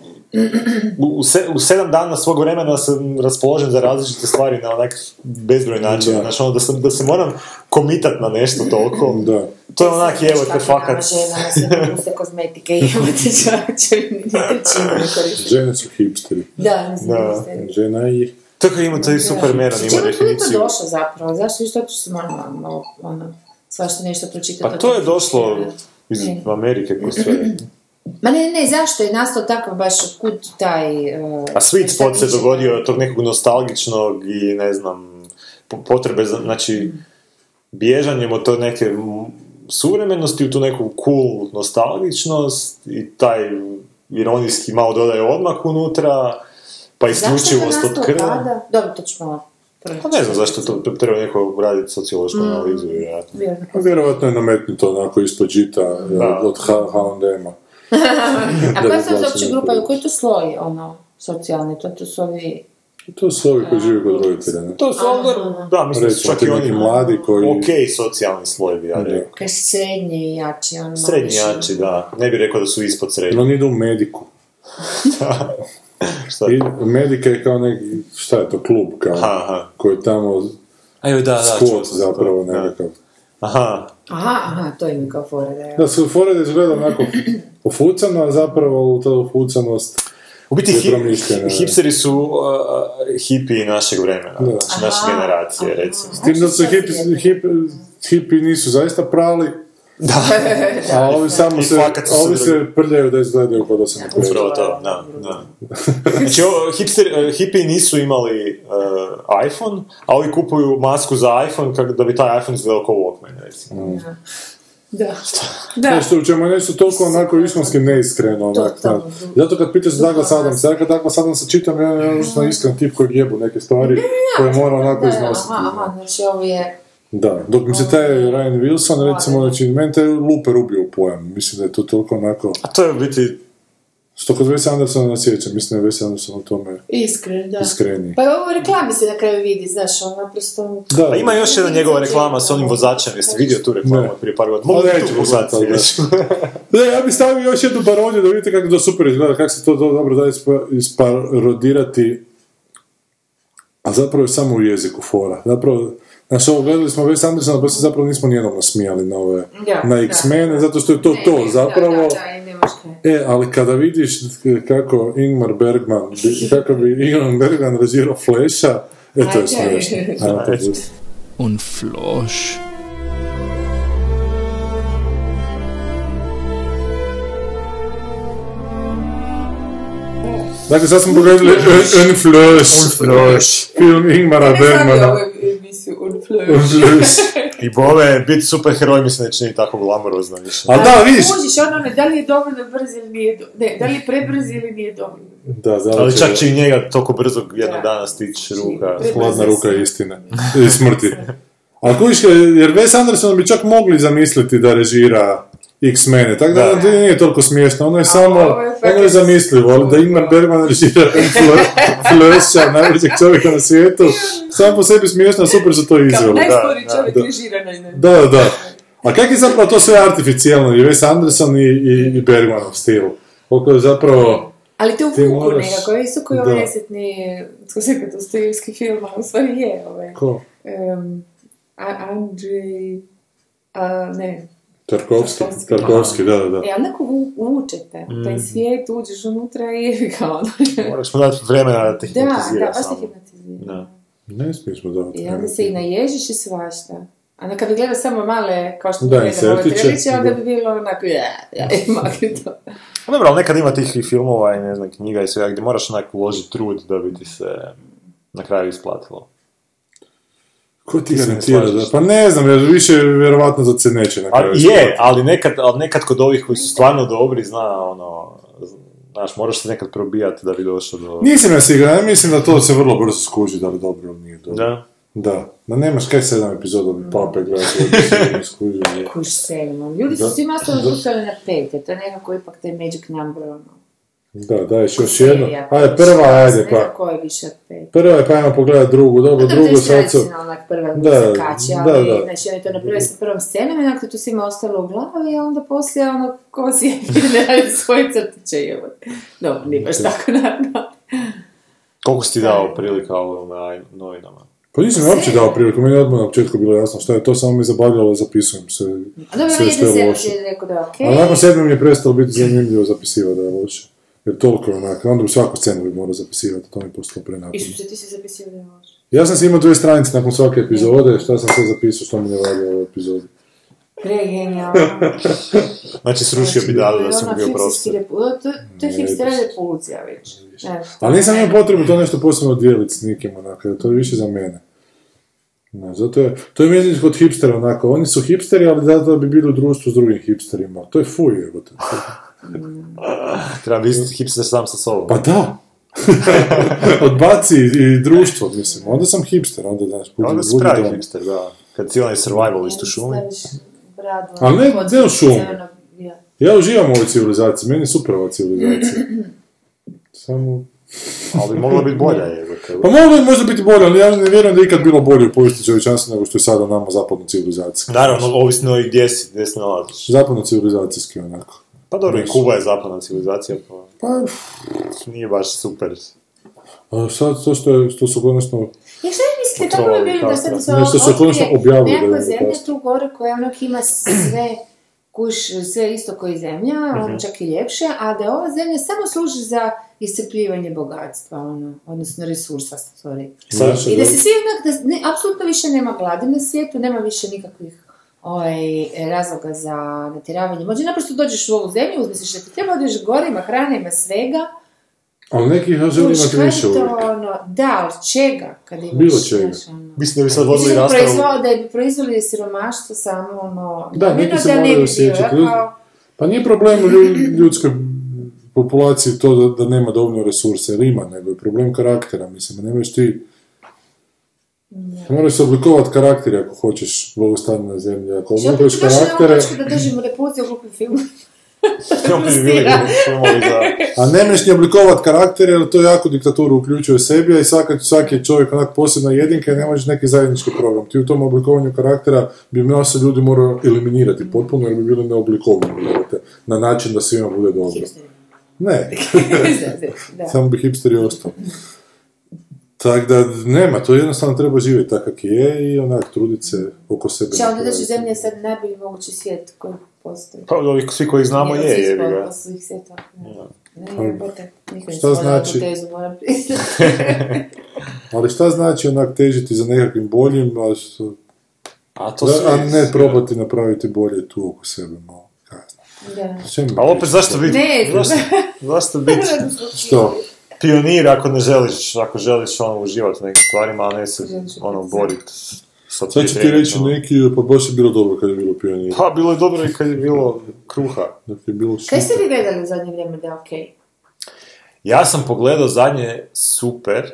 D: u, se- u sedam dana svog vremena sam raspoložen za različite stvari na onak bezbroj način.
B: Da.
D: Znači, ono, da, sam, da se moram komitat na nešto toliko.
B: Da.
D: To je onak, evo te fakat.
C: Žena, se puste kozmetike i imate čače, niti čini koristiti.
B: Žene su hipsteri.
C: Da, mislim
D: Da.
C: da ste-
B: Žena i...
D: Tako ima to i Superman, on
C: Čemu
D: ima
C: je to
D: definiciju.
C: došlo zapravo? Zašto je što ću se malo, malo, ono, svašta nešto pročitati?
D: Pa
C: od
D: to je
C: tih
D: došlo
C: filmova?
D: iz
C: Ne.
D: Amerike ko sve.
C: Ma ne, ne, zašto je nastao takav baš otkud taj... Uh,
D: A Sweet Spot se dogodio od tog nekog nostalgičnog i ne znam, po- potrebe, za, znači, bježanjem od tog neke m, suvremenosti u tu neku cool nostalgičnost i taj ironijski malo dodaje odmak unutra, pa isključivost od krva.
C: Dobro, to ću malo
D: Pa ne znam zašto to to treba neko raditi sociološku
C: Mm.
D: analizu, vjerojatno.
C: Vjerno.
B: Pa Vjerojatno je nametnuto onako ispod žita
D: Da.
B: od H- H&M-a.
C: A
B: Da
C: koja
B: bi
C: su to uopće
B: glasili
C: grupa,
B: prvi.
C: koji to sloj, ono, socijalni, to, to su ovi...
B: To su ovi koji žive kod roditelja, ne?
D: To su onda, da, mislim, da su
B: Recimo,
D: čak
B: ti
D: i oni
B: neki mladi koji...
D: ok socijalni sloj, bi ja
B: Da.
D: rekao.
C: Kaj srednji i jači, ono... malo
D: Srednji
C: više.
D: jači, da. Ne bih rekao da su ispod
B: Jer
D: srednji.
B: on ide u mediku.
D: Šta?
B: I Medika je kao neki, šta je to, klub kao,
D: Aha, aha.
B: koji je tamo
D: Ajoj, da,
B: skvot zapravo nekakav.
D: Aha,
C: Aha, aha, to je mi kao fora, da je.
B: Da su fore da izgleda onako ufucano, a zapravo u ta ufucanost...
D: U biti
B: Je
D: hip,
B: promišljeno, da.
D: hipsteri su uh, hipiji našeg vremena,
B: Da.
D: znači naše
C: Aha,
D: generacije,
C: aha.
D: recimo.
B: S tim da su
C: Šta
B: hip,
C: si rekao?
B: hip, hipi nisu zaista prali, a ovi samo
D: I
B: se,
D: fakat su se
B: ovi se
D: drugi.
B: prljaju da izgledaju kao da se ne prljaju.
D: Upravo to, da, da. Znači, o, hipster, e, hipiji nisu imali e, iPhone, a ovi kupuju masku za iPhone kak, da bi taj iPhone izgledao kao Walkman, recimo.
B: Mm.
C: Da. Da.
B: Nešto u čemu je nešto toliko onako iskonski neiskreno. Onak,
C: Totalno.
B: znaš. Zato kad pitaš za Douglas Adamsa, ja kad Douglas Adamsa čitam, ja je užasno iskren tip koji jebu neke stvari koje mora onako
C: Da, da,
B: iznositi.
C: Aha, aha, znači ovo je...
B: Da, dok mi se
C: Ovaj,
B: taj Ryan Wilson, recimo, znači, meni taj lupe rubio u pojam. Mislim da je to toliko onako...
D: A to je u biti,
B: Što kod Wes Andersona nasjeća, mislim da je Wes Anderson u tome
C: Iskren, da.
B: iskreniji.
C: Pa ovo u reklami se na kraju vidi, znaš, on naprosto...
B: Da,
D: pa ima još jedna njegova reklama s onim vozačem, jeste vidio tu reklamu
B: Ne.
D: od prije par godina? Mogu
B: Ali
D: i
B: neću
D: tu pogledati,
B: pogledati,
D: reći.
B: Da, ja bih stavio još jednu parodiju da vidite kako to super izgleda, kako se to do- dobro da ispa- isparodirati. A zapravo je samo u jeziku fora. Zapravo, znaš, ovo gledali smo Wes Andersona, pa se zapravo nismo nijednom nasmijali na ove,
C: Da,
B: na
C: da.
B: X-mene, zato što je to
C: Ne,
B: to,
C: ne,
B: zapravo.
C: Da, da, da, i ne možeš kaj.
B: E, ali kada vidiš kako Ingmar Bergman, bi- kako bi Ingmar Bergman režirao Flasha, e, to je
C: Ajde.
B: smiješno. Ajmo to
D: Ajde.
B: pustiti.
E: Und Flosch.
B: Dakle, sad smo pogledali Un Flash, film Ingmara Bergmana.
C: ja emisiju Unfleur.
B: Un Flash.
D: I bove, biti super heroj mi se ne čini tako glamurozno više.
B: A da, vidiš,
C: Kužiš, ono, ne, da li je dovoljno brz ili nije do... Ne, da li je prebrz ili nije dovoljno.
B: Da, zato
D: Ali čak
B: je
D: će i njega toliko brzo jednog
C: Da.
D: dana stići ruka.
B: Hladna ruka je istine. I smrti. Ali kuviš, jer Wes Anderson bi čak mogli zamisliti da režira X-mene, tako da,
D: Da.
B: nije toliko smiješno, ono je samo,
C: ovo je fakat-
B: ono je zamislivo, ali da Ingmar Bergman režira Fleša, najvećeg čovjeka na svijetu, samo po sebi smiješno, a super su to izveli.
C: Najsporiji čovjek
B: da.
C: režira na jednom.
B: Da, da. A kak je zapravo to sve artificijalno, i Wes Anderson i, i, i Bergmanov stil? Koliko je zapravo...
C: Ali to je u
B: Ti
C: vuku
B: moraš-
C: nekako, je isto koji
B: Da.
C: ovaj nesretni, tko se kad dostojevski film, a u stvari je ovaj.
B: Ko?
C: Um, Andrej... A, ne,
B: Tarkovski,
C: Tarkovski.
B: Tarkovski, da, da, da.
C: e, onako u- uvučete u
B: Mm.
C: taj svijet, uđeš unutra i ga ono.
D: Moraš mu dati vremena da te
C: Da, da,
D: hipnotizira
C: baš te
D: samo.
C: hipnotizira.
D: Da.
B: Ne smiješ mu davati.
C: I onda se i naježiš i svašta. A onda kad bi gledao samo male, kao što
B: Da,
C: gledam ove
B: insektiće,
C: treliće, onda
B: da.
C: bi bilo onako, ja, ja, makri to.
D: Pa Dobro, ali nekad ima tih i filmova i ne znam, knjiga i svega gdje moraš onak uložiti trud da bi ti se na kraju isplatilo.
B: Ko ti
D: se ne
B: garantira da?
D: slažeš?
B: Pa ne znam, jer više vjerovatno da se neće na
D: Ali
B: kraju.
D: je, ali nekad, ali nekad kod ovih koji su stvarno dobri, zna ono, znaš, moraš se nekad probijati da bi došao do...
B: Nisam ja siguran, ja mislim da to se vrlo brzo skuži da li dobro ili nije dobro.
D: Da.
B: Da. Da nemaš kaj sedam epizoda bi
C: Mm.
B: pape gledati, da se ne skuži.
C: Kuš sedmom. Ljudi
B: Da.
C: su svima ostalo zustali na pet, jer to je nekako ipak taj magic number, ono.
B: Da, daješ još jedno.
C: serija,
B: Ajde, prva, ajde, pa.
C: Nekako je više od pet.
B: Prva je pa ajmo pogledat drugu, dobro,
C: Dobro,
B: drugu
C: to je
B: sad su...
C: tradicionalna prva
B: Da,
C: da, se kače,
B: da,
C: ali
B: da.
C: znači on je to napravio sa prvom scenom i onako to svima ostalo u glavi, a onda poslije ono ko si je radi svoje crtiće i evo. Dobro, nije baš tako naravno.
D: Koliko si ti dao prilika ovome novinama?
B: Pa nisam mi uopće dao priliku, meni je odmah na početku bilo jasno šta je to, samo mi zabavljalo, zapisujem se.
C: A Dobro,
B: Sve
C: nije
B: što
C: da
B: je
C: se
B: loše.
C: je rekao da je okej.
B: A nakon sedmom je prestalo biti zanimljivo zapisivati da je loše. Jer toliko je onako, onda bi svaku scenu bi morao zapisivati, to mi je postalo prenaporno.
C: Isuse, ti si zapisio da je loše.
B: Ja sam si imao dvije stranice nakon svake epizode, šta sam sve zapisao, što mi ne valja u ovoj epizodi.
C: Pregenijalno.
D: Znači, srušio bi Davu da sam
C: Ono
D: bio
C: hipsterski
D: prostor.
C: repu- o, To, to je
B: Ne,
C: hipstera
B: baš.
C: repulzija već. Ne,
B: Ali nisam imao potrebu to nešto posebno dijeliti s nikim, onako, jer to je više za mene. Ne, zato je, to je meni kod hipstera, onako, oni su hipsteri, ali zato da bi bili u društvu s drugim hipsterima. To je fuj, jebote.
D: Treba bi hipster sam sa sobom.
B: Pa da! Odbaci i društvo, mislim. Onda sam hipster, onda znaš, budi,
D: Onda si
B: budi
D: pravi
B: doma.
D: hipster, da. Kad si onaj survivalist u šumi.
C: Staviš bradu,
B: Ali ne-
C: ono,
B: ne u
C: kockicu,
B: šumi.
C: ono, ja.
B: Ja uživam u ovoj civilizaciji, meni je super ova civilizacija. Samo...
D: Ali bi mogla biti bolja je.
B: Pa moglo je možda biti bolje, ali ja ne vjerujem da je ikad bilo bolje u povijesti čovječanstva nego što je sada nama zapadno civilizacija.
D: Naravno, ovisno i gdje si, gdje se nalaziš.
B: Zapadno civilizacijski onako.
D: Pa dobro, i
B: Nisu.
D: Kuba je zapadna civilizacija, pa
B: Pa,
D: nije baš super.
B: a sad to što, je, što su konačno...
C: Ja šta mi mislim da je tako
D: Kontrola
C: je bilo
D: i
C: da
D: tako.
C: sad su
B: Nešto su
C: otkrije
B: konačno objavili da je
C: Nekakva
B: bilo
C: zemlja
B: tako.
C: tu gore koja onak ima sve kuš, sve isto koji zemlja,
B: Mhm.
C: ono čak i ljepše, a da ova zemlja samo služi za iscrpljivanje bogatstva, ono, odnosno resursa, sorry.
D: Sad,
B: Znaš,
C: I da se svi onak, da ne, apsolutno više nema gladi na svijetu, nema više nikakvih ovaj, razloga za natjeravanje. Možda naprosto dođeš u ovu zemlju, uzmeš što ti treba, odeš gore, ima hrane, ima svega.
B: Ali neki ja želi
C: Kužiš,
B: imati
C: kaj je
B: više
C: to
B: uvijek.
C: ono, da, od čega? Kad imaš,
B: Bilo čega.
C: znaš, ono.
D: Mislim da bi sad vodili
C: Mislim da bi
D: raspravu.
C: proizvao, da bi proizveli siromaštvo samo ono...
B: Da,
C: namjerno
B: neki se
C: ne bi
B: moraju
C: bilo,
B: osjećati.
C: ja kao-
B: Pa nije problem u lju- ljudskoj populaciji to da, da nema dovoljno resursa, jer ima, nego je problem karaktera, mislim, ne možeš ti... Moraš se oblikovati karakter ako hoćeš blagostanje na zemlji. Ako
C: Što
B: oblikuješ
C: ti došli na ovu
B: karaktere,
C: točku da držimo repulziju u glupim filmu.
D: To bi bili filmovi za-
B: a ne možeš ni oblikovati karaktere, jer to jako diktaturu uključuje sebi, a i svaki, svaki je čovjek onak posebna jedinka i ne možeš neki zajednički program. Ti u tom oblikovanju karaktera bi se ljudi morao eliminirati potpuno, jer bi bili neoblikovani brate, na način da svima bude dobro. Ne,
C: da.
B: samo bi hipster i ostao. Tako da, nema, to jednostavno treba živjeti tako kak je i onak trudit se oko sebe.
C: Čao, onda znači
B: napraviti.
C: zemlja je sad najbolji mogući svijet koji postoji.
D: Pa od ovih svi koji znamo je, je ga.
C: Od svih svijeta. Ne, ne, bote, nikad
B: Šta
C: nisam vodila
B: znači?
C: tu tezu, moram priznati.
B: Ali šta znači onak težiti za nekakvim boljim, a, s-
D: A to
B: da-
D: svi-
B: a ne probati napraviti bolje tu oko sebe malo. kaj ja znam.
C: Da.
B: Čemu
D: Ali opet
B: pričaš?
D: zašto biti?
C: Ne,
D: zašto, zašto biti
B: Što?
D: pionir ako ne želiš, ako želiš ono uživati u nekim stvarima, a ne se
C: Želiš
D: ono
C: biti
D: boriti sa
B: Sad ću ti reći neki, pa baš je bilo dobro kad je bilo pionir.
D: Pa bilo je dobro i kad je bilo kruha.
B: Dok je bilo
C: Kaj ste
B: super.
C: vi gledali u zadnje vrijeme da je okej?
D: Ja sam pogledao zadnje super,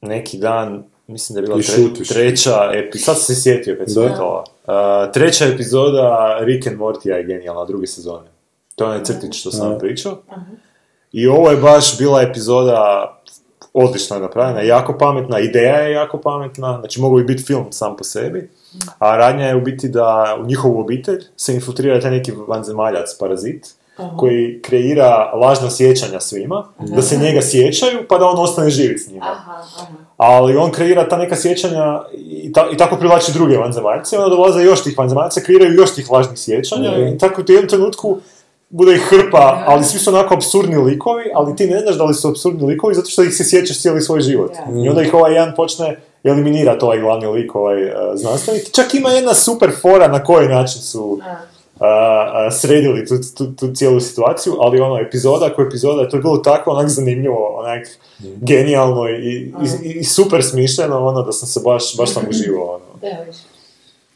D: neki dan, mislim da je bila
B: I
D: tre-
B: šutiš.
D: treća epizoda, sad sam se sjetio kad sam
B: Da.
D: pitala. Uh, treća epizoda Rick and Morty je genijalna, druge sezone. To je onaj crtić što sam vam pričao. I ovo je baš bila epizoda odlično je napravljena, jako pametna, ideja je jako pametna, znači mogu bi biti film sam po sebi, a radnja je u biti da u njihovu obitelj se infiltrira taj neki vanzemaljac, parazit, koji kreira lažna sjećanja svima, da se njega sjećaju, pa da on ostane živ s njima.
C: Aha, aha.
D: Ali on kreira ta neka sjećanja i, ta- i tako privlači druge vanzemaljce, onda dolaze još tih vanzemaljaca, kreiraju još tih lažnih sjećanja i tako u jednom trenutku bude ih hrpa, ali svi su onako absurdni likovi, ali ti ne znaš da li su absurdni likovi zato što ih se sjećaš cijeli svoj život.
C: Da.
D: I onda ih ovaj jedan počne eliminirati ovaj glavni lik, ovaj eh, znanstvenik. Čak ima jedna super fora na koji način su
C: A.
D: a, a, sredili tu, tu, tu cijelu situaciju, ali ono, epizoda ko epizoda, to je bilo tako onak zanimljivo, onak
B: Mhm.
D: genijalno i, i, i, i super smišljeno, ono, da sam se baš, baš sam uživao, ono.
C: Da, viš.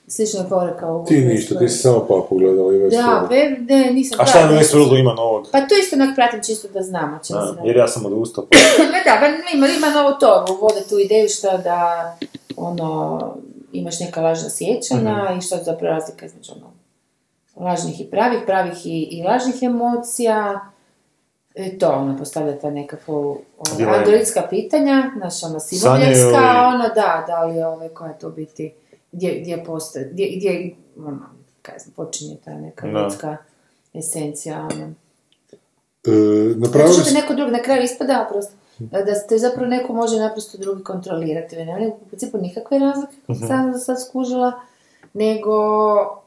C: Slično fora kao u
B: Ti ništa, ti si samo papu gledala i već
C: Da,
B: to.
C: ver, ne, nisam
D: A šta na
C: pratila.
D: Westworldu ima novog?
C: Pa to isto onak pratim čisto da znam o čemu
D: A,
C: se
D: jer
C: radi.
D: ja sam odustao.
C: Ma da, ba, ima, ima novo to, uvode tu ideju što da ono, imaš neka lažna sjećanja i što je zapravo razlika između ono, lažnih i pravih, pravih i, i lažnih emocija. E, to, ono, postavlja ta nekako ono,
D: Dilema.
C: androidska pitanja, znaš, ono,
D: Sanjaju
C: simuljanska,
D: li-
C: ono, da, da li je ovaj, koja je to u biti, gdje, gdje postoje, gdje, gdje, ono, kaj znam, počinje ta neka
D: Da.
C: ljudska esencija, ono.
B: E,
C: Zato
B: napravili
C: što te
B: ste...
C: neko drugi, na kraju ispada prosto, da ste zapravo neko može naprosto drugi kontrolirati. Ne nema u principu nikakve razlike, kako
D: Mhm.
C: sam za sad skužila, nego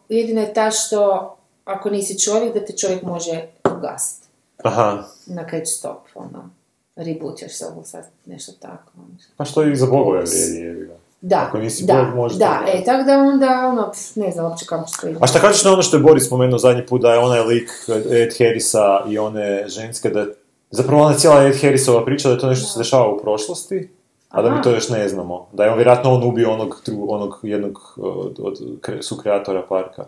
C: jedina je ta što ako nisi čovjek, da te čovjek može ugasiti.
D: Aha,
C: Na catch stop, ono. Reboot još se ovo sad, nešto tako. ono.
D: pa što i za bogove vrijedi, jebi ga.
C: Da,
D: Ako nisi
C: da,
D: Bog, možeš
C: da,
D: to
C: e, tako da onda, ono, pf, ne znam uopće kako će to ići.
D: A šta kažeš na ono što je Boris spomenuo zadnji put, da je onaj lik Ed Harrisa i one ženske, da zapravo ona cijela Ed Harrisova priča da je to nešto se dešava u prošlosti, a da mi
C: Aha.
D: to još ne znamo. Da je on vjerojatno on ubio onog, dru- onog jednog od, od kre- sukreatora parka.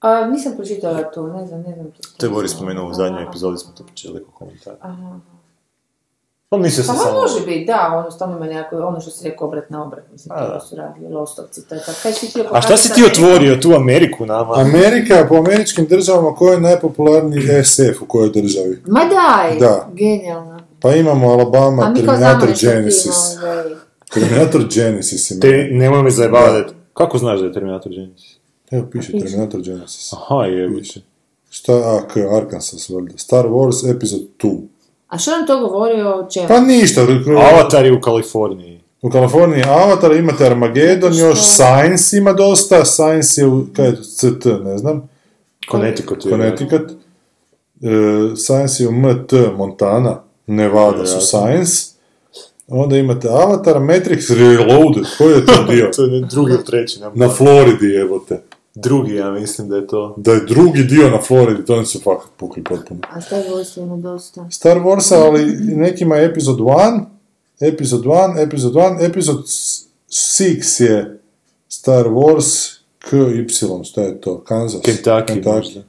C: A, nisam pročitala to, ne znam, ne znam.
D: To je Boris spomenuo u zadnjoj
C: Aha.
D: epizodi, smo to počeli kao komentar.
C: Aha.
D: Pa mislio sam
C: Pa
D: samo...
C: može biti, da, ono stvarno ima nekako, ono što si rekao, obrat na obrat, mislim,
D: A, da.
C: to su radili lostovci, to je tako. Kaj si htio
D: A šta
C: pokazati
D: si
C: sa
D: ti
C: nekim-
D: otvorio tu Ameriku nama?
B: Amerika po američkim državama koji je najpopularniji SF u kojoj državi?
C: Ma daj,
B: Da.
C: genijalno.
B: Pa imamo
C: A
B: Alabama,
C: mi kao znamo
B: Terminator
C: nešto o tim,
B: Genesis.
C: ovaj,
B: Terminator Genesis ima.
D: Te, nemoj me zajebavati. da je- Kako znaš da je Terminator Genesis?
B: Evo piše Terminator Genesis.
D: Aha, je.
B: Piše. Šta je AK, Arkansas valjda? Star Wars Episode 2.
C: A što nam to govori o čemu?
B: Pa ništa, r- r-
D: Avatar je u Kaliforniji.
B: U Kaliforniji Avatar, imate Armageddon, još Science ima dosta, Science je, u- kaj je to, CT, ne znam,
D: Connecticut je.
B: Connecticut. E, Science je u MT, Montana, Nevada su Science. Onda imate Avatar, Matrix Reloaded, koji je to dio?
D: To je ne- drugi ili treći. ne-
B: Na Floridi, evo te.
D: Drugi, ja mislim da je to.
B: Da je drugi dio na Floridi, to oni su fakat pukli potpuno.
F: A Star Wars ima dosta.
B: Star Warsa, ali nekima je epizod 1, epizod 1, epizod 1, epizod 6 je Star Wars KY, šta je to? Kansas?
D: Kentucky možda.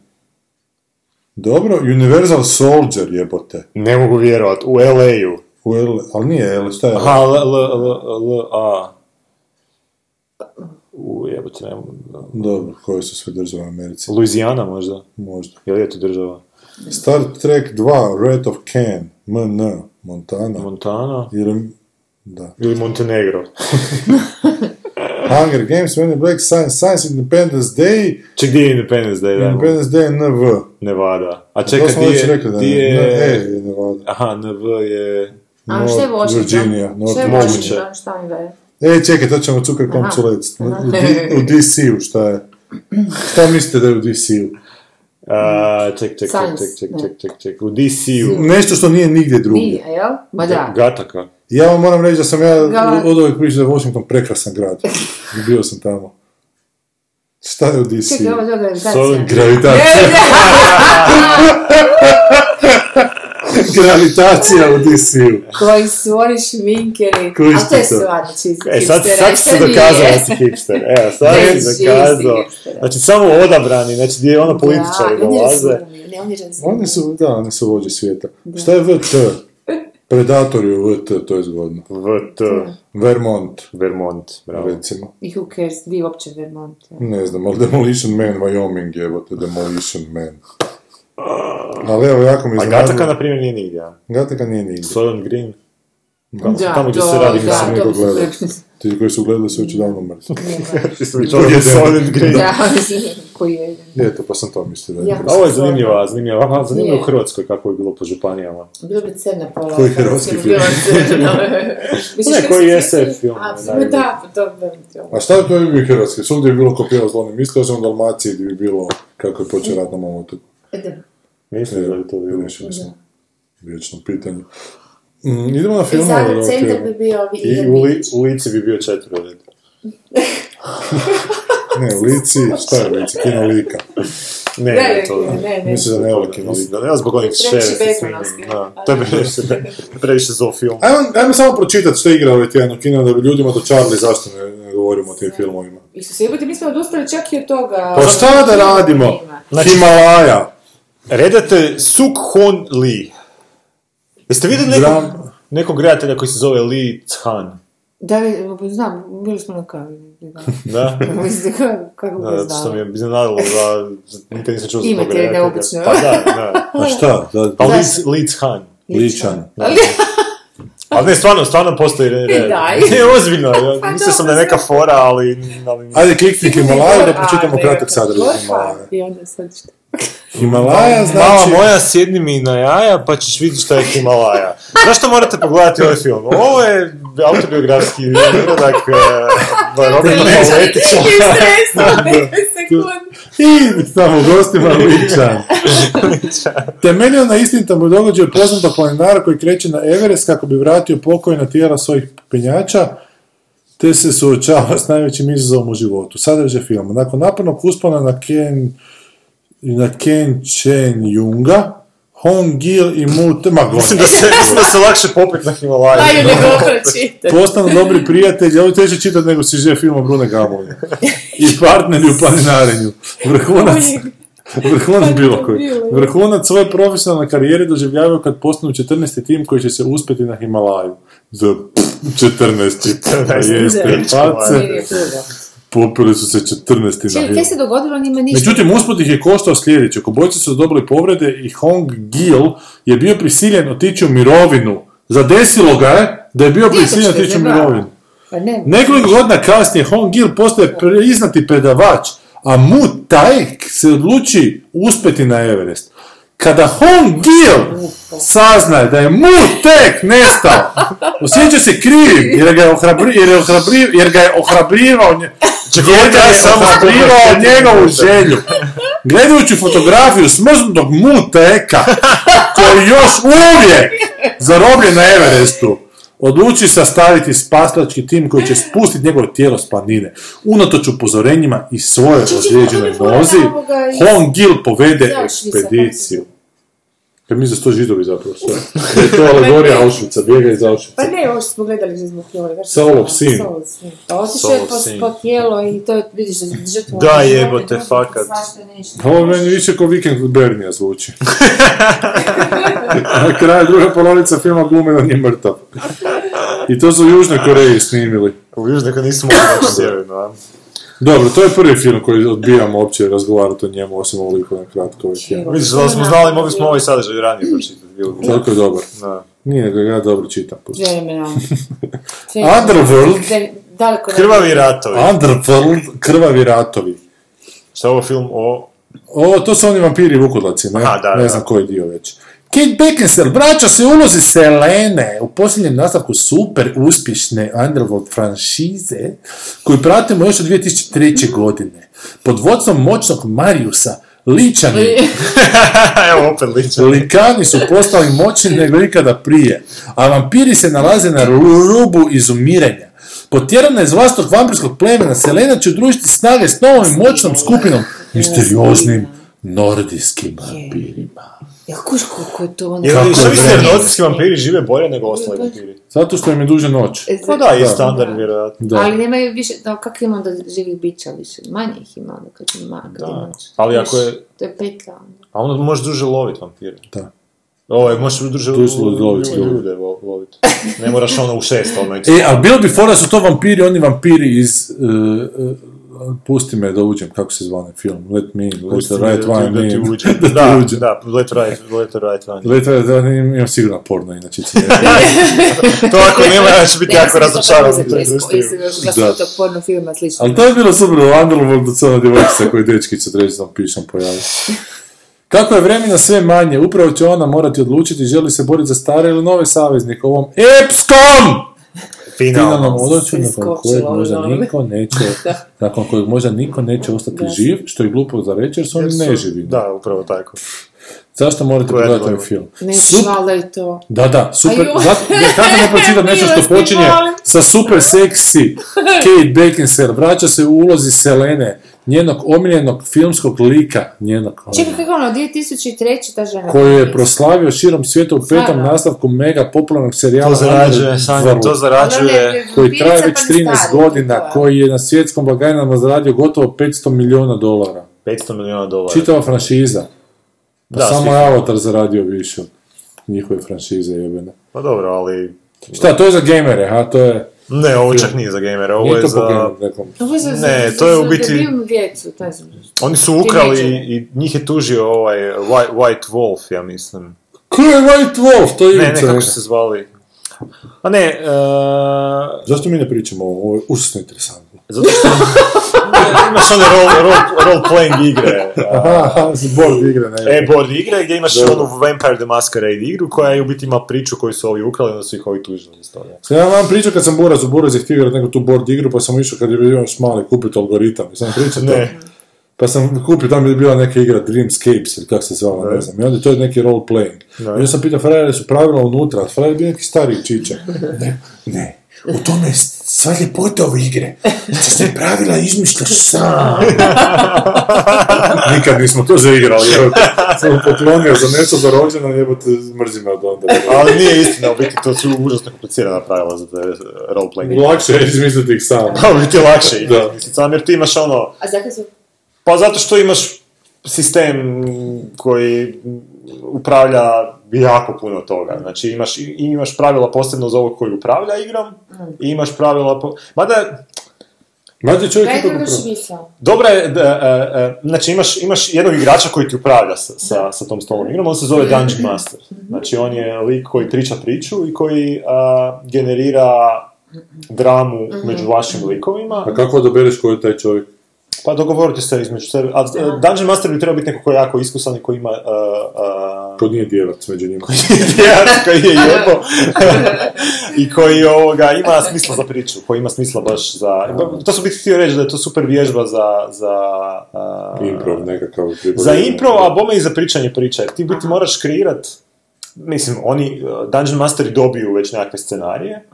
B: Dobro, Universal Soldier jebote.
D: Ne mogu vjerovat, u LA-u.
B: U L, ali nije L, šta je?
D: Aha, L, L, L, L, A. U jebote, ne mogu.
B: Dobro, koje su sve države u Americi?
D: Louisiana možda?
B: Možda.
D: Ili je to država?
B: Star Trek 2, Red of Can, MN, Montana.
D: Montana?
B: Ili, da.
D: Ili Montenegro?
B: Hunger Games, Men in Black, Science, Science, Independence Day,
D: Ček, gdje je Independence Day? dajmo?
B: Independence Day, NV.
D: Nevada. A
B: To
D: čekaj,
B: smo
D: di
B: već
D: je-
B: rekli da
D: di
B: je, ne,
D: je-
B: e, je Nevada.
D: Aha, NV je...
F: A šta je
B: North
F: Washington?
B: Virginia, North
F: šta je
D: moguće.
F: Washington? Šta mi ve?
B: E, čekaj, to ćemo cukar komcu
F: Aha.
B: lecit. U, D- u DC-u šta je? Šta mislite da je u DC-u?
D: A, ček, ček, ček,
F: Science,
D: ček, ček,
F: ne.
D: ček, ček, ček, u DC-u.
B: Nešto što nije nigdje drugdje.
F: Nije, jel? Ma da.
D: Gataka.
B: Ja vam moram reći da sam ja
F: Ga-
B: u- od uvijek pričao da je Washington prekrasan grad. Bio sam tamo. Šta je u
F: Čekaj,
B: DC-u?
F: ovo je dobra
D: Solid
F: gravitacija.
B: Gravitacija. Gravitacija u DC-u.
F: Koji su oni šminkeri.
B: Koji
F: A to je
B: su to?
F: stvarno čisti
D: E, sad,
F: hipster,
D: sad
F: a
D: si se
F: to nije.
D: dokazao da si hipster. Evo, sad
F: Ne,
D: si
F: živi
D: dokazao.
F: si hipster.
D: Znači, samo odabrani, znači, gdje ono političari
F: Da, oni
D: dolaze.
F: razumiju, Ne, oni razumiju.
B: Oni su, da, oni su vođe svijeta. Šta je VT? Predator je u VT, to je zgodno.
D: VT,
B: Vermont,
D: Vermont, bravo.
B: recimo.
F: I who cares, di uopće Vermont. je.
B: Ne znam, ali Demolition Man, Wyoming je, evo te Demolition Man. Ali evo, jako mi
D: A
B: iznenadilo.
D: Gataka, na primjer, nije nigdje. a?
B: Gataka nije nigdje.
D: Soylent Green.
F: Da,
D: tamo gdje
F: to-
D: se radi
F: da,
D: kasnije
F: to
B: Niko
F: bi se
B: gleda.
F: rekli.
B: Ti koji su gledali su već davno mrtvi.
D: Svi su mi čuli Soylent Green.
F: Da, oni su koji je jedan.
B: Eto, pa sam to mislio da je.
F: Ja.
D: Ovo je zanimljiva, zanimljiva. Vama zanimljivo
F: Je.
D: u Hrvatskoj kako je bilo po županijama.
F: Bilo bi crna pola.
B: Koji hrvatski
F: Bilo bi crno. Misliš
D: Ne,
F: kako
D: koji
F: su
D: SF
F: crni?
D: film,
F: A,
D: najbolji.
F: Da, pa to bi
B: A šta je to bi bio Hrvatski? Svugdje je bilo kopijalo zlone mislio sam u Dalmaciji gdje bi bilo kako je počeo rat na mom otoku.
F: E,
B: E,
F: Da.
D: Mislim da je to bilo.
B: Riješili smo. Vječno pitanje. Mm, idemo na
F: I
B: filmove.
F: Zagreb
B: dobro,
F: E, centar
B: evo.
F: bi bio ovi
D: I
F: Ivan
D: u, li,
F: Bilić.
D: u lici bi bio četvrled.
B: Ne, u Lici, šta je u Lici? Kino Lika.
D: Ne,
F: Ne,
D: ne, to
F: ne, ne, ne.
B: Mislim da
D: Ne,
B: nema
D: ovo
B: Kino
D: kino.
B: Lika.
D: Ne, zbog onih
F: Previše
D: šerifa.
F: Bekonovski.
D: Da, To je previše, previše zov film.
B: Ajmo, ajmo samo pročitati što je igrao ovaj tjedan u kino da bi ljudima dočarili zašto ne, ne govorimo o tim filmovima.
F: Isus jebote, mi smo odustali čak i od toga.
B: Pa šta da radimo?
D: Znači-
B: Himalaja.
D: Redatelj Suk Hon Lee. Jeste vidjeli nekog,
B: Dram-
D: nekog redatelja koji se zove Lee Han?
F: Da, vi- znam, bili smo na kavi. da.
D: Da?
F: Mislim, kako- kako bi
D: Da, zato što mi
F: znala.
D: je iznenadilo da nikad nisam čuo za
F: Imate
D: tog redatelja.
F: neobično.
D: Pa da, da.
B: A šta? Da,
D: Pa Lee Han.
B: Ličan.
D: Ali ne, stvarno, stvarno postoji re- re-
F: daj.
D: Ne, ozbiljno. Ja,
F: Pa
D: mislio sam da
F: dobro,
D: je neka fora, ali... ali
B: Ajde, klikni Himalaja da pročitamo
F: A,
B: kratak sadržaj
F: Gorha.
B: Himalaja.
F: I onda sad šta.
B: Himalaja
D: Mala
B: znači...
D: moja, sjedni mi na jaja pa ćeš vidjeti šta je Himalaja. Zašto morate pogledati ovaj film? Ovo je autobiografski uradak e, Roberta Maletića.
F: I stresno, sekund.
B: I tamo gostima Ličan. Temeljio na istintom događaju poznata planinara koji kreće na Everest kako bi vratio pokoj na tijela svojih penjača, te se suočava s najvećim izazovom u životu. Sadržaj filma. Nakon napornog uspona na Ken, na Ken Chen Junga, Hong Gil i Mu Te- ma goni.
D: Mislim da se, mislim da se lakše popet na Himalaju.
F: Ajde, nego pročitaj.
B: Postanu dobri prijatelji, ovo je teže čitati nego si živ film o Brune Gamovine. I partneri u planinarenju. Vrhunac, vrhunac bilo koji. Vrhunac svoje profesionalne karijere doživljavaju kad postanu 14. tim koji će se uspjeti na Himalaju. Za pff, 14. 14. Jeste,
D: dečko,
B: face, popili su se 14. na
F: Čekaj, kaj se
B: Himalaju.
F: dogodilo, njima ništa.
B: Međutim, usput ih je koštao sljedeće. Kobojci su dobili povrede i Hong Gil je bio prisiljen otići u mirovinu. Zadesilo ga je da je bio
F: Djeteče,
B: prisiljen otići u
F: zebra.
B: mirovinu.
F: Pa ne,
B: Nekoliko godina kasnije Hong Gil postaje priznati predavač, a Mu Taj se odluči uspjeti na Everest. Kada Hong Gil saznaje da je mu tek nestao, osjeća se krivim jer ga je, ohrabri, jer je, ohrabri, jer ga je ohrabrivao, nje- jer ga je ohrabrivao njegovu želju. Gledajući fotografiju smrznutog muteka, koji još uvijek zarobljen na Everestu, odluči sastaviti spaslački tim koji će spustiti njegovo tijelo s planine. Unatoč upozorenjima i svojoj
C: Čiči,
B: ozlijeđenoj
C: kako je
B: nozi,
C: fora ovoga iz-
B: Hong Gil povede
C: Zašli se,
B: ekspediciju. Ja mislim da su to židovi zapravo sve. Da je to alegorija Auschwitza, bijega iz
C: Pa
B: Auschwitza.
C: ne, ovo što smo gledali za zbog Jovega. Znaš
B: Soul
C: šta?
B: of Sin.
C: Soul of Sin. Pa otišao je
D: Soul of
C: po,
D: Sin.
C: po tijelo i to je, vidiš, da je žrtvo.
D: Da, jebote, fakat. Pa
B: Ovo meni više kao Weekend with Bernija zvuči. na kraju druga polovica filma glume da nije mrtav. I to su u Južnoj Koreji snimili.
D: U Južnoj kad nismo moći sjeverno, a?
B: Dobro, to je prvi film koji odbijamo uopće razgovarati o njemu, osim ovoliko na kratko ovaj ovih jedan.
D: Vidiš, da smo znali, mogli smo ovaj sadržaj ranije pročitati. bilo bi-
B: Toliko je dobar.
D: Da.
B: Nije, ga ja dobro čitam. pusti.
C: Fenomenalno.
B: Underworld,
C: Da- Daleko ne-
D: Krvavi ratovi.
B: Underworld, krvavi ratovi.
D: Šta je ovo film o...
B: O, to su oni vampiri vukodlaci, ne?
D: Aha, da,
B: ne
D: da.
B: znam koji dio već. Kate Beckinsale vraća se u ulozi Selene u posljednjem nastavku super uspješne Underworld franšize koju pratimo još od 2003. godine. Pod vodstvom moćnog Mariusa, Ličani,
D: Evo, opet liče.
B: Likani su postali moćni nego ikada prije, a vampiri se nalaze na rubu izumiranja. Potjerana iz vlastnog vampirskog plemena, Selena će udružiti snage s novom i moćnom skupinom, misterioznim nordijskim vampirima.
C: Ja, kuš, koliko je to ono...
D: Jer
B: Kako
D: što
B: je
D: vi ste
B: vreme?
D: nordijski vampiri žive bolje nego ostali vampiri?
B: Zato što im je duže noć.
C: E,
D: Pa da, je standard vjerojatno.
B: Da.
C: Ali nemaju više, da, kak ima onda živih bića više? Manje ih ima onda kad ima, kad imaš.
D: Ali ako je...
C: To je petlja ono. onda.
D: A onda možeš duže lovit vampire.
B: Da.
D: Ovo je, možeš duže
B: Tu su lovit,
D: ljude, ljude lo- lovit. Ne moraš ono u šest, ono ekstra.
B: E, ali bilo bi fora da su to vampiri, oni vampiri iz... e, e, pusti me da uđem, kako se zvane film? Let me, in, let the
D: Pusti me
B: right
D: da ti-
B: one
D: da ti
B: in.
D: uđem.
B: Da ti
D: Da,
B: uđem.
D: da, let right, let right one.
B: Let the right one in, imam sigurno porno, inače ti ne-
D: To ako nema, ja ću biti jako razočaran za tu industriju.
C: Da
B: Da.
C: su to porno filma slično.
B: Ali to je bilo super u Underworldu, cena djevojčica koji dečki će treći pišom pojavi. Kako je vremena sve manje, upravo će ona morati odlučiti želi se boriti za stare ili nove saveznike u ovom EPSKOM! Finalnom
D: Finalno.
B: odnoću
C: se
B: nakon
C: skočilo
B: kojeg
C: ono
B: možda
C: dole.
B: niko neće, nakon kojeg možda niko neće ostati živ, što je glupo za reći jer su oni neživi.
D: Da, upravo tako.
B: Pa Zašto morate
D: To je
B: pogledati ovaj
D: dobro.
B: film?
C: Ne
B: Sup-
C: znam da je to.
B: Da, da, super.
C: Aju.
B: Zato, da, kako ne pročitam nešto što
C: Milosti,
B: počinje
C: molim.
B: sa super seksi Kate Beckinsale, vraća se u ulozi Selene, njenog omiljenog filmskog lika, njenog
C: Čekaj,
B: ono,
C: kako je ono, 2003. ta žena.
B: koju je proslavio širom svijeta u petom
C: Stvarno?
B: nastavku mega popularnog serijala
D: To zarađuje,
B: Underworld,
D: Sanja, to
C: Ona je
D: zarađuje.
B: koji
C: vampirica,
B: traje
C: pa
B: već
C: ne
B: 13
C: stari, to
B: godina,
C: je.
B: koji je na svjetskom blagajnama zaradio gotovo 500 milijuna dolara.
D: 500 milijuna dolara.
B: Čitava franšiza. Pa
D: Da,
B: samo
D: svi-
B: je Avatar zaradio više od njihove franšize jebene.
D: Pa dobro, ali...
B: Šta, to je za gamere, ha, to je...
D: Ne, ovo čak nije za gamere, ovo
B: Nije
D: je
B: to
D: za...
B: pokrenut nekom.
C: Ovo za- za-
D: Ne,
C: za-
D: to je
C: za
D: u biti-
C: debilnu djecu, to je za-
D: Oni su ukrali
C: Teenagere.
D: i njih je tužio ovaj White, White Wolf, ja mislim.
B: Ko je White Wolf? To je
D: Ne, ne,
B: Ivica.
D: kako su se zvali. A ne, e,
B: Zašto mi ne pričamo o ovom? Ovo je užasno interesantno.
D: zato što... imaš one role, role, role playing igre. a,
B: Aha, s board igre, ne.
D: E, board igre gdje imaš
B: Dobro.
D: onu Vampire the Masquerade igru koja je u biti ima priču koju su ovi ukrali, onda su ih ovi tužili iz toga.
B: Sam ja vam pričao kad sam Boraz u Boraz je htio igrat neku tu board igru, pa sam išao kad je bio još mali kupiti algoritam. Sam vam pričao to?
D: Ne.
B: Pa sam kupio, tamo je bila neka igra Dreamscapes ili kako se zvala, ne znam. I onda to je neki role playing. I onda sam pitao frajere su pravila unutra, frajer bi neki stariji čičak. Ne, ne. U tome je sva ljepota ove igre. Što se pravila izmišljaš sam. Nikad nismo to zaigrali. jebote. Sam poklonio za nešto za rođendan, jebote, mrzim me od onda.
D: Ali nije istina, u biti to su užasno komplicirana pravila za te roleplaying igre.
B: Lakše je izmisliti ih sam.
D: Da, u biti lakše ih,
B: Da.
D: mislim, sam jer ti imaš ono...
C: A zakaj su...
D: Pa zato što imaš sistem koji upravlja jako puno toga. Znači imaš, i imaš pravila posebno za ovog koji upravlja igrom, i imaš pravila... Po... Mada,
B: Mađe čovjek
C: Kaj je
B: ipak
C: druga
B: upravo.
C: švica?
D: Dobra je, da, e, e, znači imaš, imaš jednog igrača koji ti upravlja sa, sa, sa tom stolom igrom, on se zove Dungeon Master. Znači on je lik koji priča priču i koji a, generira dramu među vašim likovima.
B: A kako odabereš ko je taj čovjek?
D: Pa dogovorite se između sebe. A, e, Dungeon Master bi trebao biti neko koji je jako iskusan i koji ima e, e,
B: ko nije djelac među njima.
D: Djelac koji je jebo i koji ovoga, ima smisla za priču, koji ima smisla baš za... To su biti htio reći da je to super vježba za... za e, a,
B: Improv nekakav.
D: Za improv, a bome i za pričanje priča. Jer ti biti moraš kreirat, mislim, oni, uh, Dungeon Masteri dobiju već nekakve scenarije,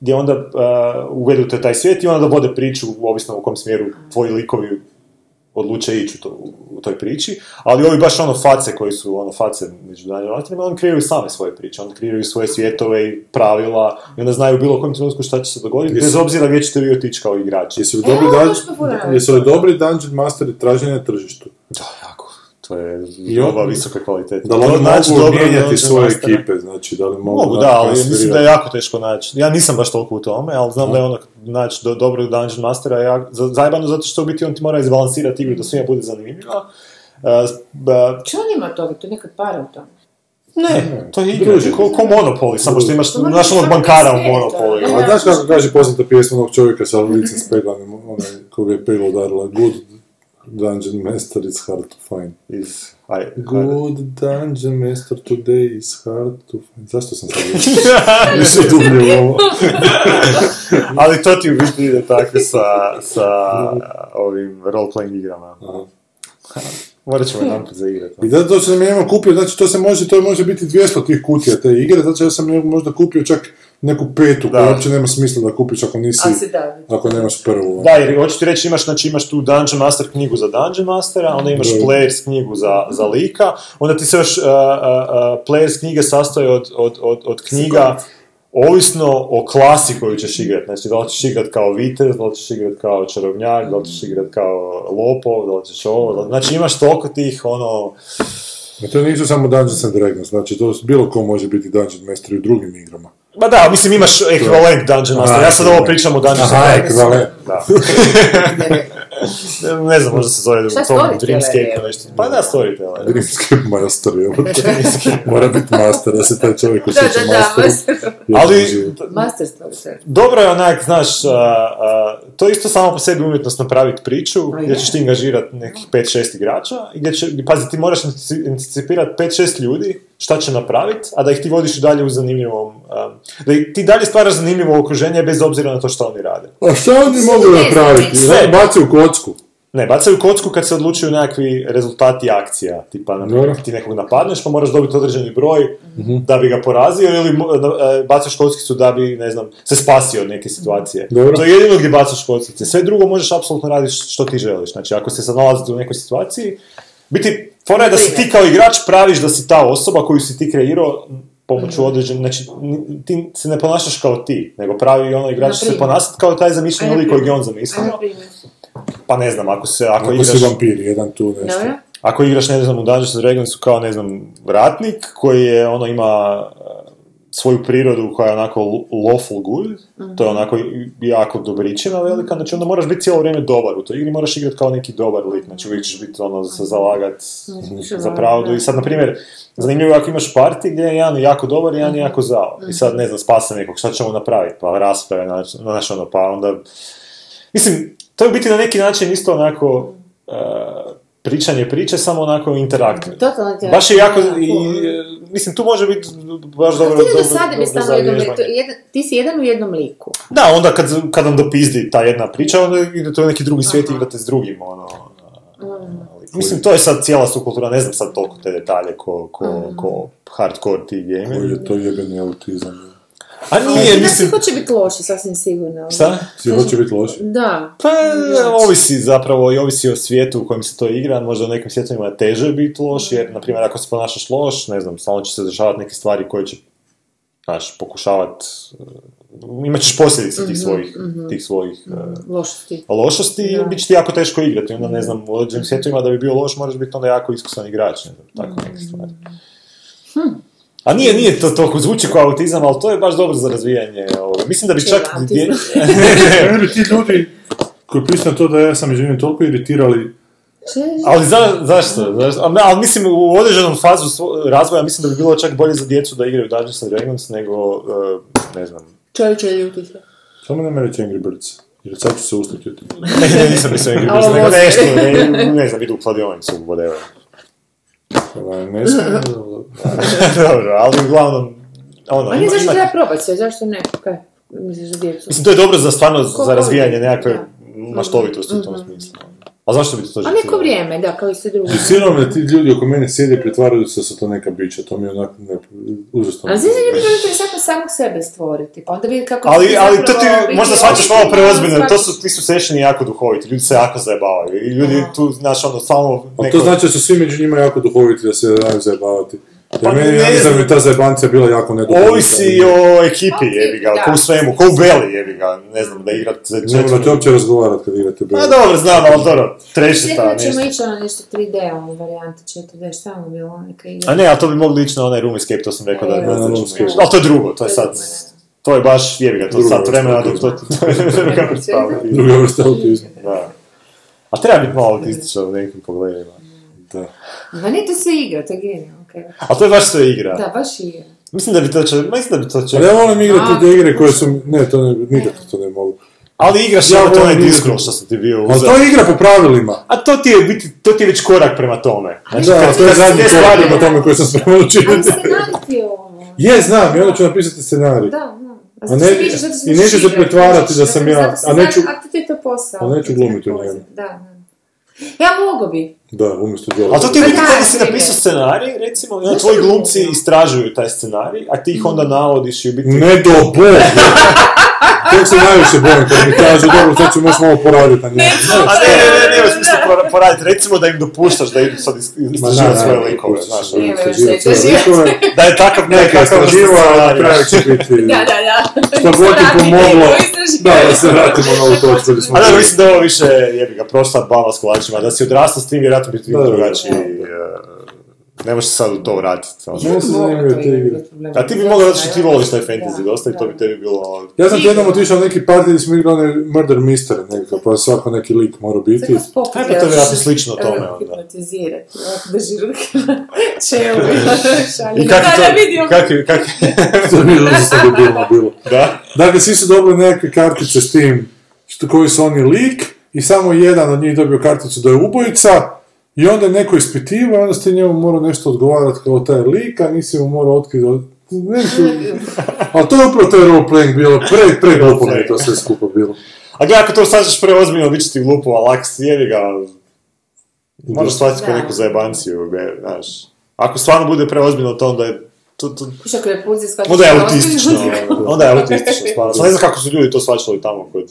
D: gdje onda uh, uvedu te taj svijet i onda vode priču, ovisno u kom smjeru tvoji likovi odluče ići u, to, u toj priči, ali ovi baš ono face koji su ono face među Dungeon Masterima, oni kreiraju same svoje priče, oni kreiraju svoje svjetove i pravila i onda znaju u bilo kojem trenutku šta će se dogoditi,
B: Jesu-
D: bez obzira gdje ćete vi otići kao igrači.
B: Jesu li
C: E,
B: dobri,
C: ovo je
B: dan...
C: baš popularno.
B: Jesu li dobri Dungeon Masteri traženi na tržištu?
D: Da, jako. To je
B: I on-
D: doba visoke kvalitete.
B: Da li oni
D: To znači
B: mogu
D: dobro
B: mijenjati
D: Dungeon
B: svoje
D: Mastera.
B: ekipe, znači da li mogu...
D: Mogu, da,
B: naći
D: ali
B: konstruirati?
D: mislim da je jako teško naći. Ja nisam baš toliko u tome, ali znam da je ono naći do, dobrog Dungeon Mastera je jako- za- zajebano zato što u biti on ti mora izbalansirati igru da svima bude zanimljiva. E, s- ba-
F: Čo on ima toga? To je neka para u tome.
D: ne, to je igra, ko, ko Monopoly, samo što imaš,
C: možeš
D: znaš onog
C: samo
D: bankara u
C: svijeta.
D: Monopoly.
B: A znaš kako kaže poznata pjesma onog čovjeka sa licem speglanim, onaj koga je pegla udarila, good dungeon master is hard to find.
D: Iz, aj,
B: Good dungeon master today is hard to find. Zašto sam sad išao- išao dublje u ovo?
D: ali to ti u biti ide tako sa, sa ovim role-playing igrama. Morat ćemo jedan put zaigrati.
B: I zato sam ja imam kupio, znači to se može, to može biti 200 tih kutija te igre, znači ja sam ja možda kupio čak neku petu, koja uopće nema smisla da kupiš ako nisi,
F: A si da.
B: ako nemaš prvu. ono.
D: Da, jer hoću ti reći, imaš, znači, imaš tu Dungeon Master knjigu za Dungeon Mastera, onda imaš
B: Da.
D: Players knjigu za, za lika, onda ti se još uh, uh, uh, Players knjige sastoje od, od, od, od knjiga ovisno o klasi koju ćeš igrat. Znači, da li ćeš igrat kao vitez, da li ćeš igrat kao čarobnjak, da li ćeš igrat kao lopov, da li ćeš ovo, da li- znači imaš toliko tih, ono,
B: A to nisu samo Dungeons and Dragons, znači to bilo ko može biti Dungeon Master i u drugim igrama.
D: Ma da, mislim imaš ekvivalent Dungeon Master, ja sad ovo pričam o Dungeon
B: Aha, ekvivalent.
D: Da. Ne- ne znam, možda se zove
F: Šta,
D: to
F: storyteller
D: Dreamscape
F: je?
D: ili nešto. Pa da, storyteller.
B: Dreamscape master, jel? Mora biti master, da se taj čovjek
F: Da,
B: osjeća
F: da, da,
B: masteru.
F: master.
D: Ali
F: Masterstvo se.
D: dobro je onak, znaš, a, a, to je isto samo po sebi umjetnost napraviti priču, gdje ćeš ti angažirati nekih 5-6 igrača, i gdje će, pazi, ti moraš antici- anticipirati 5-6 ljudi, šta će napraviti, a da ih ti vodiš i dalje u zanimljivom, a, da ih ti dalje stvaraš zanimljivo okruženje bez obzira na to što oni rade.
B: A šta oni mogu napraviti?
D: Sve.
B: Baci u kocku.
D: Ne, bacaju kocku kad se odlučuju nekakvi rezultati akcija, tipa na primjer,
B: Dobro.
D: ti nekog napadneš pa moraš dobiti određeni broj
F: Mhm.
D: da bi ga porazio ili mo- na- e, bacaš kockicu da bi, ne znam, se spasio od neke situacije.
B: Dobro.
D: To je jedino gdje bacaš kockice. Sve drugo možeš apsolutno raditi što ti želiš. Znači, ako se sad nalazite u nekoj situaciji, biti, fora je da si ti kao igrač praviš da si ta osoba koju si ti kreirao
F: Mhm.
D: pomoću određen, znači n- ti se ne ponašaš kao ti, nego pravi ono igrač se
F: Naprimjer.
D: ponašati kao taj zamišljeni
F: Ajde,
D: lik kojeg je on
F: A
D: zamislio.
F: na primjer.
D: Pa ne znam, ako se, ako,
B: Ako
D: Pa igraš...
B: si vampir, jedan tu nešto.
F: Dobro.
D: Ako igraš, ne znam, u Dungeons and Dragonsu kao, ne znam, ratnik koji je, ono, ima e, svoju prirodu koja je onako l- lawful good, to je onako i- jako dobričina velika, znači onda moraš biti cijelo vrijeme dobar u toj igri, moraš igrati kao neki dobar lik, znači uvijek ćeš biti ono, se zalagat
F: Znači,
D: za pravdu i sad, na primjer, zanimljivo je ako imaš parti gdje je jedan jako dobar i jedan jako zao, i sad, ne znam, spasa nekog, šta ćemo napraviti, pa rasprave, znači, znaš, ono, pa onda Mislim, to je u biti na neki način isto onako e, pričanje priče, samo onako interaktivno.
F: Totalno ti je-
D: Baš je jako, i, e, mislim, tu može biti baš dobro...
F: Ti
D: dobro-
F: do sada
D: dobro
F: mi
D: za
F: stalno jednom
D: vježbanje.
F: liku. Jedan, ti si jedan u jednom liku.
D: Da, onda kad, kad vam dopizdi ta jedna priča, onda idete u neki drugi svijet i igrate s drugim, ono... ali, Mislim, to je sad cijela subkultura, ne znam sad toliko te detalje ko, ko, ko hardcore ti
B: Koji
D: gameri.
B: je to jebeni autizam.
D: A nije,
F: Znaš,
D: mislim...
F: svi hoće biti loši, sasvim sigurno.
D: Šta?
B: Svi hoće biti loši.
F: Da.
D: Pa, ovisi zapravo i ovisi o svijetu u kojem se to igra, možda u nekim svjetovima je teže biti loš, jer, na primjer, ako se ponašaš loš, ne znam, stalno će se dešavati neke stvari koje će, znaš, pokušavat, eh, imat ćeš posljedice tih svojih, tih svojih eh,
C: Mhm.
F: Lošosti.
D: lošosti i bit će ti jako teško igrati, onda, ne znam, u određenim svjetovima da bi bio loš, moraš biti onda jako iskusan igrač, ne znam, tako neke stvari. A nije, nije to toliko zvuči kao autizam, ali to je baš dobro za razvijanje. ovoga. Mislim da bi čak...
F: autizam.
D: dje-
B: Ne bi ti ljudi koji prišli na to da ja sam živim toliko iritirali.
D: Ali za, zašto? zašto? Ali, ali mislim, u određenom fazu svo- razvoja mislim da bi bilo čak bolje za djecu da igraju Dungeons and Dragons nego, e, ne znam,
F: Čovječe ljuti se.
B: Samo ne me reći Angry Birds. Jer sad ću se ustati od toga.
D: ne, ne, nisam mislio Angry Birds, nego nešto, ne, ne znam, idu u kladionicu,
B: Onaj,
D: whatever.
B: Ovaj, ne smije,
D: Dobro, ali uglavnom, ono,
F: A
D: ima,
F: ne, zašto
D: ima-
F: treba probati sve, zašto ne? Kaj? Misliš za djecu?
D: Mislim, to je dobro za stvarno za
F: voli,
D: razvijanje nekakve
F: da.
D: maštovitosti u tom smislu.
B: ono.
D: A zašto bi ti to
F: A
D: želio?
F: neko vrijeme, da, kao i sve drugo.
B: I silovne ti ljudi oko mene sjede i pretvaraju se da su to neka bića, to mi je onak ne, užasno.
F: A znači ljudi vrlo interesantno samog sebe stvoriti, pa onda vidi kako...
D: Ali,
F: će
D: ali to
F: zapravo
D: ti
F: biti
D: možda shvaćaš
F: ovisno
D: ovo preozbiljno,
F: od
D: to su, ti su sešeni jako duhoviti, ljudi se jako zajebavaju. I ljudi tu, znaš, ono, stalno
B: A
D: neko...
B: to znači da su svi među njima jako duhoviti da se daju zajebavati. Jer
D: Pa
B: meni, ja
D: ne
B: mislim da
D: znam.
B: mi ta zajebancija bila jako neduhovita.
D: Ovisi o ekipi, jebi ga,
F: Da.
D: ko u svemu, ko u Beli, jebi ga, ne znam, da igrat za
B: Ne morate
D: četvrnu.
B: uopće razgovarati kad igrate
D: Pa
B: bilo.
D: dobro, znam, ali dobro, treši ta
F: Nekada ćemo
D: nešto.
F: ići ono nešto 3D, ono varijante 4D, šta je ono bilo, ono neka igra.
D: A ne, ali to bi mogli ići na onaj room escape, to sam rekao da
F: E,
D: ne
F: da,
D: znam.
B: room escape.
D: Ali to je drugo, to je sad, to je baš, jebi ga, to je
B: Druga
D: sat vremena, dok
B: vrsta
D: to, to je druga predstava.
B: Druga vrsta autizma.
D: Da. A treba biti malo autističan u nekim pogledima. Da.
F: Ma ne, to se igra, to je genijalno, okej.
D: A to je baš sve igra.
F: Da, baš igra.
D: Mislim da bi to če, mislim da bi to če,
B: Ali ja volim igrati te igre koje su... Ne, to ne, nikako to ne mogu.
D: Ali igraš
B: Ja
D: ja to
B: volim
D: onaj
B: igrat-
D: Discworld što sam ti bio
B: Ali
D: uzeo.
B: to je igra po pravilima.
D: A to ti je biti, to ti je već korak prema tome. Znači,
B: Da,
D: kad-
B: to je
D: kad se
B: zadnji
D: te
B: korak
D: stvari-
B: na tome koji sam spreman
F: Ali ono.
B: učiniti.
F: scenarij ti je ovo.
B: Je, znam, i onda ću napisati scenarij.
F: Da, da. A
B: ne-
F: zato se vidiš, zato
B: i neću se
F: igrati,
B: pretvarati da sam
F: zato-
B: ja,
F: zato
B: a neću-
F: znam, A ti je to posao.
B: a neću glumiti u
F: Da,
C: нали?
B: njemu.
F: Da, da. Ja mogu bi.
B: Da, umjesto djela.
D: A to ti je biti
F: Da,
D: kada si
F: da,
D: napisao
F: da.
D: scenarij, recimo, i onda
F: Znaš
D: tvoji
F: što je
D: glumci
F: bilo?
D: istražuju taj scenarij, a ti ih onda navodiš i u biti...
B: Ne do Boga! Tog se najviše bojim kad mi kažu, dobro, sad ću moći malo poraditi na njemu.
D: A ne, ne, ne, nema smisla pora- poraditi, recimo da im dopuštaš da idu sad is- istraživati svoje likove, znaš.
F: Ne,
B: Istraživati
F: već
B: svoje
F: istraživati.
B: likove.
D: Da je takav
B: Neka
D: nekakav
B: istraživa, a na
D: scenarij.
B: kraju će biti...
F: Da, da, da.
B: Što god ti pomoglo, da, da se vratimo na ovu točku. gdje smo
D: A da,
B: bili.
D: mislim da je ovo više, jebi ga, prošla bava s kolačima, da si odrastao s tim, vjerojatno bi ti bio
B: Da, da,
D: drugačiji.
B: da.
D: e, Ne možeš se sad u to vratiti. ono.
B: Meni se zanimaju te igre.
D: A ti bi mogao zato što ti voliš taj fantasy dosta i to bi tebi bilo... ono,
B: Ja sam ti jednom otišao na neki partij gdje smo igrali onaj Murder Mystery nekakav, pa svako neki lik mora
C: е,
B: biti.
D: E, pa to je vjerojatno slično tome, onda.
F: Hipnotizirati, ovako drži ruke na čelu šalje.
D: I kako
F: Da,
D: to...
F: da vidim.
D: Kako, kako...
B: To je bilo za sebe bilo. bilo.
D: Da?
B: Dakle, svi su dobili neke kartice s tim što, koji su oni lik i samo jedan od njih dobio karticu da je ubojica i onda je neko ispitivo i onda ste njemu morao nešto odgovarati kao taj lik, a nisi mu morao otkriti od- Ne, to- ali to je upravo taj roleplaying bilo, pre, pre glupo mi je to sve skupa bilo.
D: A gledaj, ako to sažeš preozbiljno, bit će ti glupo, ali ako si jebi ga... ono, Moraš shvatiti kao
F: Da.
D: neku zajebanciju, be, znaš. Ako stvarno bude preozbiljno, to onda je... To, to,
F: Kuša ako je pulzi shvatio.
C: е
D: onda je autistično.
C: нали?
D: ono, Onda je autistično, stvarno. Sad ne znam kako su ljudi to shvaćali tamo kod...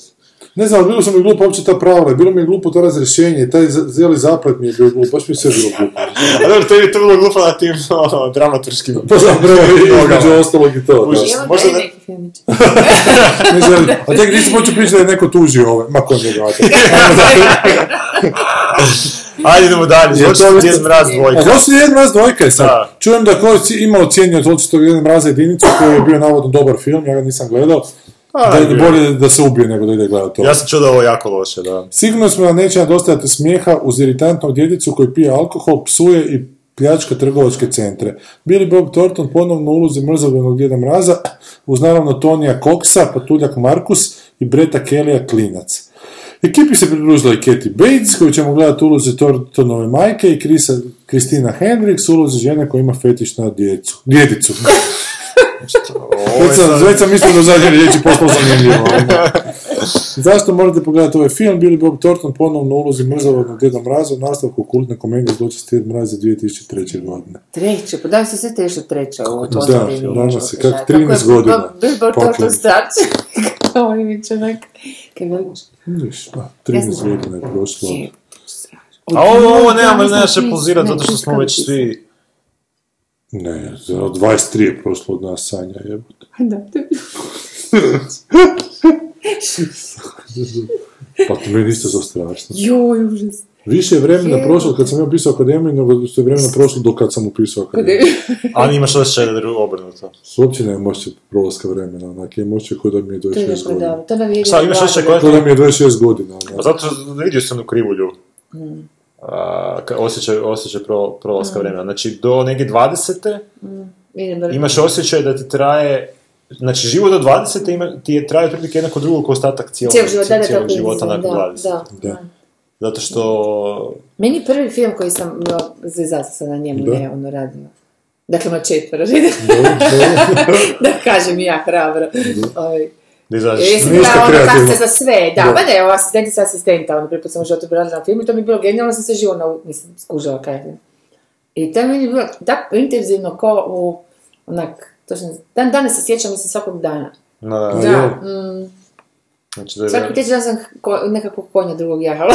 B: Ne znam, ali bilo su mi glupo uopće ta pravila, bilo mi je glupo to razrješenje, taj z- cijeli zaplet mi je bio glup, baš mi je sve bilo glupo.
D: A dobro, tebi je to bilo glupo na tim ono, dramaturškim...
B: To sam prvo Pa vidio,
D: Nogama.
B: između ostalog i to.
D: Užas.
F: Evo
D: Možda
F: da je
D: da-
F: neki filmić.
B: Da. Ne želim. A tek nisi počeo pričati da je neko tužio ove, ma ko je gledao.
D: Ajde, idemo dalje.
B: Je
D: Zločin
B: to-
D: Djed Mraz
B: A
D: dvojka.
B: Zločin jedan mraz dvojka je sad.
D: Da.
B: Čujem da Kojic ima ocijenio od očitog jedan mraza jedinicu koji je bio navodno dobar film, ja ga nisam gledao. da je
D: bio.
B: bolje da se ubije nego da ide gledati to.
D: Ja sam čuo da je ovo jako loše, da.
B: Sigurno smo da neće nedostajati smijeha uz iritantnog djedicu koji pije alkohol, psuje i pljačka trgovačke centre. Billy Bob Thornton ponovno u ulozi mrzavljenog djeda mraza, uz naravno Tonija Coxa, Patuljak Markus i Breta Kellya Klinac. Ekipi se pridružila i Katie Bates, koju ćemo gledati u ulozi Thorntonove majke i Krisa, Kristina Hendricks u ulozi žene koja ima fetiš na djecu. Djedicu. Već sam, već sam mislio da u zadnje riječi postalo zanimljivo. ovaj. ali ne. Zašto morate pogledati ovaj film? Bili Bob Thornton ponovno u ulozi mrzavodnog djeda mraza u nastavku kultne komedije Zločesti djed mraza 2003. godine.
F: Treće, pa da se sve te išlo treće ovo.
B: Da,
C: е
F: posljednje
B: danas
F: nešto,
B: je, kak
F: da.
B: 13
F: Kako je
B: godina.
F: Bob- Billboard
B: Paklen.
F: Torto Starče. Kao im je čovjek. Kaj veliš?
B: Vidiš, pa, 13 godina je prošlo.
F: Je,
D: A ovo, ovo nemamo,
F: Ja
D: ne
F: nisam
D: naše
F: pisala,
D: pozirati,
F: ne,
D: zato što smo
F: nisam
D: već svi...
B: Ne, za 23 je prošlo od nas sanja jebote.
F: Da, to je
B: Pa to meni isto za strašno.
F: Joj, užas.
B: Više je vremena prošlo kad sam ja upisao akademiju nego što je vremena prošlo do kad sam upisao akademiju.
D: A oni imaš još jedan drugo obrnuto.
B: Uopće nema moće prolaska vremena, onak je moće kod da mi je
F: To je
B: 26
F: dobro,
B: godina.
F: dobro. To nam je...
D: Šta, imaš
F: jedno
D: osjećaj
F: blago.
D: koja-
B: Kod da mi je 26 godina, onak.
D: Pa zato što vidio sam u krivulju. A, ka- osjećaj, osjećaj pro, prolaska vremena. Znači, do negdje 20.
F: Vidim dobro.
D: imaš osjećaj da ti traje... Znači, život do 20. Ima, ti je traje otprilike jednako drugo kao ostatak cijelog,
F: Cijelog života, da, da,
D: cijelog
F: da,
D: života
F: da,
D: nakon
F: da,
D: 20.
F: Da,
B: Da.
D: Zato što...
C: Meni prvi film koji sam, no, zezala sam se na njemu,
B: Da.
C: ne ono radila. Dakle, ima četvero, da kažem i ja hrabro. Ovaj,
D: Da izađeš.
C: Jesi bila
B: Ništa
C: ono
B: kreativno.
C: kakta za sve, da, pa ne, ova asistentica asistenta, ono prije put sam u životu bila na filmu i to mi je bilo genijalno, sam se živo na, nisam skužila kaj je. I to je meni bilo tako intenzivno ko u, onak, točno, dan danas se sjećam mislim svakog dana.
D: No, da, da.
C: Da, mm,
D: Znači, da je
C: svaki treći dan sam ko, nekakvog konja drugog jahala.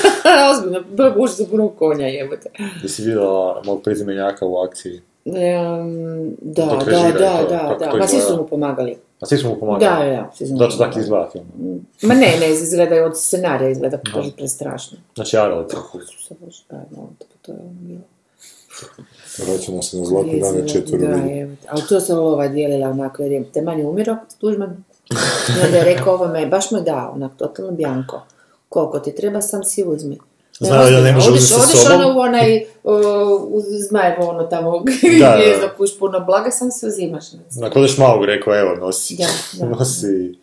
C: Ozbiljno, bilo bi užasno puno konja jebote.
D: da si vidjela mog prezimenjaka u akciji.
C: Em, da,
D: Dok
C: da,
D: režira
C: da,
D: i to,
C: da,
D: kako to
C: da, ma svi su
D: izgleda?
C: mu pomagali.
D: A svi smo mu
C: Da,
D: pomagali.
C: da, svi su mu
D: Zato što tako
C: pomagali.
D: izgleda film.
C: Ma ne, ne, izgleda od scenarija, izgleda pre- prestrašno.
D: Znači, Arlet.
C: Isuse Bože, pa no, to, to je ono bilo.
B: Vraćamo se na zlatne
C: Jezivo,
B: dane četvoro
C: da,
B: ljudi.
C: evo. Ali to sam lova dijelila onako, jer je Teman je umiro, Tuđman. I onda je rekao ovome, baš mu je dao, onako, totalno bjanko. Koliko ti treba, sam si uzmi.
D: Znao je da ne može uzeti sa
C: Odiš
D: sobom.
C: ono u onaj, o, u Zmajevo ono tamo,
D: Da, da,
C: gdje
D: da.
C: zapuš puno blaga, sam se uzimaš. ne znam.
D: Na kodeš Maug rekao, evo, nosi.
C: Da, da.
D: nosi.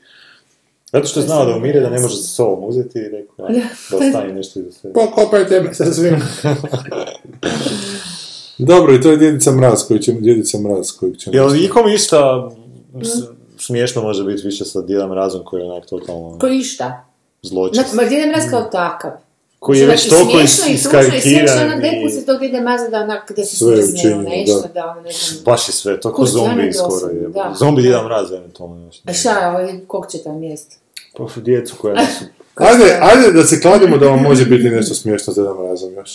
D: Zato što je znao da umire, da ne može sa sobom uzeti i rekao, ajde, da ostane nešto iza sebe.
C: Pa,
B: Pokopajte me sa svim. Dobro, i to je Djedica Mraz koji ćemo, Djedica Mraz koji ćemo.
D: Jel ikom išta
C: Mm.
D: s- smiješno može biti više sa Djedom Razom koji je onak totalno
C: Ko išta?
D: zločest.
C: Znači, ma gdje mraz kao takav?
D: Koji je
C: Znači,
D: već toliko
C: i smiješno, ono, i tužno, i sve što
D: iskarikiran
C: onak deku
D: i...
C: se to ide maza da onak, da se
B: Sve je
C: smrzne
B: učinjeno,
C: nešto,
B: da.
C: da ono ne znam.
D: Baš je sve, toliko
C: Koji stvarno
D: Pa, zombi
C: je
D: skoro
C: dosadno,
D: je.
C: da.
D: Zombi Djeda Mraz eventualno još.
C: A šta, ovaj, kog će tam jesti?
D: Pa su djecu koja nisu...
B: Ajde, ajde da se kladimo da vam može biti nešto smiješno s Djedom Razom još.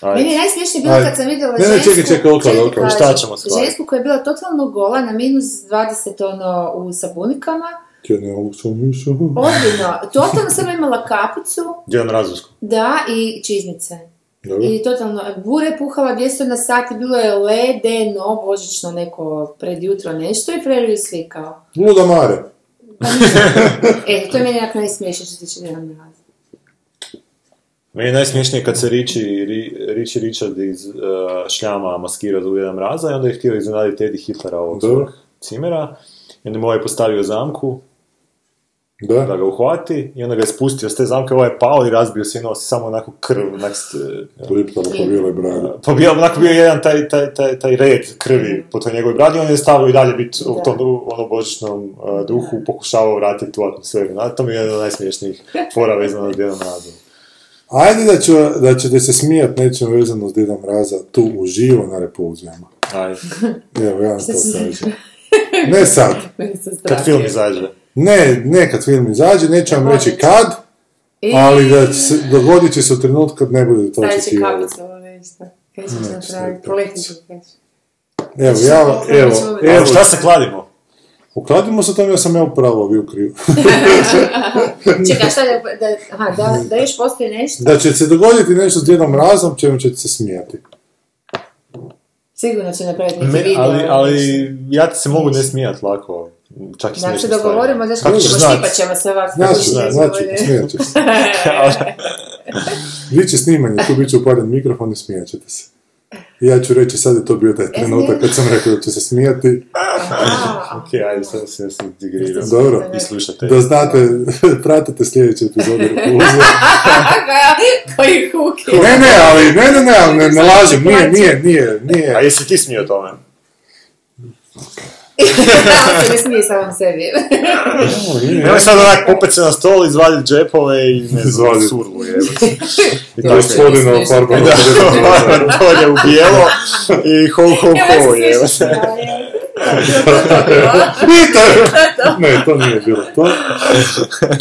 D: Ajde.
C: Meni je najsmiješnije bilo
B: Ajde.
C: kad sam vidjela
B: Ne, ne,
C: žensku...
B: čekaj, čekaj, oklad,
C: čekaj,
B: oklad,
D: šta
C: kažem,
D: ćemo s kladom?
C: Žensku koja je bila totalno gola na minus 20 ono, u sabunikama.
B: Ti ne mogu to nisu.
C: Ozbiljno, totalno samo imala kapicu,
D: Djedan Razovsku.
C: da, i čizmice.
B: Dobro.
C: I totalno, bure je puhala 200 na sat i bilo je ledeno, božično neko pred jutro nešto i Freer ju je slikao.
B: Luda Mare.
C: E, to je meni jako najsmiješnije što se tiče Djena Mraza.
D: Meni je najsmiješnije kad se Riči, Ri, Riči Richard iz uh, šljama maskira za Djeda Mraza i onda je htio iznenaditi Eddie Hitlera ovog
B: Dobro.
D: svog cimera. I onda mu je ovaj postavio zamku da
B: Da.
D: ga uhvati i onda ga je spustio s te zamke, ovaj je pao i razbio se i nos, samo onako krv, onak, s-
B: Liptala po bijeloj bradi.
D: pa bio, onako bio jedan taj, taj, taj, taj red krvi po toj njegovoj bradi, on je stavio i dalje biti u tom ono božičnom uh, duhu, pokušavao vratiti tu atmosferu. Na, to mi je jedan od najsmiješnijih fora vezano na Djedan Mrazom.
B: Ajde da, ću, da ćete se smijat nečem vezano s Djeda Mraza tu uživo na repulzijama.
D: Ajde.
B: Evo, ja vam to
C: si-
B: kažem. Ne sad.
C: Meni se strašno.
D: Kad film izađe.
B: Ne, ne kad film izađe, neću vam reći kad,
C: I-
B: ali da će se, dogodit će se u trenutku kad ne budete to
C: Stavit će
B: očekivali.
C: kapicu, ono nešto. Kaj ćeš napraviti?
B: kapicu.
C: Poletni ću, kaj ćeš.
B: Evo, ja,
C: Znači,
B: evo,
C: ćemo-
D: Evo,
B: evo,
D: šta se kladimo?
B: ukladimo se tome, ja sam ja upravo bio kriv.
C: Čekaj, šta da, da, aha, da, da još postoji nešto?
B: Da će se dogoditi nešto s Djedom Razom, čemu ćete se smijati.
C: Sigurno će napraviti neki
D: Me,
C: video. ono
D: ali, ali ja ti se mogu ne smijat lako. Čak i smiješno
C: Znači se dogovorimo, znači
D: Kako
C: kako
D: ćeš
C: ćemo
D: znat?
C: štipat ćemo se ovako.
B: Znači,
C: kako
B: znači,
C: ćemo-
B: smijat ćete se. Biće snimanje, tu bit će uparen mikrofon i smijat ćete se. I Ja ću reći, sad je to bio taj trenutak kad sam rekao da ću se smijati.
C: A,
D: Ok, ajde, sad se ja sam digriram.
B: Dobro.
D: I slušate.
B: Da znate, pratite sljedeće epizode Repulzije.
C: Koji huki.
B: Ne, ne, ali, ne, ne, ne, ali ne, ne lažem, nije, nije, nije, nije.
D: A jesi ti smio tome?
C: Da, on se ne smije samom sebi.
D: Nemoj sad onak popet se na stol, izvadit džepove i ne znam,
B: Izvadit.
D: surlu je. I
B: To
D: tako
B: je
D: je.
B: spodina u farbu.
D: Da, dolje u bijelo i ho ho
C: Ja
D: ho
C: sam
D: je.
C: smiješna.
B: Ne, to nije bilo to.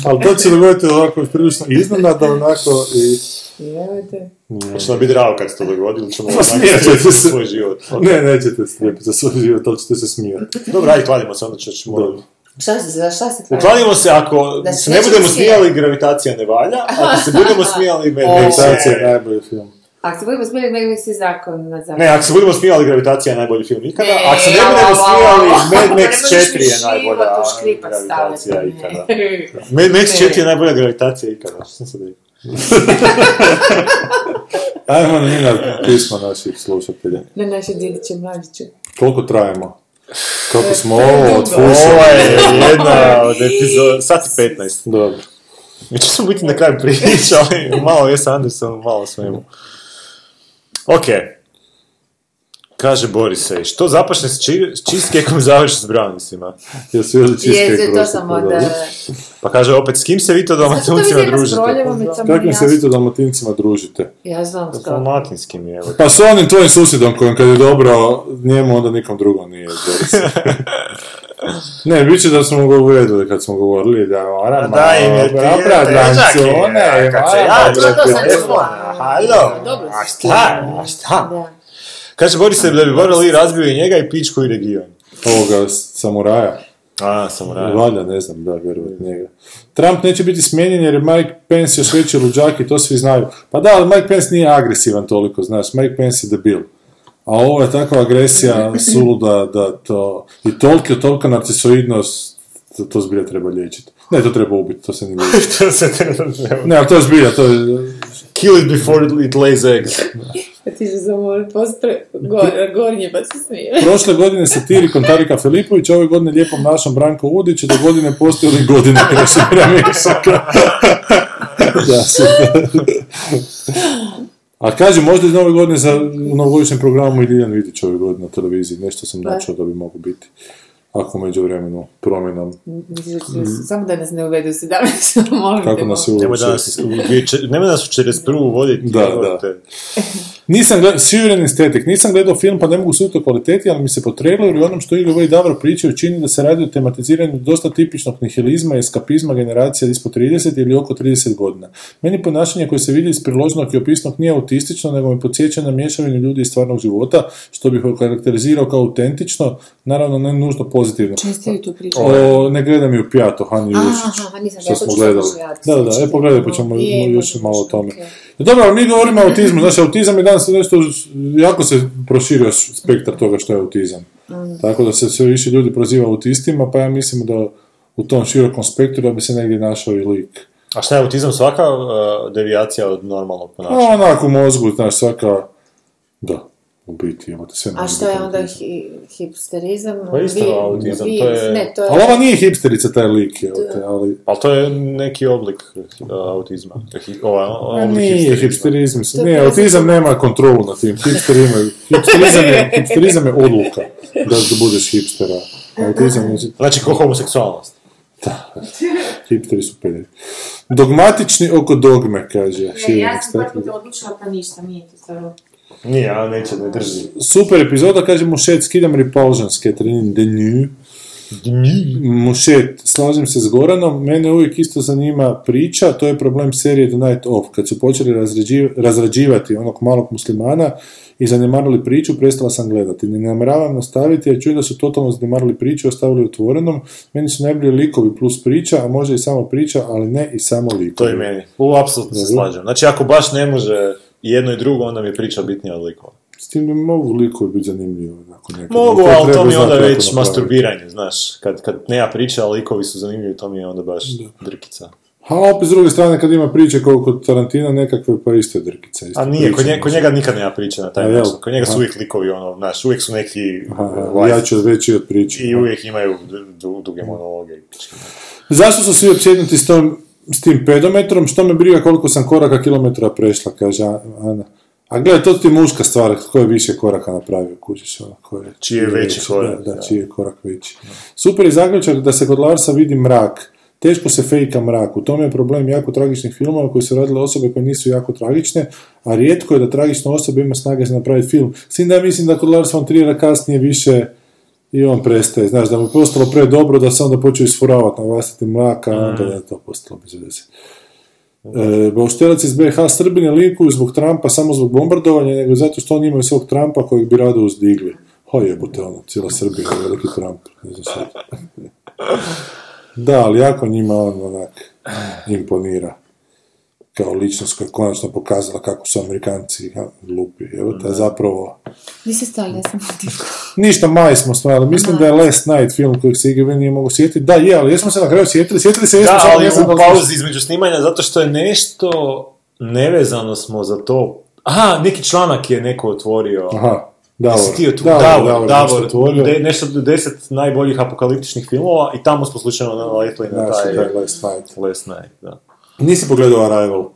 B: Ali to će se dogoditi ovako prilično iznenada, onako i...
C: Jebote.
D: Hoće nam biti rao kad se to dogodi, ili ćemo onak
B: smijat ćete
D: slijediti
B: Pa se.
D: svoj život.
B: Ne, nećete slijepiti za svoj život, ali ćete se smijati.
D: Dobro, ajde, kladimo se, onda ćeš morati.
C: Šta se, za šta se pravi?
D: Uklanimo se ako
C: Da
D: se
C: se
D: ne
C: nećemo
D: budemo
C: smijati.
D: smijali, gravitacija ne valja, ako se budemo smijali, ne
B: Meditacija je
D: gravitacija.
B: najbolji film.
C: Ako se budemo smijeli, nego se zakon na zakon.
D: Ne, ako se budemo smijali, gravitacija je najbolji film
F: E,
D: ikada,
C: Ne,
D: ako se ne
C: au,
D: budemo
C: au, au.
D: smijali, Mad
C: Ne
D: Max
C: možeš
D: 4 je
C: mi
D: najbolja
C: život u škripac
D: gravitacija
C: staviti,
D: ikada.
C: ne.
D: Mad Max
C: Ne.
D: 4 je najbolja gravitacija ikada, što sam sad rekao?
B: Ajmo mi na pisma naših slušatelja.
C: Na naše djediće mlađiće.
B: Koliko trajemo? Kako smo ovo
C: Dugo.
B: otfušali?
D: Ovo je jedna od epizoda, sat i 15.
B: Dobro.
D: Mi ćemo biti na kraju pričali, malo Wes Anderson, malo svemu. Ok. Kaže Borise, što zapašne s, či, s cheesecakeom završi s brownisima?
B: Ja sve ili čiste
F: Jezi, to sam od...
D: Pa kaže opet, s kim se vi to
F: Zato to
D: dalmatincima
F: vidjela s
D: družite?
F: proljevomicom,
B: Kakvim se
F: ja-
B: vi to dalmatincima družite?
F: Ja znam
D: S
F: skoro.
D: Dalmatinskim je, evo.
B: Pa s onim tvojim susjedom kojem kad je dobro njemu, onda nikom drugom nije. Boris. ne, bit će da smo ga uvedili kad smo govorili da ono, je
D: A
B: moram...
D: Pa daj im je prijatelj, čak je, a kad se ja
F: To, to sam čula.
D: Halo,
F: Dobro
D: a
F: si
D: šta, a šta?
F: Da.
D: Kaže Borise da bi Borali razbio i njega i pičku i region.
B: Ovoga samuraja.
D: A, sam radio.
B: Valja, ne znam, da, vjerujem njega. Trump neće biti smijenjen jer je Mike Pence još veći luđak i to svi znaju. Pa da, ali Mike Pence nije agresivan toliko, znaš, Mike Pence je debil. A ovo je takva agresija suluda da to... I toliko, toliko narcisoidnost, to, to zbilja treba liječiti. Ne, to treba ubiti, to se ne liječi.
D: To se ne-
B: Ne, ali to je zbilja, to je...
D: Kill it before it lays eggs.
F: Ja ti ću zamolit postre gor, gornje, pa se smije.
B: Prošle godine satirikom Tarika Filipovića, ove godine lijepom našom Branko Udić, do godine postoji li godine Krešimira Mišaka. da, super. A kažem, možda iz nove godine za, u novogodišnjem programu i Liljan Vidić ove godine na televiziji. Nešto sam načuo da bi mogu biti. Ako među vremenu promjenom,
D: Mhm.
F: Misliš da ću- Samo da nas ne uvedu u 17, molim te.
B: kako nas je
D: Nemoj
B: uvijek
D: danas, u dvije čet- nemoj nas u 41. voditi.
B: Da, da.
D: jebote.
B: Nisam gledao, Suveren estetik, nisam gledao film pa ne mogu suditi o kvaliteti, ali mi se po traileru i onom što Igor i Davor pričaju čini da se radi o tematiziranju dosta tipičnog nihilizma i eskapizma generacija ispod 30 ili oko 30 godina. Meni ponašanje koje se vidi iz priloženog i opisnog nije autistično, nego me podsjeća na mješavinu ljudi iz stvarnog života, što bih okarakterizirao kao autentično, naravno ne nužno pozitivno.
F: Jeste li tu pričali?
B: O, ne gledam ju pijato, Hani Jušić
F: Aha, nisam
B: što
F: ja to
B: smo
F: ću
B: gledali.
F: pogledati,
B: Da, da,
F: slično.
B: e pogledaj pa ćemo
F: Je,
B: još
F: možda,
B: malo o
F: možda,
B: tome. E,
F: okej.
B: Dobro, ali mi govorimo o autizmu, znači autizam je danas nešto, jako se proširio spektar toga što je autizam.
F: Mm.
B: Tako da se sve više ljudi proziva autistima, pa ja mislim da u tom širokom spektru da bi se negdje našao i lik.
D: A šta je autizam svaka uh, devijacija od normalnog
B: A
D: ponašanja?
B: onako u mozgu, znaš, svaka, da, u biti, imate sve
F: A
B: može
F: što
B: biti
F: je onda
B: autizam.
F: hi- hipsterizam?
D: Pa isto
F: Vi-
D: autizam,
F: vi-
D: to je-
F: Ne, to
B: Ali ova
F: je...
B: nije hipsterica taj lik, jel te, ali...
D: Ali to je neki oblik uh, autizma. Hi- ovaj,
B: Pa
D: oblik
B: nije,
D: hipsterizma.
B: hipsterizam, se-
F: To je
B: ne,
F: preuzet-
B: autizam nema kontrolu nad tim, hipster imaju, hipsterizam je, hipsterizam je odluka da budeš hipstera, autizam je,
D: Znači, ko homoseksualnost.
B: hipsteri su pederi. Dogmatični oko dogme, kaže.
C: Ja
B: Širenik
C: sam par
B: Stakljak.
C: puta odlučila pa ništa, nije to stvarno.
D: Nije, ali neće, ne drži.
B: Super epizoda, kaže Mušet, skidam repulsionske trenin denju. Mušet, slažem se s Goranom, mene uvijek isto zanima priča, to je problem serije The Night Of. Kad su počeli razređi- razrađivati onog malog muslimana i zanemarili priču, prestala sam gledati. Ne nameravam nastaviti, jer čujem da su totalno zanemarili priču i ostavili otvorenom. Meni su najbolji likovi plus priča, a možda i samo priča, ali ne i samo likovi.
D: To je meni. U, apsolutno
B: Mhm.
D: se slažem. Znači, ako baš ne može jedno i drugo, onda mi je priča bitnija od likova.
B: S tim ne mogu likovi biti zanimljivi. onako nekad.
D: Mogu,
B: je
D: ali to
B: treba
D: mi je onda
B: znati kako
D: već
B: napraviti.
D: masturbiranje, znaš. Kad, kad nema priča, a likovi su zanimljivi, to mi je onda baš drkica.
B: A opet s druge strane, kad ima priče kao kod Tarantina, nekakve pa isto je drkica. isto
D: A nije, kod,
B: priče,
D: nje, kod njega nikad nema priče na
B: A
D: taj
B: jel?
D: način. Kod njega su
B: Aha.
D: uvijek likovi, ono, znaš, uvijek su neki
B: Aha,
D: life-
B: ja ću veći od priče.
D: i uvijek imaju du- duge monologe.
B: Zašto su svi opsjednuti s, tom, s tim pedometrom? Što me briga koliko sam koraka kilometra prešla, kaže Ana. A gledaj, to ti je muška stvar, ko je više koraka napravio, kužiš, ono, ko je...
D: Čiji je veći korak,
B: Da, da,
D: da.
B: čiji je korak veći. Super je zaključak da se kod Larsa vidi mrak. Teško se fejka mrak. U tome je problem jako tragičnih filmova koji su radile osobe koje nisu jako tragične, a rijetko je da tragična osoba ima snage za napraviti film. S tim da ja mislim da kod Lars von Triera kasnije više i on prestaje, znaš, da mu je postalo pre dobro da se onda počeo isforavati na vlastiti mrak, a onda da je to postalo bez veze. E, Bauštelac iz BH Srbi ne likuju zbog Trumpa samo zbog bombardovanja, nego zato što oni imaju svog Trumpa kojeg bi rado uzdigli. Ho jebote, ono, cijela Srbija je veliki Trump, ne znam šta. Da, ali jako njima on onak imponira kao ličnost koja je konačno pokazala kako su Amerikanci ha, glupi, evo a zapravo
F: Nisi stali, ja sam otišla.
B: Ništa maj smo stojali, mislim da je Last Night film kojeg se IGV nije mogu sjetiti. Da, je, ali jesmo se na kraju sjetili, sjetili se jesmo
D: Da,
B: samo
D: ali
B: ne znam da
D: u
B: li smo-
D: pauzi između snimanja, zato što je nešto nevezano smo za to. Aha, neki članak je neko otvorio.
B: Aha, Davor.
D: Jesi ti tu?
B: Davor,
D: Davor,
B: Davor,
D: Davor,
B: nešto otvorio.
D: de- nešto od deset najboljih apokaliptičnih filmova i tamo smo slučajno naletili na
B: Našli
D: taj
B: taj Last Night.
D: Last Night, da.
B: Nisi pogledao Arrival.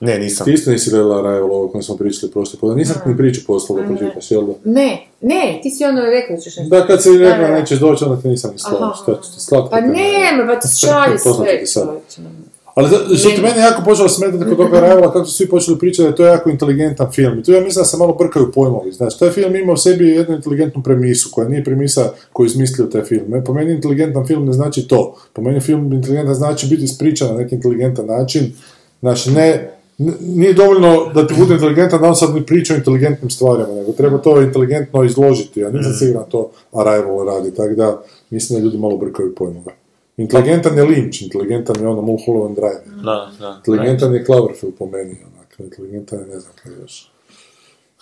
D: Ne, nisam.
B: Ti isto nisi gledala Arrival ovo kojem smo pričali prošli put. Nisam ti ni priču poslala pročitaš, jel da?
C: Ne, ne, ti si ono rekao da ćeš nešto.
B: Da, kad si
C: Da, da,
B: rekla
C: da.
B: nećeš doći, onda ti nisam ni slao.
C: Aha.
B: Šta ću ti slatko?
C: Pa
B: te ne-
C: nema, pa ti šalje
B: Poznato
C: sve.
B: ti sad.
C: čovječe. ono.
B: Ali za- što ti mene jako počelo smetati kod toga Arrivala, kako su svi počeli pričati da je to jako inteligentan film. I tu ja mislim da se malo brkaju pojmovi. Znači, taj film ima u sebi jednu inteligentnu premisu, koja nije premisa koju je izmislio taj film. E, Po meni inteligentan film ne znači to. Po meni film inteligentan znači biti ispričan na neki inteligentan način. Znači, ne, n- nije dovoljno da ti bude inteligentan, da on sad ne priča o inteligentnim stvarima, nego treba to inteligentno izložiti. Ja nisam siguran da to Arrival radi, tako da mislim da ljudi malo brkaju pojmove. Inteligentan je Lynch, inteligentan je ono Mulholland Drive.
D: Da, da.
B: Inteligentan je Cloverfield po meni, onak. Inteligentan je ne znam kaj još.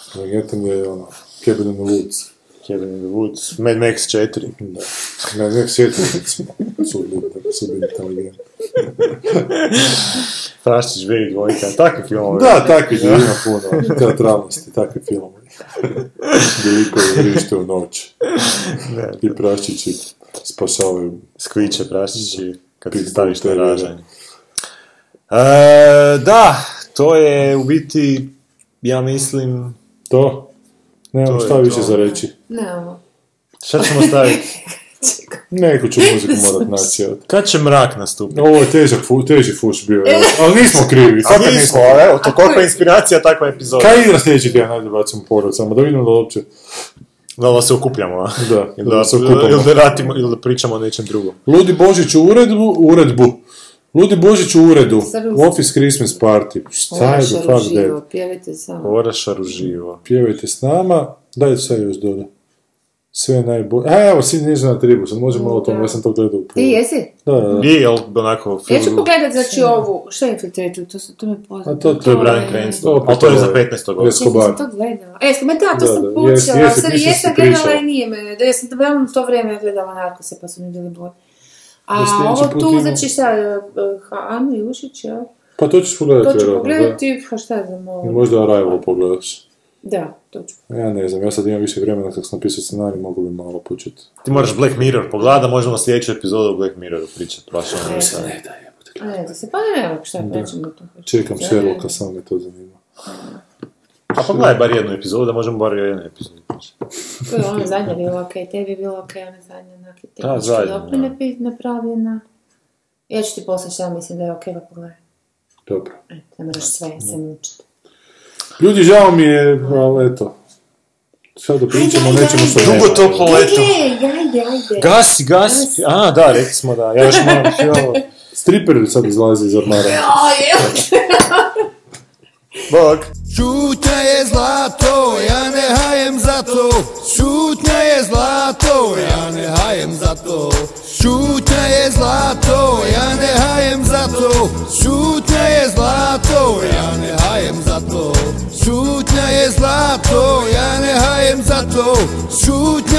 B: Inteligentan je ono, Cabin in the Woods.
D: Cabin in the Woods. Mad Max 4.
B: Da. Ne, ne sjetim recimo. Subinter- Subinteligentan.
D: Strašić Big dvojka. Takvi filmovi.
B: Da, takvih je ima puno. Teatralnosti, takvi filmovi. Gdje likovi vrište u noć. I praščići spašavaju.
D: Skviče prašići kad
B: Pitbull
D: se staviš na
B: TV, da.
D: ražanje. E, da, to je u biti, ja mislim,
B: To? Nemam
D: To je
B: šta više
D: to.
B: za reći.
C: Ne, ono, ovo.
D: šta ćemo staviti?
B: Neku ću muziku morat naći. evo.
D: Kad će mrak nastupiti?
B: Ovo je težak, fu- teži fuš bio, evo. ali nismo krivi. fakat
D: Nismo, ali evo, to koliko je inspiracija, takva epizoda.
B: Kaj igra sljedeći tjedan, ajde bacimo porod samo, da vidimo da uopće,
D: Da, da se okupljamo, a?
B: da,
D: Ili da,
B: da se
D: ili
B: okupamo.
D: da ratimo, ili da pričamo o nečem drugom.
B: Ludi Božić u uredbu, uredbu. Ludi Božić u uredu,
C: Sad bi-
B: Office Christmas Party, šta je
C: Orašar
B: do
C: u
B: fuck dead.
C: ono živo, pjevajte samo.
D: Orašar uživo.
B: Pjevajte s nama, daj sad još doda. Sve najbolje. A evo, sin na tribu, sad možemo malo o tom, ja sam to gledao u
C: Ti
B: prvu.
C: jesi?
B: Da, da, da.
D: I, jel, onako,
C: Ja ću
D: film-
C: pogledat, znači, ovu, što je Infiltrator, to, su, to me poznato.
B: A Pa to-
D: To je Brian Cranston,
B: Opet
D: ali to je
B: ovo
D: za
B: je.
D: 15.
B: Yes.
C: Čekaj,
D: godišnje.
C: sam
B: Escobar.
C: to gledala. E, ma da, to
B: Da,
C: sam
B: da,
C: počela,
B: jesi, jesi,
C: sad
B: mislim da
C: jesam
B: si
C: gledala
B: pričala.
C: i nije me, da jesam uglavnom to vrijeme gledala Narkose, pa su mi bili bolji. A
B: Da sljedeći
C: ovo
B: put
C: tu,
B: imamo-
C: znači šta, eh, Anu Jušić, jel?
B: Pa to ćeš pogledati,
C: To ću
B: vjerojatno, da.
C: pogledati, pa šta znam
B: I
C: ovo.
B: možda Arrival pogledaš.
C: Da, to ću.
B: Ja ne znam, ja sad imam više vremena kako sam napisao scenarij, mogu bi malo početi.
D: Ti moraš Black Mirror pogledat, da možemo sljedeću epizodu o Black Mirroru pričati, baš ono mislim.
C: A ne, da se pa ne nema, šta nećemo to.
B: Čekam Sherlocka, samo me to zanima.
D: A pogledaj bar jednu epizodu, da možemo bar jednu epizodu pričati.
C: To je ona zadnja bila okej, tebi je bila okej, ona zadnja onak je
D: Da,
C: tehnički
D: zadnja,
C: dobro
D: da.
C: napi- napravljena. Ja ću ti poslati šta mislim da je okej, pa pogledaj.
B: Dobro.
C: E, Ne moraš sve se mučiti.
B: Ljudi, žao mi je, ali eto. Sad da pričamo o nečemu što ne.
D: Dugo to po letu.
C: Ajde, ajde, ajde.
D: Gasi, gasi. A, da, rekli smo da. Ja još moram filmu.
B: Stripper sad izlazi iz ormara.
C: е,
D: Bog.
E: Šutnja je zlato, ja ne hajem za to. Šutnja je zlato, ja ne hajem za to. Šutnja je zlato, ja ne hajem za to. Šutnja je zlato, ja ne hajem za to. Šutnja je zlato, ja ne hajem za to. Šutnja